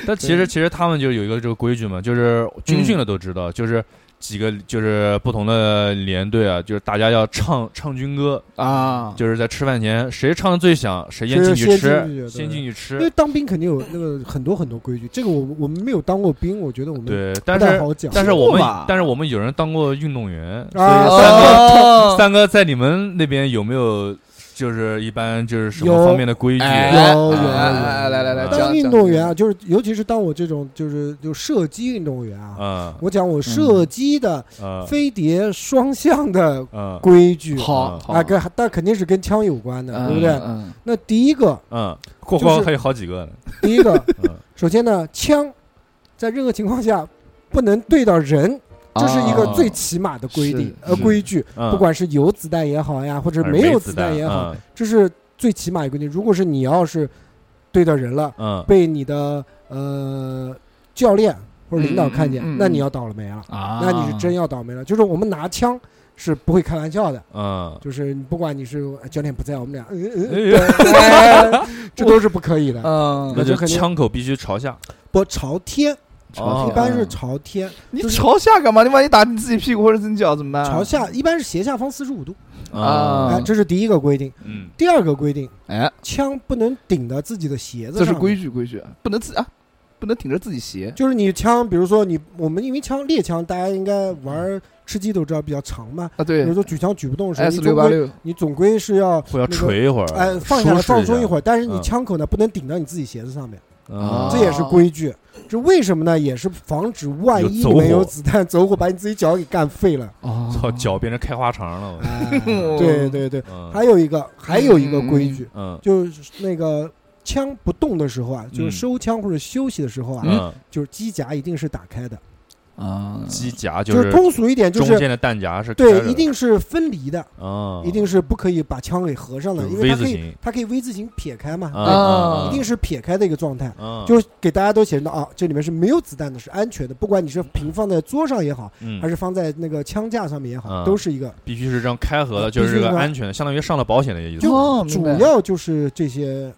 S4: 但其实其实他们就有一个这个规矩嘛，就是军训了都知
S2: 嗯
S4: 道，就是几个就是不同的连队啊，就是大家要唱唱军歌，
S2: 啊！
S4: 就是在吃饭前谁唱的最响，谁先
S3: 谁
S4: 进
S3: 先进去
S4: 去吃，
S3: 对
S4: 先进去
S3: 因为
S4: 吃。
S3: 当兵肯定有那个很多很多规矩，这个我们我们没有当过兵，我觉得我们
S4: 对，
S3: 不
S4: 但
S3: 太
S4: 是
S3: 好讲。
S4: 但是我
S2: 听过
S4: 们
S2: 吧
S4: 但是我们有人当过运动员，所
S3: 啊
S4: 以
S3: 哦
S4: 三哥
S2: 哦
S4: 三哥在你们那边有没有就是一般就是什么
S3: 有
S4: 方面的规矩？
S2: 哎
S3: 有
S2: 哎
S3: 有
S2: 哎
S3: 有
S2: 哎哎来来来，
S4: 当
S2: 讲
S3: 当运动员，啊，
S2: 讲
S3: 就是尤其是当我这种就是就射击运动员啊，
S4: 嗯
S3: 我讲我射击的
S4: 嗯
S3: 飞碟双向的
S4: 嗯
S3: 规矩，
S2: 好
S4: 嗯
S2: 好
S3: 啊，跟但肯定是跟枪有关的，
S2: 嗯
S3: 对不对？
S2: 嗯
S3: 那第一个，
S4: 嗯，过
S3: 就
S4: 光
S3: 是
S4: 还有好几个呢。
S3: 第一个，
S4: 嗯
S3: 首先呢，枪在任何情况下不能对到人，
S2: 嗯
S3: 这是一个最起码的规定
S2: 啊是
S3: 呃
S2: 是
S3: 规矩，
S4: 嗯，
S3: 不管是有子弹也好呀，或者
S4: 还是
S3: 没有
S4: 子
S3: 弹也好，
S4: 嗯
S3: 这是最起码的规定。如果是你要是对到人了，
S4: 嗯
S3: 被你的呃教练或者领导看见，
S2: 嗯嗯嗯嗯
S3: 那你要倒了霉了，
S4: 啊
S3: 那你是真要倒霉了。就是我们拿枪是不会开玩笑
S2: 啊
S3: 的，
S4: 嗯，
S3: 就是你不管你是哎教练不在，我们俩，嗯嗯嗯，
S4: 哎呀
S3: 这都是不可以的。
S2: 嗯
S4: 那
S3: 那
S4: 就
S3: 就肯定
S4: 枪口必须朝下，
S3: 不朝天，
S2: 啊
S4: 哦
S3: 一般
S2: 嗯
S3: 是朝天，
S2: 你朝下干嘛？你万一打你自己屁股或者自己脚怎么办？
S3: 朝下一般是斜下方四十五度。
S2: 啊
S3: 哎，这是第一个规定。
S4: 嗯，
S3: 第二个规定，
S2: 哎，
S3: 枪不能顶到自己的鞋子
S2: 这
S3: 上。
S2: 是规
S3: 矩，
S2: 矩规矩，不能自啊，不能顶着自己鞋。
S3: 就是你枪，比如说你我们因为枪猎枪，大家应该玩吃鸡都知道比较长嘛。
S2: 啊，
S3: 比
S2: 对
S3: 如说举枪举不动时，你
S2: S
S3: 总
S2: 六八
S3: 归
S2: 六
S3: 你总归是要
S4: 或
S3: 那
S4: 要
S3: 个
S4: 捶呃一会儿，
S3: 哎放下来放松一会
S4: 儿，
S3: 儿，但是你
S4: 嗯
S3: 枪口呢不能顶到你自己鞋子上面，
S4: 啊
S3: 这也是规矩。这为什么呢？也是防止万一里
S4: 有走
S3: 面有
S4: 火
S3: 子弹走火把你自己脚给干废了。
S2: 哦
S4: 操，脚变成开花肠了，我
S3: 哎对对对，
S4: 嗯
S3: 还有一个还有一个规矩，
S4: 嗯
S3: 就是那个枪不动的时候啊，就是
S4: 嗯
S3: 收枪或者休息的时候啊，
S4: 嗯，
S3: 就是机夹一定是打开的，
S2: 啊，
S4: 机夹就
S3: 就是通俗一点就
S4: 中
S3: 是
S4: 间的弹夹是开着
S3: 对，
S4: 的
S3: 一定是分离的，
S4: 啊，
S3: 一定是不可以把枪给合上的，
S4: 就
S3: 因为它
S4: V 字
S3: 可以
S4: 形嗯
S3: 它可以 V 字形撇开嘛，
S2: 啊
S3: 一定是撇开的一个状态。
S4: 啊，
S3: 就给大家都写到啊，这里面是没有子弹的，是安全的。不管你是平放在桌上也好，
S4: 嗯
S3: 还是放在那个枪架上面也好，
S4: 嗯
S3: 都是一个。
S4: 必须是这样开合的，
S3: 啊
S4: 就是这
S3: 必须
S4: 个
S3: 是吧
S4: 安全的，相当于上了保险的意思，
S2: 哦
S3: 就
S2: 明
S3: 主
S2: 白
S3: 要就是这些，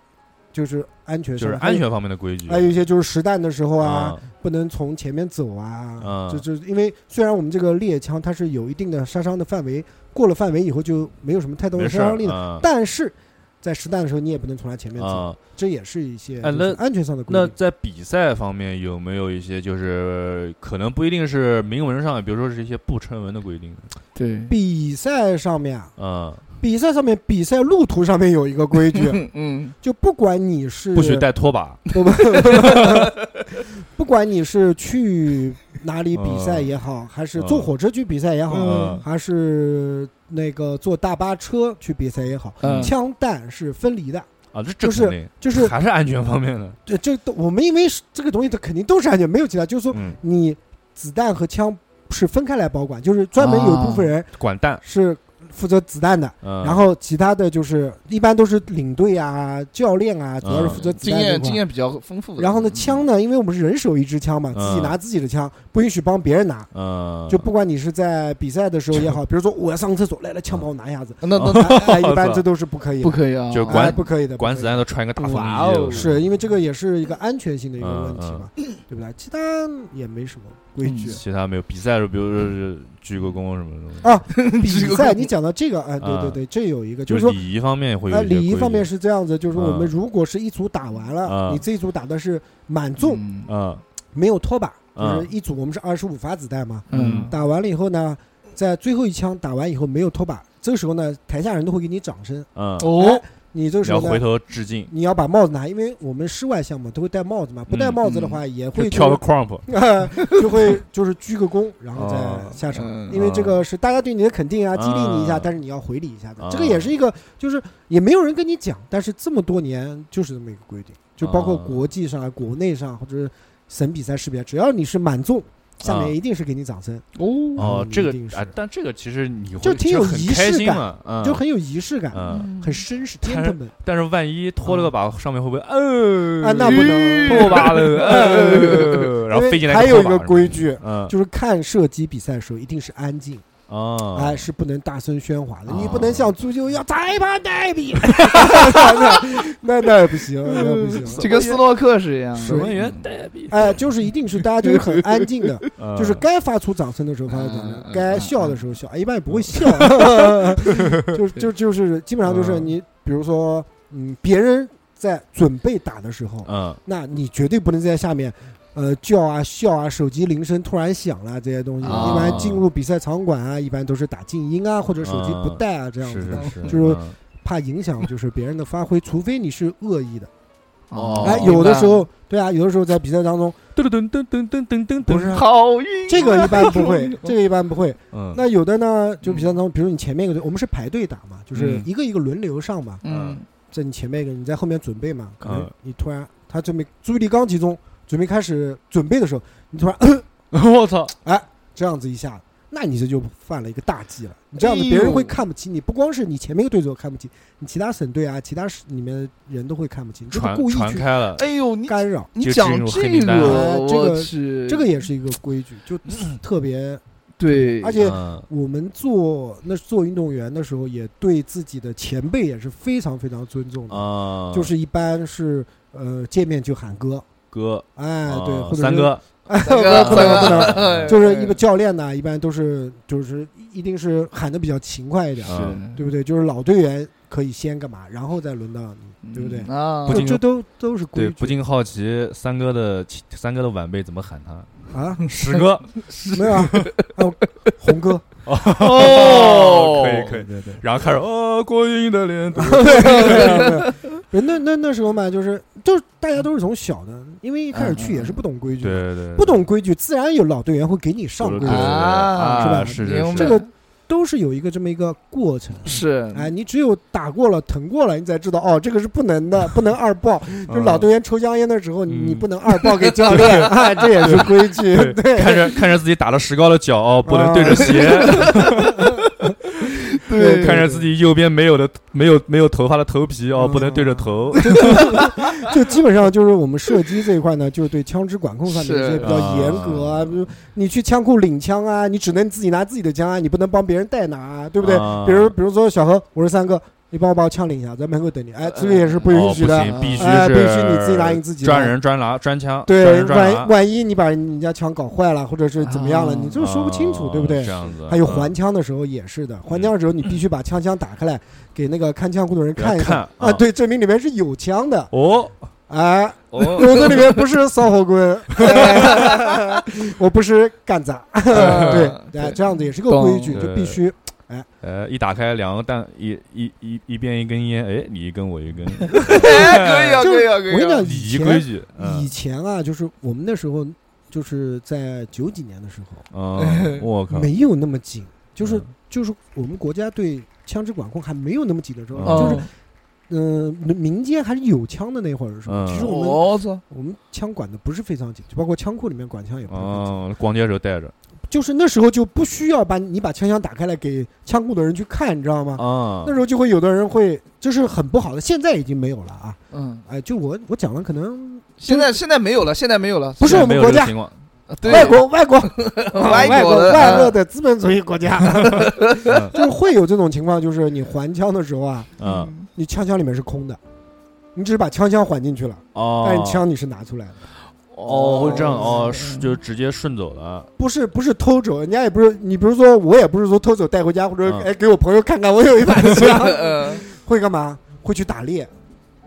S3: 就是安全
S4: 就
S3: 上
S4: 是
S3: 的，
S4: 安全方面的规矩。
S3: 还有。还有一些就是实弹的时候啊，
S4: 啊，
S3: 不能从前面走啊，
S4: 嗯
S3: 就就因为虽然我们这个猎枪它是有一定的杀伤的范围，过了范围以后就没有什么太多
S4: 没
S3: 的
S4: 事
S3: 杀
S4: 儿
S3: 伤力了，
S4: 啊
S3: 但是在实弹的时候你也不能从它前面走，
S4: 啊。
S3: 这也是一些
S4: 哎
S3: 就
S4: 那
S3: 是安全上的规
S4: 那
S3: 定。
S4: 在比赛方面有没有一些就是可能不一定是明文上，比如说是一些不成文的规定？
S2: 对，
S3: 比赛上面啊，
S4: 啊，
S3: 比赛上面，比赛路途上面有一个规矩，
S2: 嗯嗯
S3: 就不管你是
S4: 不许带拖把。
S3: 不 不不管你是去哪里比赛也好，还是坐火车去比赛也好，
S4: 嗯
S3: 还是那个坐大巴车去比赛也好，
S2: 嗯
S3: 枪弹是分离的。
S4: 啊，这这
S3: 就是
S4: 肯定
S3: 就是
S4: 还是安全方面的。
S3: 这这都我们因为是这个东西，它肯定都是安全，没有其他。就是说，
S4: 嗯，
S3: 你子弹和枪是分开来保管，就是专门有一部分人
S4: 管弹。
S3: 是负责子弹的，
S4: 嗯，
S3: 然后其他的就是一般都是领队啊、教练啊，主要是负
S4: 嗯
S3: 责子
S2: 经
S3: 弹这
S2: 验
S3: 块
S2: 经验比较丰富的。
S3: 然后呢，
S2: 嗯
S3: 枪呢，因为我们是人手一支枪嘛，自己
S4: 嗯
S3: 拿自己的枪，不允许帮别人拿。
S4: 嗯，
S3: 就不管你是在比赛的时候也好，比如说我要上厕所，来了枪帮我拿一 下子，
S2: 那那
S3: 哎哎一般
S4: 操
S3: 这都是不可以的，
S2: 不可以啊，
S4: 就
S3: 哎
S4: 管
S3: 不可以的，
S4: 管
S3: 不
S4: 子
S3: 可以的
S4: 弹都穿一个大风
S2: 哇哦
S4: 衣。
S3: 是因为这个也是一个安全性的一个问题
S4: 嗯
S3: 嘛，对不对？其他也没什么规矩
S4: 其他没有比赛的时候，比如说是鞠个躬什么什么，
S3: 啊。比
S2: 这个
S3: 赛你讲到这个，哎，对对
S4: 嗯
S3: 对，这有一个，就
S4: 就是是
S3: 说，
S4: 礼仪方面会有
S3: 呃，
S4: 一些
S3: 礼仪
S4: 规
S3: 方面
S4: 矩
S3: 是这样子，就是我们
S4: 嗯
S3: 如果是一组打完了，
S4: 嗯
S3: 你这一组打的是满中，
S2: 嗯
S4: 嗯
S3: 没有拖把，就
S4: 嗯
S3: 是一组我们是二十五发子弹嘛，
S2: 嗯
S3: 打完了以后呢，在最后一枪打完以后没有拖把，这个时候呢，台下人都会给你掌声。哎
S4: 嗯，
S2: 哦，
S3: 你这个时
S4: 要
S3: 候
S4: 回
S3: 呢，
S4: 头致敬，
S3: 你要把帽子拿，因为我们室外项目都会戴帽子嘛，不戴帽子的话也
S4: 嗯就
S3: 会
S4: 跳个
S3: 就
S4: crump。
S3: 就会就是鞠个躬，然后
S4: 啊
S3: 再下场
S2: 嗯。
S3: 因为这个是大家对你的肯啊定啊，啊
S4: 嗯
S3: 激励你一下，
S4: 嗯
S3: 但是你要回礼一下的
S4: 嗯。
S3: 这个也是一个，就是也没有人跟你讲，但是这么多年就是这么一个规定，就包括
S4: 嗯
S3: 国际上啊、国内上或者是省比赛、市比赛，只要你是满中，下面
S4: 嗯
S3: 一定是给你掌声。
S2: 哦，
S4: 哦，
S3: 嗯
S4: 这个
S3: 一定是
S4: 哎，但这个其实你会
S3: 就挺有
S4: 很
S3: 仪
S4: 开
S3: 式
S4: 心
S3: 感
S4: 嘛，嗯，
S3: 就很有仪式感，
S4: 嗯。
S3: 很绅士
S4: 但是
S3: ，gentleman
S4: 但是万一脱了个把，上面会不会哦？
S3: 啊，那不能。
S4: 脱把了，
S3: 呃
S4: 哦呃然后飞进来
S3: 还有一
S4: 拖把
S3: 个
S4: 是吧
S3: 规，矩，
S4: 嗯
S3: 就是看射击比赛的时候一定是安静，
S4: 哦，
S3: 哎，是不能大声喧哗的，
S4: 啊
S3: 你不能像足球一样裁判代笔，那那那也不行，那也不行。
S2: 就跟斯诺克是一样
S4: 守
S2: 的。
S4: 门员代笔，
S3: 哎，就是一定是大家就是很安静的，
S4: 嗯
S3: 啊就是该发出掌声的时候发出掌
S2: 嗯
S3: 声
S2: 嗯，
S3: 该笑的时候笑，哎一般也不会笑，就是就就是基本上就是
S4: 嗯
S3: 你比如说，嗯，别人在准备打的时候，
S4: 嗯
S3: 那你绝对不能在下面，呃，叫啊、笑啊、手机铃声突然响了这些东西。
S2: 啊
S3: 一般进入比赛场馆啊，一般都是打静音啊，或者手机不带啊这样
S4: 是
S3: 子的，
S4: 是是，
S3: 就是
S4: 嗯
S3: 怕影响就是别人的发挥，除非你是恶意的。
S2: 哦
S3: 哎，有的时候，对啊，有的时候在比赛当 中，
S4: 噔噔噔噔噔噔噔，
S3: 不是啊
S2: 好运
S3: 这个一般不 会，这个一般不会。
S4: 嗯，
S3: 那有的呢，就比赛当中，比如你前面一个队，我们是排队打嘛，就是
S4: 嗯
S3: 一个一个轮流上嘛，
S2: 嗯
S3: 在你前面一个，你在后面准备嘛，可能
S4: 嗯
S3: 你突然他准备注意力刚集中，准备开始准备的时候，你突然。
S4: 我操，
S3: 这样子一下，那你这就犯了一个大忌了。你这样子别人会看不起你，不光是你前面一个对手看不起，你其他省队啊，其他市里面的人都会看不起你，这
S4: 传
S3: 是故意
S4: 传
S3: 去
S4: 开了，
S2: 哎呦，你
S3: 干扰。
S2: 你
S4: 就
S2: 讲
S4: 进入黑
S2: 这
S4: 名单
S2: 个，
S3: 了这个
S2: 我去，
S3: 这个也是一个规矩，就特别，
S2: 对，
S3: 而且
S4: 嗯，
S3: 我们做那做运动员的时候，也对自己的前辈也是非常非常尊重的，
S4: 啊，
S3: 就是一般是呃见面就喊哥，
S4: 哥，
S3: 哎
S4: 啊
S3: 对，或者是
S4: 三，哥，
S3: 哎 不
S2: 三哥
S3: 能不能不能，
S2: 哎
S3: 就是一个教练呢，一般都是就是一定是喊的比较勤快一点，
S4: 啊
S3: 对不对？就是老队员可以先干嘛，然后再轮到你，对不对？
S2: 啊
S4: 不，
S3: 这
S4: 禁
S3: 这都都是规
S4: 对，
S3: 矩
S4: 不禁好奇三哥的三哥的晚辈怎么喊 他，
S3: 啊，
S4: 十哥，
S3: 没有啊，还有红 哥，
S2: 哦
S4: 可以可以，
S3: 对 对。
S4: 然后开始哦，过瘾 的脸，
S3: 对，那那那时候嘛，就是就是大家都是从小的，因为一开始去也是不懂规矩，
S4: 对对，
S3: 不懂规矩，自然有老队员会给你上规
S4: 对
S3: 矩
S4: 对，对
S2: 啊
S4: 啊
S3: 是
S4: 是是
S2: 明
S4: 是
S2: 白
S3: 这个都是有一个这么一个过程。
S4: 嗯
S2: 是，
S3: 哎，你只有打过了、疼过了，你才知道哦，这个是不能 的，不能二爆。就是老队员抽香烟的时候，
S4: 嗯
S3: 你不能二爆给教 练，啊，这也是规矩。 对，
S4: 看着看着自己打了石膏的脚，哦，
S3: 啊
S4: 不能对着鞋，
S3: 对
S4: 看着自己右边没有的没有没有头发的头皮，哦，
S3: 嗯
S4: 不能对着头，
S3: 就基本上就是我们射击这一块呢，就是对枪支管控上面一些
S2: 是
S3: 比较严格啊，
S4: 啊
S3: 比如你去枪库领枪啊，你只能自己拿自己的枪啊，你不能帮别人代拿啊，对不对？
S4: 啊
S3: 比如比如说小何，我是三哥，你帮我把我枪领一下，在门口等你。哎，这个也是不
S4: 哦
S3: 允许
S4: 不
S3: 的，
S4: 行，必须
S3: 哎，
S4: 是
S3: 必须你自己拿你自己的
S4: 专。人专拿专枪，专
S3: 对，
S4: 人专拿
S3: 万万一你把人家枪搞坏了，或者是怎么样了，
S2: 啊
S3: 你就说不清楚，
S4: 哦
S3: 对不对
S4: 这？样子，
S3: 还有
S4: 嗯
S3: 还枪的时候也是的，还枪的时候你必须把枪箱打开来，给那个看枪库的人看一
S4: 看
S3: 下啊，
S4: 啊
S3: 对，证明里面是有枪的，
S4: 哦
S3: 哎，
S4: 哦，
S3: 我这里面不是烧火棍，我不是干砸，对，哎，这样子也是个规矩，
S4: 懂
S3: 就必须
S4: 呃，一打开两个蛋，一一一一边一根烟，哎，你一根我 一根，
S2: 可以啊，
S3: 就是
S2: 可以啊，可以啊。
S3: 我跟你讲
S4: 礼仪规矩，
S3: 以
S4: 嗯，
S3: 前啊，就是我们那时候，就是在九几年的时候，
S4: 嗯我靠，
S3: 没有那么紧，就是
S4: 嗯
S3: 就是我们国家对枪支管控还没有那么紧的时候，
S4: 嗯
S3: 就是嗯，民间还是有枪的那会儿的时候，
S4: 嗯
S3: 其
S2: 就是
S3: 实我们
S2: 我操，
S3: 我们枪管的不是非常紧，就包括枪库里面管枪也不是非常紧，
S4: 哦，逛街的时候带着
S3: 就是那时候就不需要把你把枪箱打开来给枪库的人去看，你知道吗？
S4: 啊
S3: 那时候就会有的人会，这是很不好的，现在已经没有了啊！
S2: 嗯，
S3: 哎，就我我讲了，可能
S2: 现在现在没有了，现在没有了，
S3: 不是
S4: 现在
S3: 我们
S4: 没有
S3: 国
S4: 这个
S3: 家
S4: 情况，
S2: 对
S3: 外国外 国
S2: 外
S3: 国
S2: 的
S3: 外国
S2: 的
S3: 的资本主义国家， 就是会有这种情况，就是你还枪的时候啊，
S4: 嗯，
S3: 你枪箱里面是空的，你只是把枪箱还进去了，
S4: 哦，
S3: 但是枪你是拿出来的，
S4: 哦，会这样哦，
S2: 是
S4: 是就直接顺走了。
S3: 不是不是偷走，人家也不是你，比如说我也不是说偷走带回家，或者
S4: 嗯
S3: 哎给我朋友看看，我有一把 枪，
S2: 呃
S3: 会干嘛？会去打猎，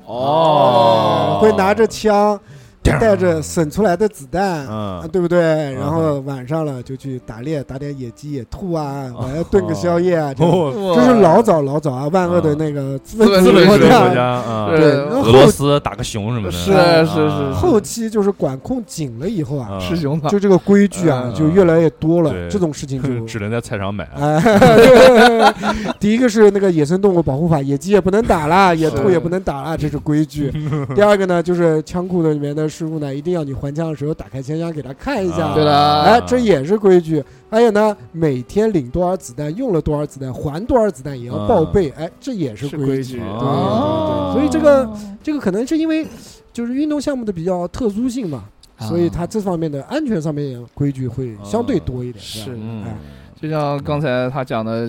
S4: 哦，
S3: 会拿着枪，
S4: 叮儿
S3: 带着省出来的子弹，啊，
S4: 嗯
S3: 对不对？然后晚上了就去打猎，打点野鸡、野兔啊，晚上炖个宵夜啊，这种
S4: 哦，
S3: 这是老早老早啊，万恶的那个
S2: 资
S3: 资
S2: 本
S3: 本主
S4: 资
S2: 主
S4: 本
S3: 义
S2: 义
S4: 主
S3: 国
S4: 义国
S3: 家。
S4: 家啊，
S2: 对
S3: 对，然后
S4: 俄罗斯打个熊什么的，
S2: 是
S4: 啊
S2: 是是
S3: 后期就是管控紧了以后啊，
S4: 啊
S2: 师兄吧，
S3: 就这个规矩啊
S4: 嗯
S3: 就越来越多了
S4: 对，
S3: 这种事情
S4: 只
S3: 就。
S4: 能在菜场买。啊
S3: 哎， 对第一个是那个野生动物保护法，野鸡也不能打 啦，野兔也不能打啦，这是规矩。第二个呢，就是枪库的里面的师傅呢，一定要你还枪的时候打开枪箱给他看一下，
S4: 啊
S2: 对的
S3: 哎，这也是规矩。还有呢，每天领多少子弹，用了多少子弹，还多少子弹也要报备，
S4: 啊
S3: 哎，这也是规矩。
S2: 矩
S3: 对
S4: 哦
S3: 对对对所以这个这个可能是因为就是运动项目的比较特殊性嘛，
S4: 啊
S3: 所以它这方面的安全上面也规矩会相对多一点。
S2: 是
S3: 吧
S4: 嗯
S3: 哎
S2: 就像刚才他讲的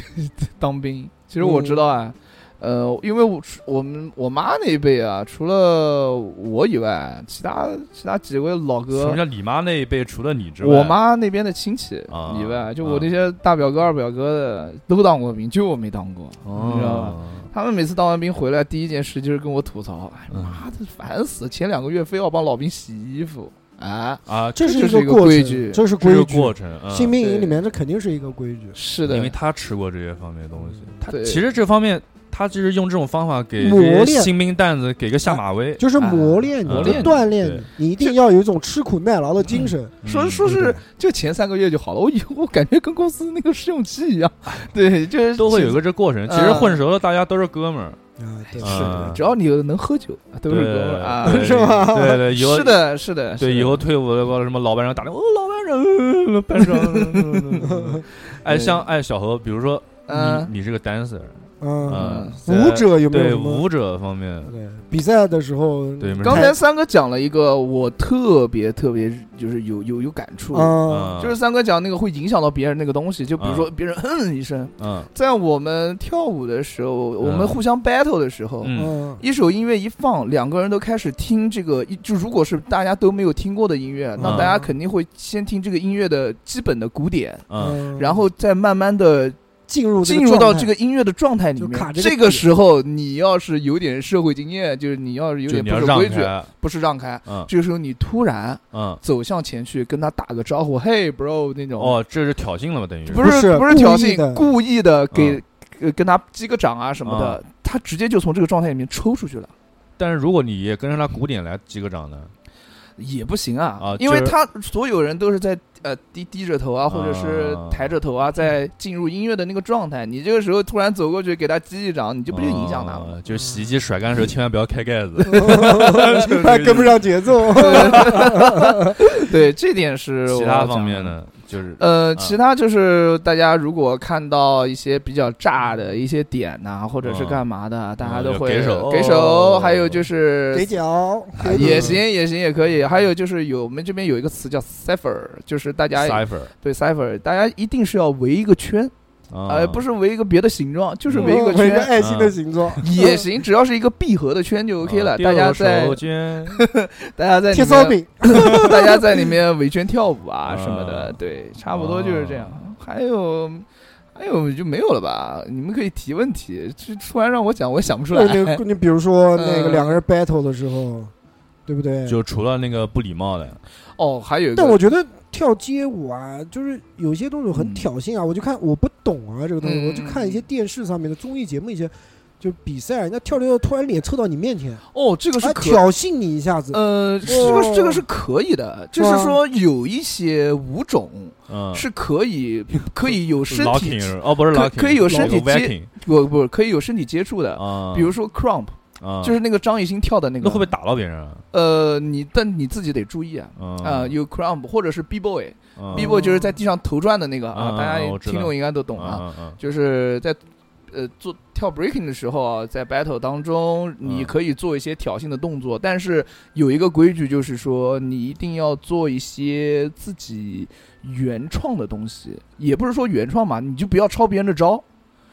S2: 当兵，其实我知道啊，呃，因为我我们我妈那一辈啊，除了我以外，其他其他几位老
S4: 什么
S2: 哥，
S4: 叫你妈那一辈？除了你之外，
S2: 我妈那边的亲戚
S4: 啊
S2: 以外，就
S4: 啊
S2: 我那些大表哥、二表哥的都当过兵，就我没当过，你知道吧？
S4: 哦，
S2: 他们每次当完兵回来，第一件事就是跟我吐槽：“哎
S4: 嗯
S2: 妈的，烦死了！前两个月非要帮老兵洗衣服啊
S4: 啊，
S3: 这
S2: 这是
S3: 一
S2: 一
S3: 个
S2: 个
S3: 过
S2: 规
S3: 程，
S2: 矩
S3: 这是
S4: 这
S3: 规
S4: 个
S3: 矩
S4: 过。程，嗯
S3: 新兵营
S2: 对
S3: 里面这肯定是一个规矩！”。
S2: 是的，
S4: 因为他吃过这些方面的东西，他
S2: 对
S4: 其实这方面他就是用这种方法给
S3: 磨
S4: 这些
S3: 练
S4: 新兵蛋子给个下马威，
S3: 就是磨
S2: 啊
S3: 练你，
S4: 磨
S3: 就
S4: 练你
S3: 锻炼
S4: 对
S3: 你，你一定要有一种吃苦耐劳的精神。
S2: 说
S4: 嗯
S2: 说
S3: 对
S2: 是
S3: 的
S2: 就前三个月就好了，我以后我感觉跟公司那个试用期一样， 对，就是
S4: 都会有一
S2: 个
S4: 个这过程。其实
S2: 嗯
S4: 混熟了，大家都是哥们儿，
S3: 啊，对
S2: 是
S4: 嗯
S2: 的，只要你能喝酒，都是
S4: 对
S2: 哥们儿啊，
S4: 对
S3: 是吗
S4: 对对，以后
S2: 是的，是的，
S4: 对，
S2: 是的
S4: 以后退伍了，什么老班长打电话，哦，老班
S2: 人，班 长，
S4: 哎，
S2: 对
S4: 像哎小何，比如说
S2: 嗯，
S4: 你你是个 dancer，
S3: 嗯，
S4: 嗯，
S3: 舞
S4: 在
S3: 者有没有
S4: 对
S3: 什么？
S4: 舞者方面，
S3: 对，比赛的时候，
S4: 对，
S2: 嗯刚才三哥讲了一个我特别特别就是有有有感触，
S3: 啊，
S4: 嗯
S2: 就是三哥讲那个会影响到别人那个东西，就比如说别人嗯一声，
S4: 嗯
S2: 在我们跳舞的时候，我们互相 battle 的时候。
S4: 嗯
S3: 嗯
S2: 一首音乐一放，两个人都开始听这个，一就如果是大家都没有听过的音乐，那
S4: 嗯
S2: 大家肯定会先听这个音乐的基本的鼓点，
S4: 嗯，
S2: 然后再慢慢的
S3: 进入
S2: 进入到这个
S3: 个
S2: 音乐的状态里
S3: 就卡
S2: 面。
S3: 这个
S2: 这个时候，你要是有点社会经验，就是你要是有
S4: 就
S2: 点
S4: 你
S2: 不
S4: 要
S2: 守
S4: 让
S2: 规矩，哦
S4: 开，
S2: 不是让开，
S4: 嗯
S2: 这个时候你突然
S4: 嗯，
S2: 走向前去跟他打个招呼，嘿，bro 那种，
S4: 哦，这是挑衅了嘛？等于是嗯
S2: 不是
S3: 是
S2: 不是
S3: 故
S2: 挑
S3: 意
S2: 衅，
S3: 的
S2: 故意的给呃跟他击个掌啊什么的，他直接就从这个状态里面抽出去了。
S4: 但是如果你也跟着他鼓点来击个掌呢，
S2: 也不行啊，
S4: 啊
S2: 因为
S4: 就是
S2: 他所有人都是在呃低低着头啊，或者是
S4: 啊
S2: 抬着头啊，在进入音乐的那个状态。你这个时候突然走过去给他击一掌，你就不就影响他了吗？嗯
S4: 哦就洗衣机甩干的时候千万不要开盖子，
S3: 他跟不上节奏，
S2: 对，这点是
S4: 啊其
S2: 我
S4: 他
S2: 要
S4: 方
S2: 讲
S4: 面
S2: 的。
S4: 呢，就是
S2: 呃，
S4: 嗯
S2: 其他就是大家如果看到一些比较炸的一些点呐、或者是
S4: 嗯
S2: 干嘛的，大家
S4: 嗯
S2: 都
S4: 就
S2: 会
S4: 给手哦
S2: 给手，还有 就是
S3: 给脚
S2: 啊也行，也行，也可以。还有就是有我们这边有一个词叫 cipher，就是大家
S4: cipher，
S2: 对 cipher，大家一定是要围一个圈，呃，不
S4: 是
S2: 是围一个别的形状，就是围一个
S3: 嗯围一
S2: 圈。
S3: 个
S2: 嗯
S3: 爱心的形状，
S2: 也行，只要是一个闭合的圈就
S4: 啊
S2: OK
S4: 哦
S2: 了。大家在 大家在里
S3: 贴烧
S2: 面，
S3: 饼，
S2: 大家在 里面围圈跳舞啊什么的，
S4: 啊
S2: 对，差不多就是这样。还有，还有就没有了吧？你们可以提问题，就突然让我讲，我也想 不出来。
S3: 那你比如说那个
S2: 嗯
S3: 两个人 battle 的时候，对不对？
S4: 就除了那个不礼貌的，
S2: 哦，还有一
S3: 但
S2: 个
S3: 我觉得跳街舞啊，就是有些动作很挑衅啊，我就看我不懂啊这个东西，
S2: 嗯
S3: 我就看一些电视上面的综艺节目一些。就比赛，人家跳着跳着突然脸凑到你面前，
S2: 哦，这个是
S3: 还
S2: 可
S3: 挑衅你一下子，
S2: 呃，这个
S3: 哦
S2: 这个是可以的，就是说有一些舞种
S4: 嗯，
S2: 是可 以可以有身
S4: locking
S2: 体
S4: 是哦，不是
S2: 可
S4: locking，
S2: 可以有身体接
S4: wacking
S2: 不不可以有身体接触的，
S4: 啊，
S2: 比如说 crump，
S4: 啊，
S2: 就是那个张艺兴跳的那
S4: 那会不会
S2: 个，
S4: 打到别人啊？
S2: 呃，你但你自己得注意啊。
S4: 嗯
S2: 啊，有 crump 或者是 b boy，b
S4: 嗯
S2: boy 就是在地上头转的那个
S4: 嗯
S2: 啊，
S4: 嗯
S2: 大
S4: 嗯
S2: 家
S4: 我知道
S2: 听众应该都懂啊。
S4: 嗯嗯
S2: 就是在呃做跳 breaking 的时候啊，在 battle 当中，你可以做一些挑衅的动作，但是有一个规矩，就是说你一定要做一些自己原创的东西，也不是说原创嘛，你就不要抄别人的招。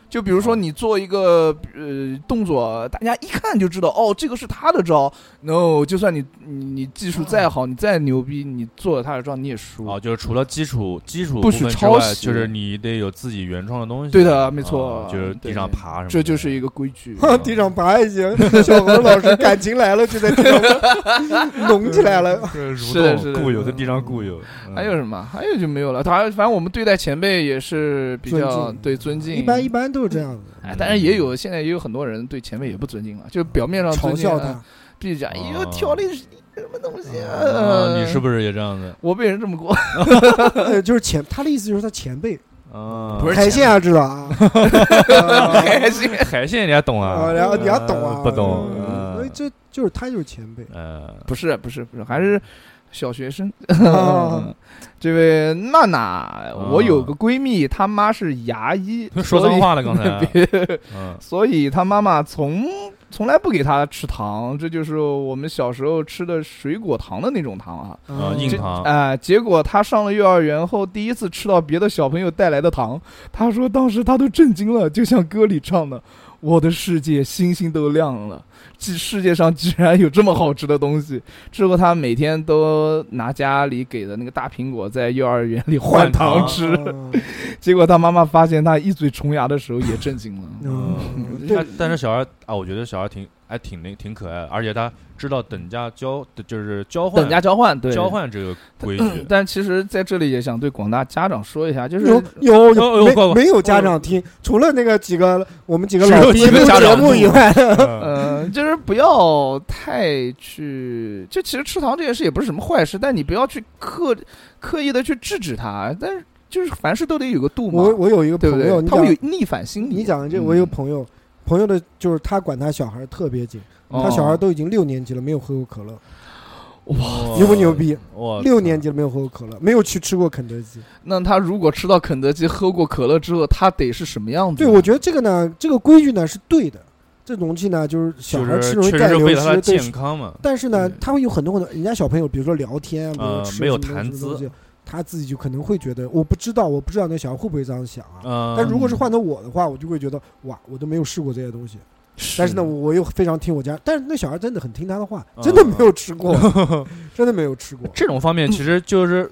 S2: 就比如说
S4: 哦
S2: 你做一个呃动作，大家一看就知道哦，这个是他的招。No，就算你你你技术再好，你再牛逼，你做了他的招你也输。
S4: 嗯哦，就是除了基础基础
S2: 不许
S4: 部分之
S2: 抄
S4: 外
S2: 袭
S4: 就是你得有自己原创的东西。
S2: 对的没错啊
S4: 嗯就是地上爬什么的。
S2: 这就是一个规矩。
S3: 地上爬还行，小何老师感情来了就在地上 爬拢起来了。
S4: 是
S2: 是的是的
S4: 固有，在地上固有。嗯
S2: 还有什么？还有就没有了。他反正我们对待前辈也是比较
S3: 尊敬
S2: 对尊敬，
S3: 一般一般都是这样
S2: 哎，当然也有现在也有很多人对前辈也不尊敬了，就表面
S3: 的，
S2: 上
S3: 嘲
S2: 尊敬
S3: 笑
S2: 啊，
S3: 他，
S2: 闭着眼，
S4: 哦
S2: 又挑了一什么东西啊？
S4: 啊，你是
S2: 是
S4: 不是也这样子？
S2: 我被人这么过？
S3: 呃，就是前他的意思就是他前辈，
S4: 啊，
S2: 不是
S3: 海鲜啊知 道啊，
S2: 开心。
S4: 海鲜，你还懂啊
S3: 啊？然后你要懂啊，
S4: 呃不懂
S3: 嗯
S4: 嗯
S3: 所以这就是他就是前辈，
S4: 呃，
S2: 不是不是不是，还是小学生。
S3: 哦
S2: 这位娜娜，我有个闺蜜，她妈是牙医，
S4: 哦 说脏话了刚
S2: 所以。。
S4: 才
S2: 别
S4: 嗯
S2: 所以他妈妈从从来不给他吃糖，这就是我们小时候吃的水果糖的那种糖啊。
S4: 啊，硬
S3: 嗯
S2: 这
S4: 糖
S2: 啊、结果他上了幼儿园后，第一次吃到别的小朋友带来的糖，他说当时他都震惊了，就像歌里唱的：“我的世界星星都亮了，这世界上居然有这么好吃的东西。”之后他每天都拿家里给的那个大苹果在幼儿园里换
S4: 换糖
S2: 糖吃，
S3: 嗯
S4: 啊
S2: 结果他妈妈发现他一嘴虫牙的时候也震惊了。
S3: 嗯，
S4: 但
S3: 对，
S4: 但是小孩啊，我觉得小孩挺还挺那挺可爱的，而且他知道等价交就是交换
S2: 等价交换，对
S4: 交换这个 规矩。
S2: 但其实在这里也想对广大家长说一下，就是
S3: 有有
S4: 有有哦过
S3: 没
S4: 过
S3: 没有家长听，除了那个几个我们几个
S4: 只
S3: 老
S4: 有
S3: 逼
S4: 几个
S3: 录
S4: 家
S3: 节
S4: 长
S3: 目
S4: 录
S3: 以外，
S4: 嗯
S2: 呃，就是不要太去，就其实吃糖这件事也不是什么坏事，但你不要去刻刻意的去制止它，但是就是凡事都得有个度嘛
S3: 我，我有一个
S2: 对不
S3: 朋
S2: 对
S3: 友，？你
S2: 他会
S3: 讲
S2: 有逆反心理。
S3: 你讲的这个，
S2: 嗯
S3: 我有朋友，朋友的就是他管他小孩特别紧，
S2: 哦
S3: 他小孩都已经六年级了，没有喝过可乐，
S4: 哇
S3: 牛不牛？逼？
S4: 哇，
S3: 六年级了没有喝过可乐，没有去吃过肯德基。
S4: 嗯
S2: 那他如果吃到肯德基、喝过可乐之后，他得是什么样子
S3: 对，
S2: 呢？
S3: 我觉得这个呢，这个规矩呢是对的。这容器呢，就是小
S4: 就
S3: 孩
S4: 是
S3: 吃容易
S4: 确
S3: 带
S4: 实是
S3: 流
S4: 为了他
S3: 失，
S4: 的
S3: 对，
S4: 健康嘛。
S3: 但是呢
S4: 嗯，
S3: 他会有很多很多，人家小朋友，比如说聊天，啊比如
S4: 呃
S3: 说吃
S4: 没有
S3: 什么
S4: 谈
S3: 什么东
S4: 资
S3: 西，他自己就可能会觉得，我不知道，我不知道那小孩会不会这样想啊。
S4: 嗯，
S3: 但如果是换成我的话，我就会觉得哇，我都没有试过这些东西。但是呢，我我又非常听我家，但是那小孩真的很听他的话，
S4: 嗯
S3: 真的没有吃过， 真的没有吃过。
S4: 这种方面，
S3: 嗯
S4: 其实就是，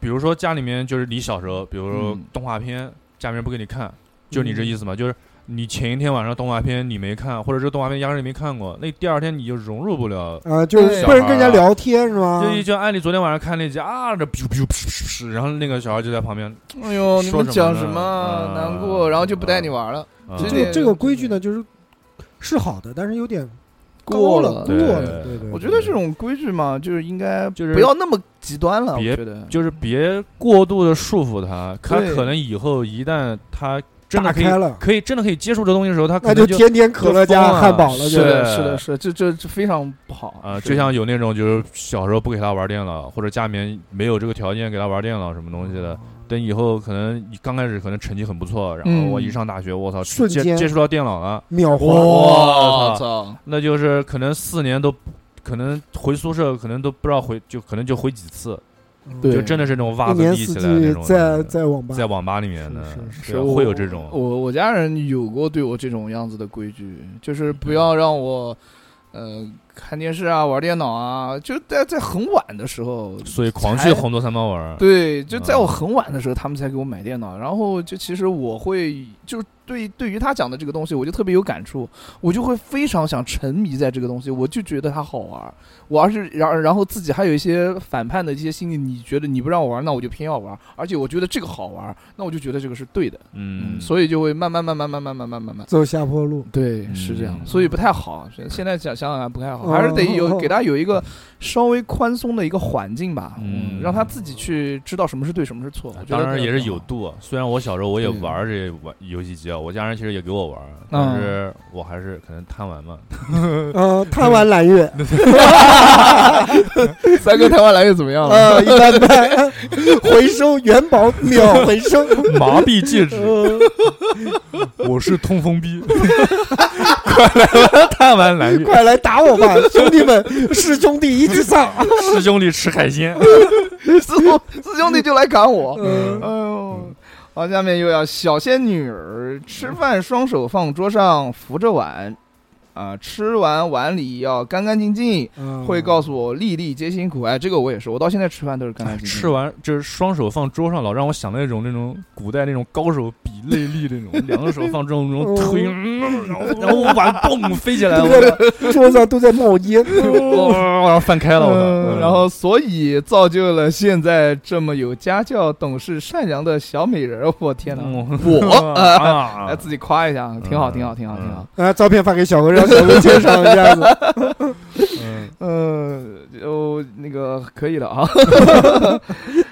S4: 比如说家里面就是你小时候，比如说
S2: 嗯
S4: 动画片，家里面不给你看，就你
S3: 嗯
S4: 这意思嘛？就是你前一天晚上动画片你没看，或者这动画片压根儿你没看过，那第二天你就融入不了。
S3: 啊，就是
S2: 对
S3: 不能跟人家聊天是吗
S4: 就？一就按你昨天晚上看那集啊，这噗噗噗噗噗，然后那个小孩就在旁边，
S2: 哎呦，你
S4: 说
S2: 们
S4: 什么
S2: 讲
S4: 呢
S2: 什么啊？
S4: 啊
S2: 难过，然后就不带你玩了，
S4: 啊
S2: 其实
S3: 这这个规矩呢，就是是好的，但是有点
S2: 过
S3: 了，
S2: 了
S3: 过
S4: 对
S3: 了。对对，
S2: 我觉得这种规矩嘛，就是应该
S4: 就是
S2: 不要那么极端了。我
S4: 别
S2: 觉得
S4: 就是别过度的束缚他，他
S2: 对
S4: 可能以后一旦他真
S3: 打
S4: 的可以
S3: 开了，
S4: 可以真的可以接触这东西的时候，他可
S3: 那
S4: 能
S3: 就
S4: 就
S3: 天天可乐加汉堡了，
S4: 就是
S3: 就是是
S2: 的，是的，是的，这这这非常不好
S4: 啊、
S2: 是
S4: 就像有那种就是小时候不给他玩电脑，或者家里面没有这个条件给他玩电脑什么东西
S2: 哦
S4: 的，等以后可能你刚开始可能成绩很不错，然后
S2: 嗯
S4: 我一上大学，我操，
S3: 瞬
S4: 接
S3: 间
S4: 接触到电脑了，
S3: 秒
S2: 哇
S3: 滑。
S4: 哇
S2: 操，
S4: 那就是可能四年都。可能回宿舍，可能都不知道回，就可能就回几次，
S2: 对
S4: 就真的是那种袜
S3: 一
S4: 子
S3: 年
S4: 立
S3: 四
S4: 起来的那
S3: 季
S4: 种，
S3: 在在网吧
S4: 在网吧里面的
S3: 是，
S2: 是
S4: 对啊
S2: 我
S4: 会有这种，
S2: 我我家人有过对我这种样子的规矩，就是不
S4: 嗯
S2: 要让我呃看电视啊、玩电脑啊，就在在很晚的时候。
S4: 所以狂去红头三猫玩儿，
S2: 对，就在我很晚的时候，他们才给我买电脑。然后就其实我会，就是对对于他讲的这个东西，我就特别有感触，我就会非常想沉迷在这个东西，我就觉得它好玩儿。我要是然然后自己还有一些反叛的一些心理，你觉得你不让我玩儿，那我就偏要玩儿，而且我觉得这个好玩儿，那我就觉得这个是对的。
S4: 嗯
S2: 嗯，，所以就会慢慢慢慢慢慢慢慢慢慢，
S3: 走下坡路。
S2: 对，是这样，
S4: 嗯
S2: 所以不太好。现现在想想想看不太好，
S3: 哦
S2: 还是得有
S3: 哦
S2: 给他有一个稍微宽松的一个环境吧，
S4: 嗯
S2: 嗯，让他自己去知道什么是对，什么是错。我觉得
S4: 当然
S2: 这
S4: 也
S2: 样
S4: 是有
S2: 好
S4: 度。啊虽然我小时候我也
S2: 对嗯
S4: 玩儿这玩游戏机啊，我家人其实也给我玩儿，但是我还是可能贪玩嘛。
S3: 呃，贪玩揽月，
S2: 三哥台湾来又怎么样了？
S3: 呃，一般般， 回收元宝秒回收。
S4: 麻痹戒指，
S2: 嗯
S4: 我是通风逼，快来玩贪玩蓝月，
S3: 快来打我吧，兄弟们，是兄弟一起上！
S4: 师兄弟吃海鲜。
S2: 嗯四兄 四兄弟就来赶我，
S3: 嗯
S2: 哎呦！好，下面又要小仙女儿吃饭，双手放桌上，扶着碗，啊，吃完碗里要干干净净，
S3: 嗯
S4: 嗯
S2: 会告诉我粒粒皆辛苦。哎，这个我也是，我到现在吃饭都是干干净净。
S4: 吃完就是双手放桌上，老让我想到那种那种古代那种高手比内力那 种，两个手放这种那种推，嗯然后然后我碗嘣飞起来，
S3: 都
S4: 我
S3: 在桌上都在冒烟，
S4: 我我要翻开了，我
S2: 嗯
S4: 操！
S2: 然后所以造就了现在这么有家教、懂事、善良的小美人儿。 我天哪，
S4: 嗯
S2: 我呃，
S4: 啊
S2: 来自己夸一下，挺好，
S4: 嗯
S2: 挺好，挺好，挺好。
S3: 啊，照片发给小何，让小何鉴赏一下子。
S4: 嗯
S2: 呃，就那个可以了 啊。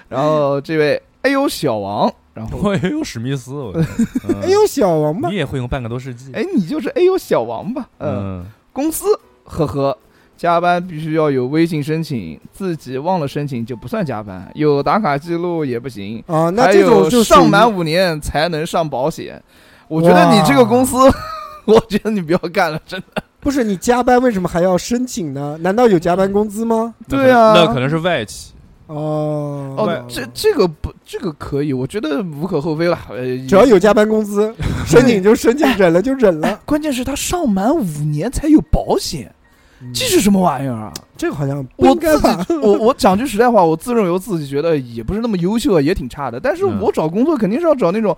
S2: 然后这位，哎呦，小王，然后
S4: 我也有史密斯，我觉得 嗯
S3: 哎，呦，小王八
S4: 你，也会用半个多世纪？
S2: 哎，你就是哎呦，小王吧？嗯，
S4: 嗯，
S2: 公司，呵呵。加班必须要有微信申请，自己忘了申请就不算加班，有打卡记录也不行。
S3: 啊，那
S2: 还
S3: 这
S2: 有
S3: 种就属于
S2: 上满五年才能上保险。我觉得你这个公司， 我觉得你不要干了，真的。
S3: 不是你加班为什么还要申请呢？难道有加班工资吗？
S4: 那
S2: 对啊
S4: 可能那可能是外企，
S3: 哦，
S2: 哦，这这个不，这个可以，我觉得无可厚非了。呃，
S3: 只要有加班工 资，申请就申请，忍了就忍了。
S2: 关键是他上满五年才有保险，
S3: 嗯
S2: 这是什么玩意儿啊？
S3: 这个好像不
S2: 我
S3: 应该
S2: 自
S3: 吧？
S2: 己，我我讲句实在话，我自认为我自己觉得也不是那么优秀，啊也挺差的。但是
S4: 嗯
S2: 我找工作肯定是要找那种，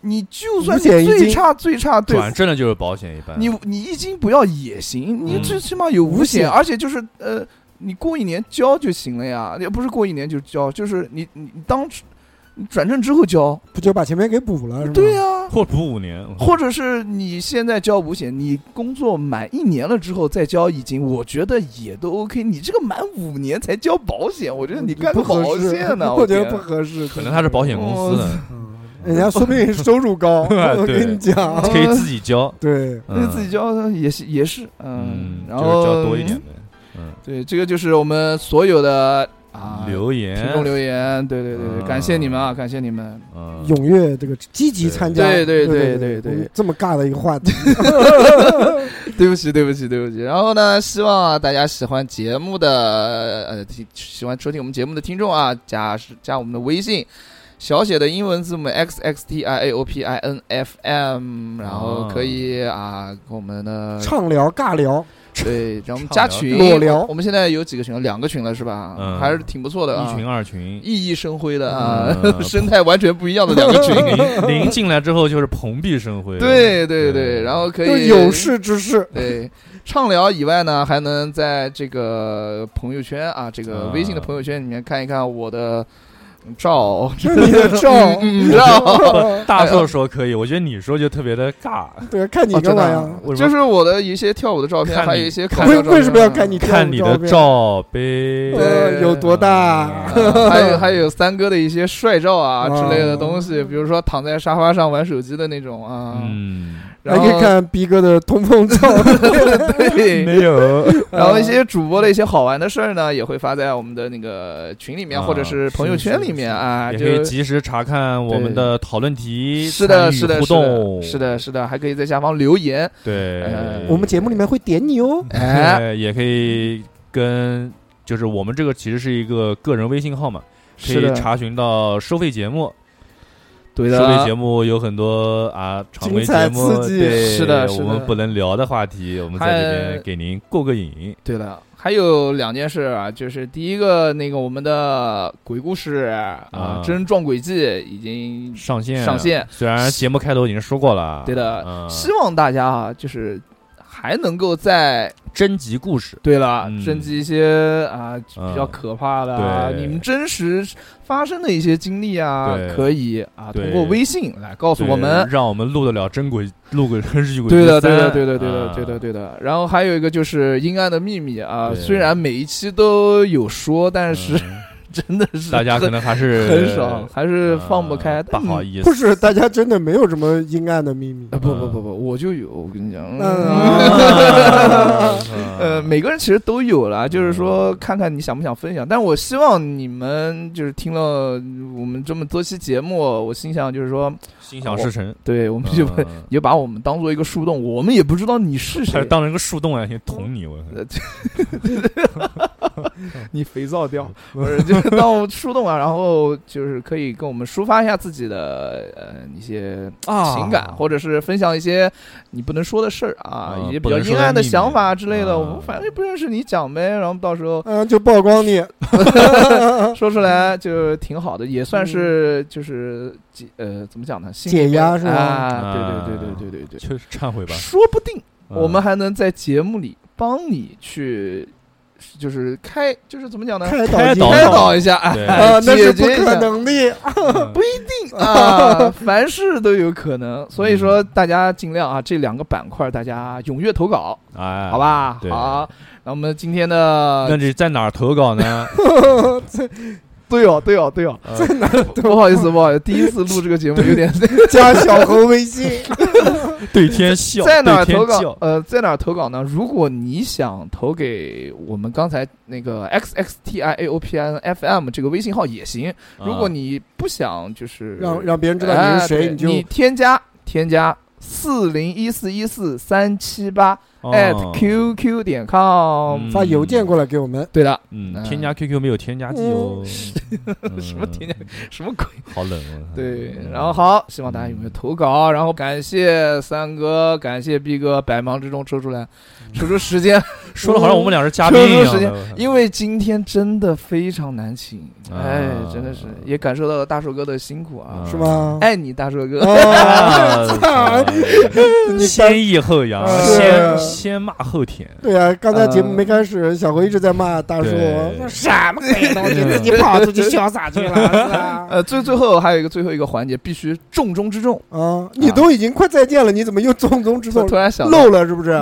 S2: 你就算
S3: 五
S2: 你
S3: 险一
S2: 最
S3: 金
S2: 差最差，对
S4: 转正了就是保险一般。
S2: 你你一斤不要也行，你
S4: 嗯
S2: 最起码有五
S3: 险
S2: 险，而且就是呃，你过一年交就行了呀，也不是过一年就交，就是你你你当时你转正之后交，
S3: 不就把前面给补了是吗？
S2: 对呀、
S4: 或补五年，
S2: 或者是你现在交五险，你工作满一年了之后再交一金，我觉得也都 OK。你这个满五年才交保险，我觉得你干个
S3: 嗯不合
S2: 保
S3: 适
S2: 险 呢，
S3: 我觉得
S2: 天
S3: 不合适。
S4: 可能他是保险公司
S2: 哦
S4: 的，
S3: 嗯，人家说不定收入高，
S4: 对
S3: 我跟你讲，
S4: 可以自己交，
S3: 对，
S2: 那
S4: 嗯
S2: 自己交也是也是，
S4: 嗯
S2: 嗯，，然
S4: 就是
S2: 后
S4: 交多一点呗。嗯，
S2: 对，这个就是我们所有的啊
S4: 留
S2: 听
S4: 言，
S2: 众留言，对对对对，
S4: 哎嗯
S2: 感谢你们啊，感谢你们。
S4: 嗯，
S5: 踊跃这个积极参加，
S2: 对
S5: 对
S2: 对对对
S5: 对
S2: 对
S5: 我们这么尬的一个话题，
S2: 对不起，对不起，对不起。然后呢，希望啊大家喜欢节目的呃，听喜欢收听我们节目的听众啊，加加我们的微信。小写的英文字母 x x t i a o p i n f m，然后可以
S4: 哦
S2: 啊跟我们
S4: 嗯
S2: 的
S5: 畅聊尬聊，
S2: 对，然后我们
S4: 畅
S2: 加
S4: 聊
S2: 群
S5: 裸聊
S2: 我们现在有几个群了？两个群了是吧？
S4: 嗯
S2: 还是挺不错的啊，
S4: 一群二群，
S2: 熠熠生辉的啊，
S4: 嗯
S2: 生态完全不一样的两个 群。
S4: 林林进来之后就是蓬荜生辉，
S2: 对对对，
S4: 嗯
S2: 然后可
S5: 就
S2: 以
S5: 有事之 士，
S2: 对，畅聊以外呢，还能在这个朋友圈啊，这个微信的朋友圈里面看一看我的照，
S5: 你的 照，
S2: 嗯，照，
S4: 大硕说可以，我觉得你说就特别的 尬，
S5: 对，看你
S2: 哦
S5: 干嘛
S2: 真的
S5: 呀
S2: 啊？
S4: 为什
S2: 就
S4: 么
S2: 是我的一些跳舞的照片，
S4: 看你
S2: 还有一些搞笑
S5: 为
S2: 照片啊
S5: 为什么要看你？
S4: 看你的
S5: 片
S4: 罩杯
S5: 呃有多大？
S2: 啊还有还有三哥的一些帅照啊
S5: 啊
S2: 之类的东西，比如说躺在沙发上玩手机的那种啊，
S4: 嗯，
S5: 还
S2: 然
S5: 可以
S2: 后
S5: 看逼哥的通风照，
S2: 对，
S4: 有，
S2: 然后一些主播的一些好玩的事儿呢，也会发在我们的那个群里面
S4: 啊
S2: 或者是朋友圈里面啊，
S4: 也
S2: 就
S4: 可以及时查看我们的讨论题，
S2: 是的，
S4: 参与
S2: 是的，
S4: 互
S2: 是的，
S4: 动，
S2: 是的，是的，还可以在下方留言。
S4: 对
S3: 嗯
S2: 呃，
S5: 我们节目里面会点你哦。
S2: 哎，
S4: 呃也可以跟，就是我们这个其实是一个个人微信号嘛，可
S2: 是
S4: 以
S2: 的，
S4: 查询到收费节目，
S2: 对
S4: 收费节
S2: 的。
S4: 目有很多啊，常规
S5: 精彩
S4: 节目
S5: 刺激
S4: 对，
S2: 是的是的
S4: 我们不能聊的话题，我们在这
S2: 还
S4: 边给您过个瘾。
S2: 对的，还有两件事啊，就是第一个，那个我们的鬼故事啊
S4: 啊，
S2: 真撞鬼记已经
S4: 上线
S2: 上线，
S4: 虽然节目开头已经说过了，
S2: 对的，
S4: 嗯
S2: 希望大家啊，就是还能够在
S4: 征集故事，
S2: 对了
S4: 嗯
S2: 征集一些啊比较
S4: 嗯
S2: 可怕的啊，
S4: 对
S2: 你们真实发生的一些经历啊，
S4: 对
S2: 可以啊
S4: 对
S2: 通过微信来告诉
S4: 对
S2: 我们。
S4: 让我们录得了真鬼，录个真是鬼
S2: 对的，
S4: 之
S2: 对
S4: 三
S2: 的，对的，对的，
S4: 啊
S2: 对的，对的。然后还有一个就是《阴暗的秘密》啊，
S4: 对
S2: 虽然每一期都有说，但是
S4: 嗯
S2: 真的是
S4: 大家可能还是
S2: 很少，还是
S4: 呃
S2: 放不开。
S4: 不好
S2: 思，
S4: 意思
S5: 不，是，大家真的没有什么阴暗的秘密
S2: 啊，。不不不不，我就有，我跟你讲，
S5: 嗯
S2: 呃，每个人其实都有了，就是
S4: 嗯
S2: 说看看你想不想分享。但我希望你们就是听了我们这么多期节目，我心想就是说，
S4: 心想事成，
S2: 对我们就
S4: 嗯
S2: 也把我们当做一个树洞，我们也不知道你是
S4: 还是
S2: 谁，
S4: 当成个树洞啊，先捅你，我靠
S2: 你肥皂掉，
S4: 嗯
S2: 不是就是 当树洞啊，然后就是可以跟我们抒发一下自己的呃一些
S4: 啊
S2: 情感，或者是分享一些你不能说的事儿啊，
S4: 啊
S2: 一些比
S4: 不
S2: 较
S4: 能
S2: 阴
S4: 说的
S2: 暗的
S4: 秘密
S2: 想法之类的，
S4: 啊
S2: 我们反正也不认识你讲呗，然后到时候
S5: 嗯，就曝光 你，
S2: 说出来就挺好的，也算
S4: 嗯
S2: 是就是解呃怎么讲呢，心里
S5: 解压
S2: 面
S5: 是吧
S2: 啊，对对
S4: 啊
S2: 对对对对对，
S4: 就是忏悔吧。
S2: 说不定
S4: 嗯
S2: 我们还能在节目里帮你去，就是开就是怎么讲呢？
S5: 开导
S4: 开
S5: 进
S4: 导
S2: 开
S5: 来
S2: 导一下，哎，
S4: 对
S5: 啊，那
S2: 解
S5: 是不
S2: 决一
S5: 可
S2: 下
S5: 能的。
S4: 嗯
S2: 啊，凡事都有可能，所以
S4: 嗯
S2: 说大家尽量啊，这两个板块大家踊跃投稿，
S4: 哎，
S2: 好。吧？
S4: 对
S2: 好，那我们今天的
S4: 那你在哪儿投稿 呢？
S2: 对哦，对哦，对哦，
S4: 呃
S2: 不好意思，不好意思，第一次录这个节目有点
S5: 加小猴微信，
S4: 对天笑，
S2: 在哪儿
S4: 对
S2: 投
S4: 天
S2: 稿
S4: 叫？
S2: 呃，在哪儿投稿呢？如果你想投给我们刚才那个 x x t i a o p i n f m 这个微信号也行，如果
S4: 啊
S2: 你不想就是
S5: 让让别人知道你是
S2: 哎对
S5: 谁，你就
S2: 你添加添加四零一四一四三七八
S4: 哦
S2: at qq 点 com。
S4: 嗯
S5: 发邮件过来给我们。
S2: 对的，
S4: 嗯，
S2: 嗯
S4: 添加 QQ 没有添加剂哦，什
S2: 什么添加什么鬼？
S4: 好冷啊！
S2: 对，
S4: 嗯
S2: 然后，好，希望大家踊跃投稿，然后感谢三哥，感谢 B 哥，百忙之中抽出来，抽出时间，
S4: 嗯 说的好像我们俩是嘉宾一
S2: 抽出时间
S4: 样的，
S2: 因为今天真的非常难请，
S4: 啊
S2: 哎，真的是也感受到了大寿哥的辛苦啊
S4: 嗯，
S5: 是吗？
S2: 爱你大寿
S5: 哦
S2: 哥，
S4: 啊
S5: 你
S4: 先抑后扬，
S5: 是
S4: 先先骂后舔，
S5: 对啊，刚才节
S2: 嗯
S5: 目没开始，小猴一直在骂大叔
S4: 对，
S5: 说什么鬼东 西，自己跑出去潇洒 去了，是吧？
S2: 呃，最最后还有一个最后一个环节，必须重中之重，
S5: 啊，你都已经快再见了，你怎么又重中 之
S2: 突
S5: 重
S2: 突然想到
S5: 漏了是不是？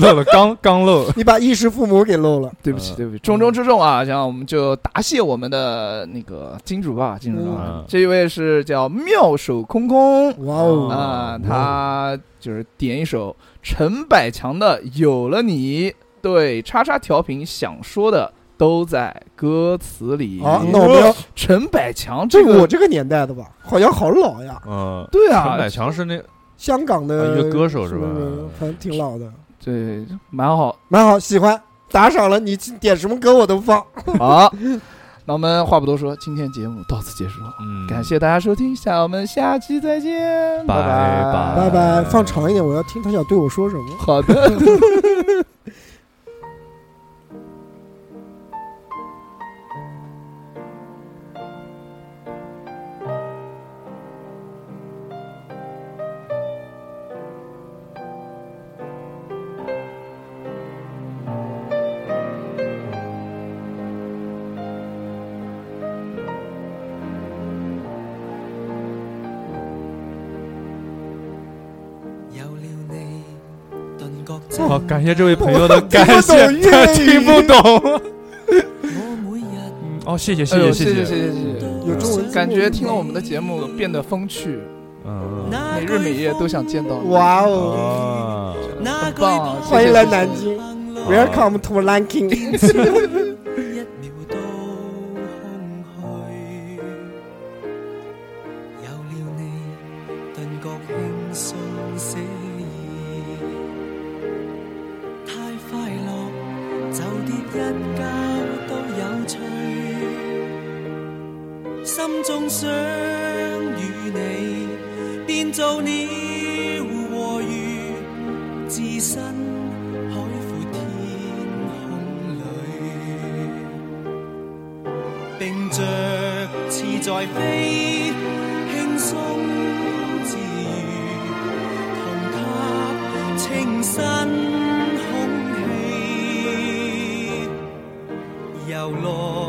S4: 漏了刚刚漏，
S5: 你把衣食父母给漏了，
S2: 对不起，
S4: 嗯
S2: 对不起，重中之重啊！然后我们就答谢我们的那个金主吧，金主啊
S4: 嗯，
S2: 这一位是叫妙手空空
S5: 哇
S3: 嗯
S5: 哦！
S2: 啊
S4: 哦，
S2: 他就是点一首陈百强的《有了你》，对，叉叉调频想说的都在歌词里。
S3: 啊，那我们要
S2: 陈百强
S3: 这
S2: 这
S3: 个
S2: 个
S3: 我，这个年代的吧，好像好老呀，
S4: 嗯，
S2: 对
S4: 陈
S2: 啊
S4: 百，强是那
S3: 香港
S4: 啊
S3: 的
S4: 一个歌手是吧
S3: 反正挺老的，
S2: 对，蛮好。
S3: 蛮好，喜欢，打赏了，你点什么歌我都放。
S2: 好，那我们话不多说，今天节目到此结束，
S4: 嗯，
S2: 感谢大家收听，下我们下期再见，
S4: 拜
S2: 拜
S3: 拜
S4: 拜
S3: 拜，放长一点，我要听他想对我说什么。
S2: 好的。
S6: 有了你，頓覺真
S4: 好，感谢这位朋友的
S3: 听不懂
S4: 感谢，他
S3: 粤语
S4: 听不懂。
S6: 我每日
S4: 嗯哦，谢谢
S2: 哎呦
S4: 谢
S2: 谢谢
S4: 谢
S2: 谢谢谢
S3: 有中文
S2: 谢，感觉听了我们的节目变得风趣，
S4: 嗯，
S6: 那
S2: 每日每夜都想见到你。
S3: 哇哦
S4: 啊，
S6: 那句
S2: 棒啊
S6: 不
S3: 欢迎来南
S6: 是
S3: 京
S6: 朋友
S3: ，Welcome to Lanking。
S6: 一秒都空虛，有了你，頓覺輕鬆寫意。太快樂，就跌一跤都有趣。心中想與你，變做鳥和魚，置身海闊天空裏。並着似在飛，輕鬆自如，同吸清新空氣，遊來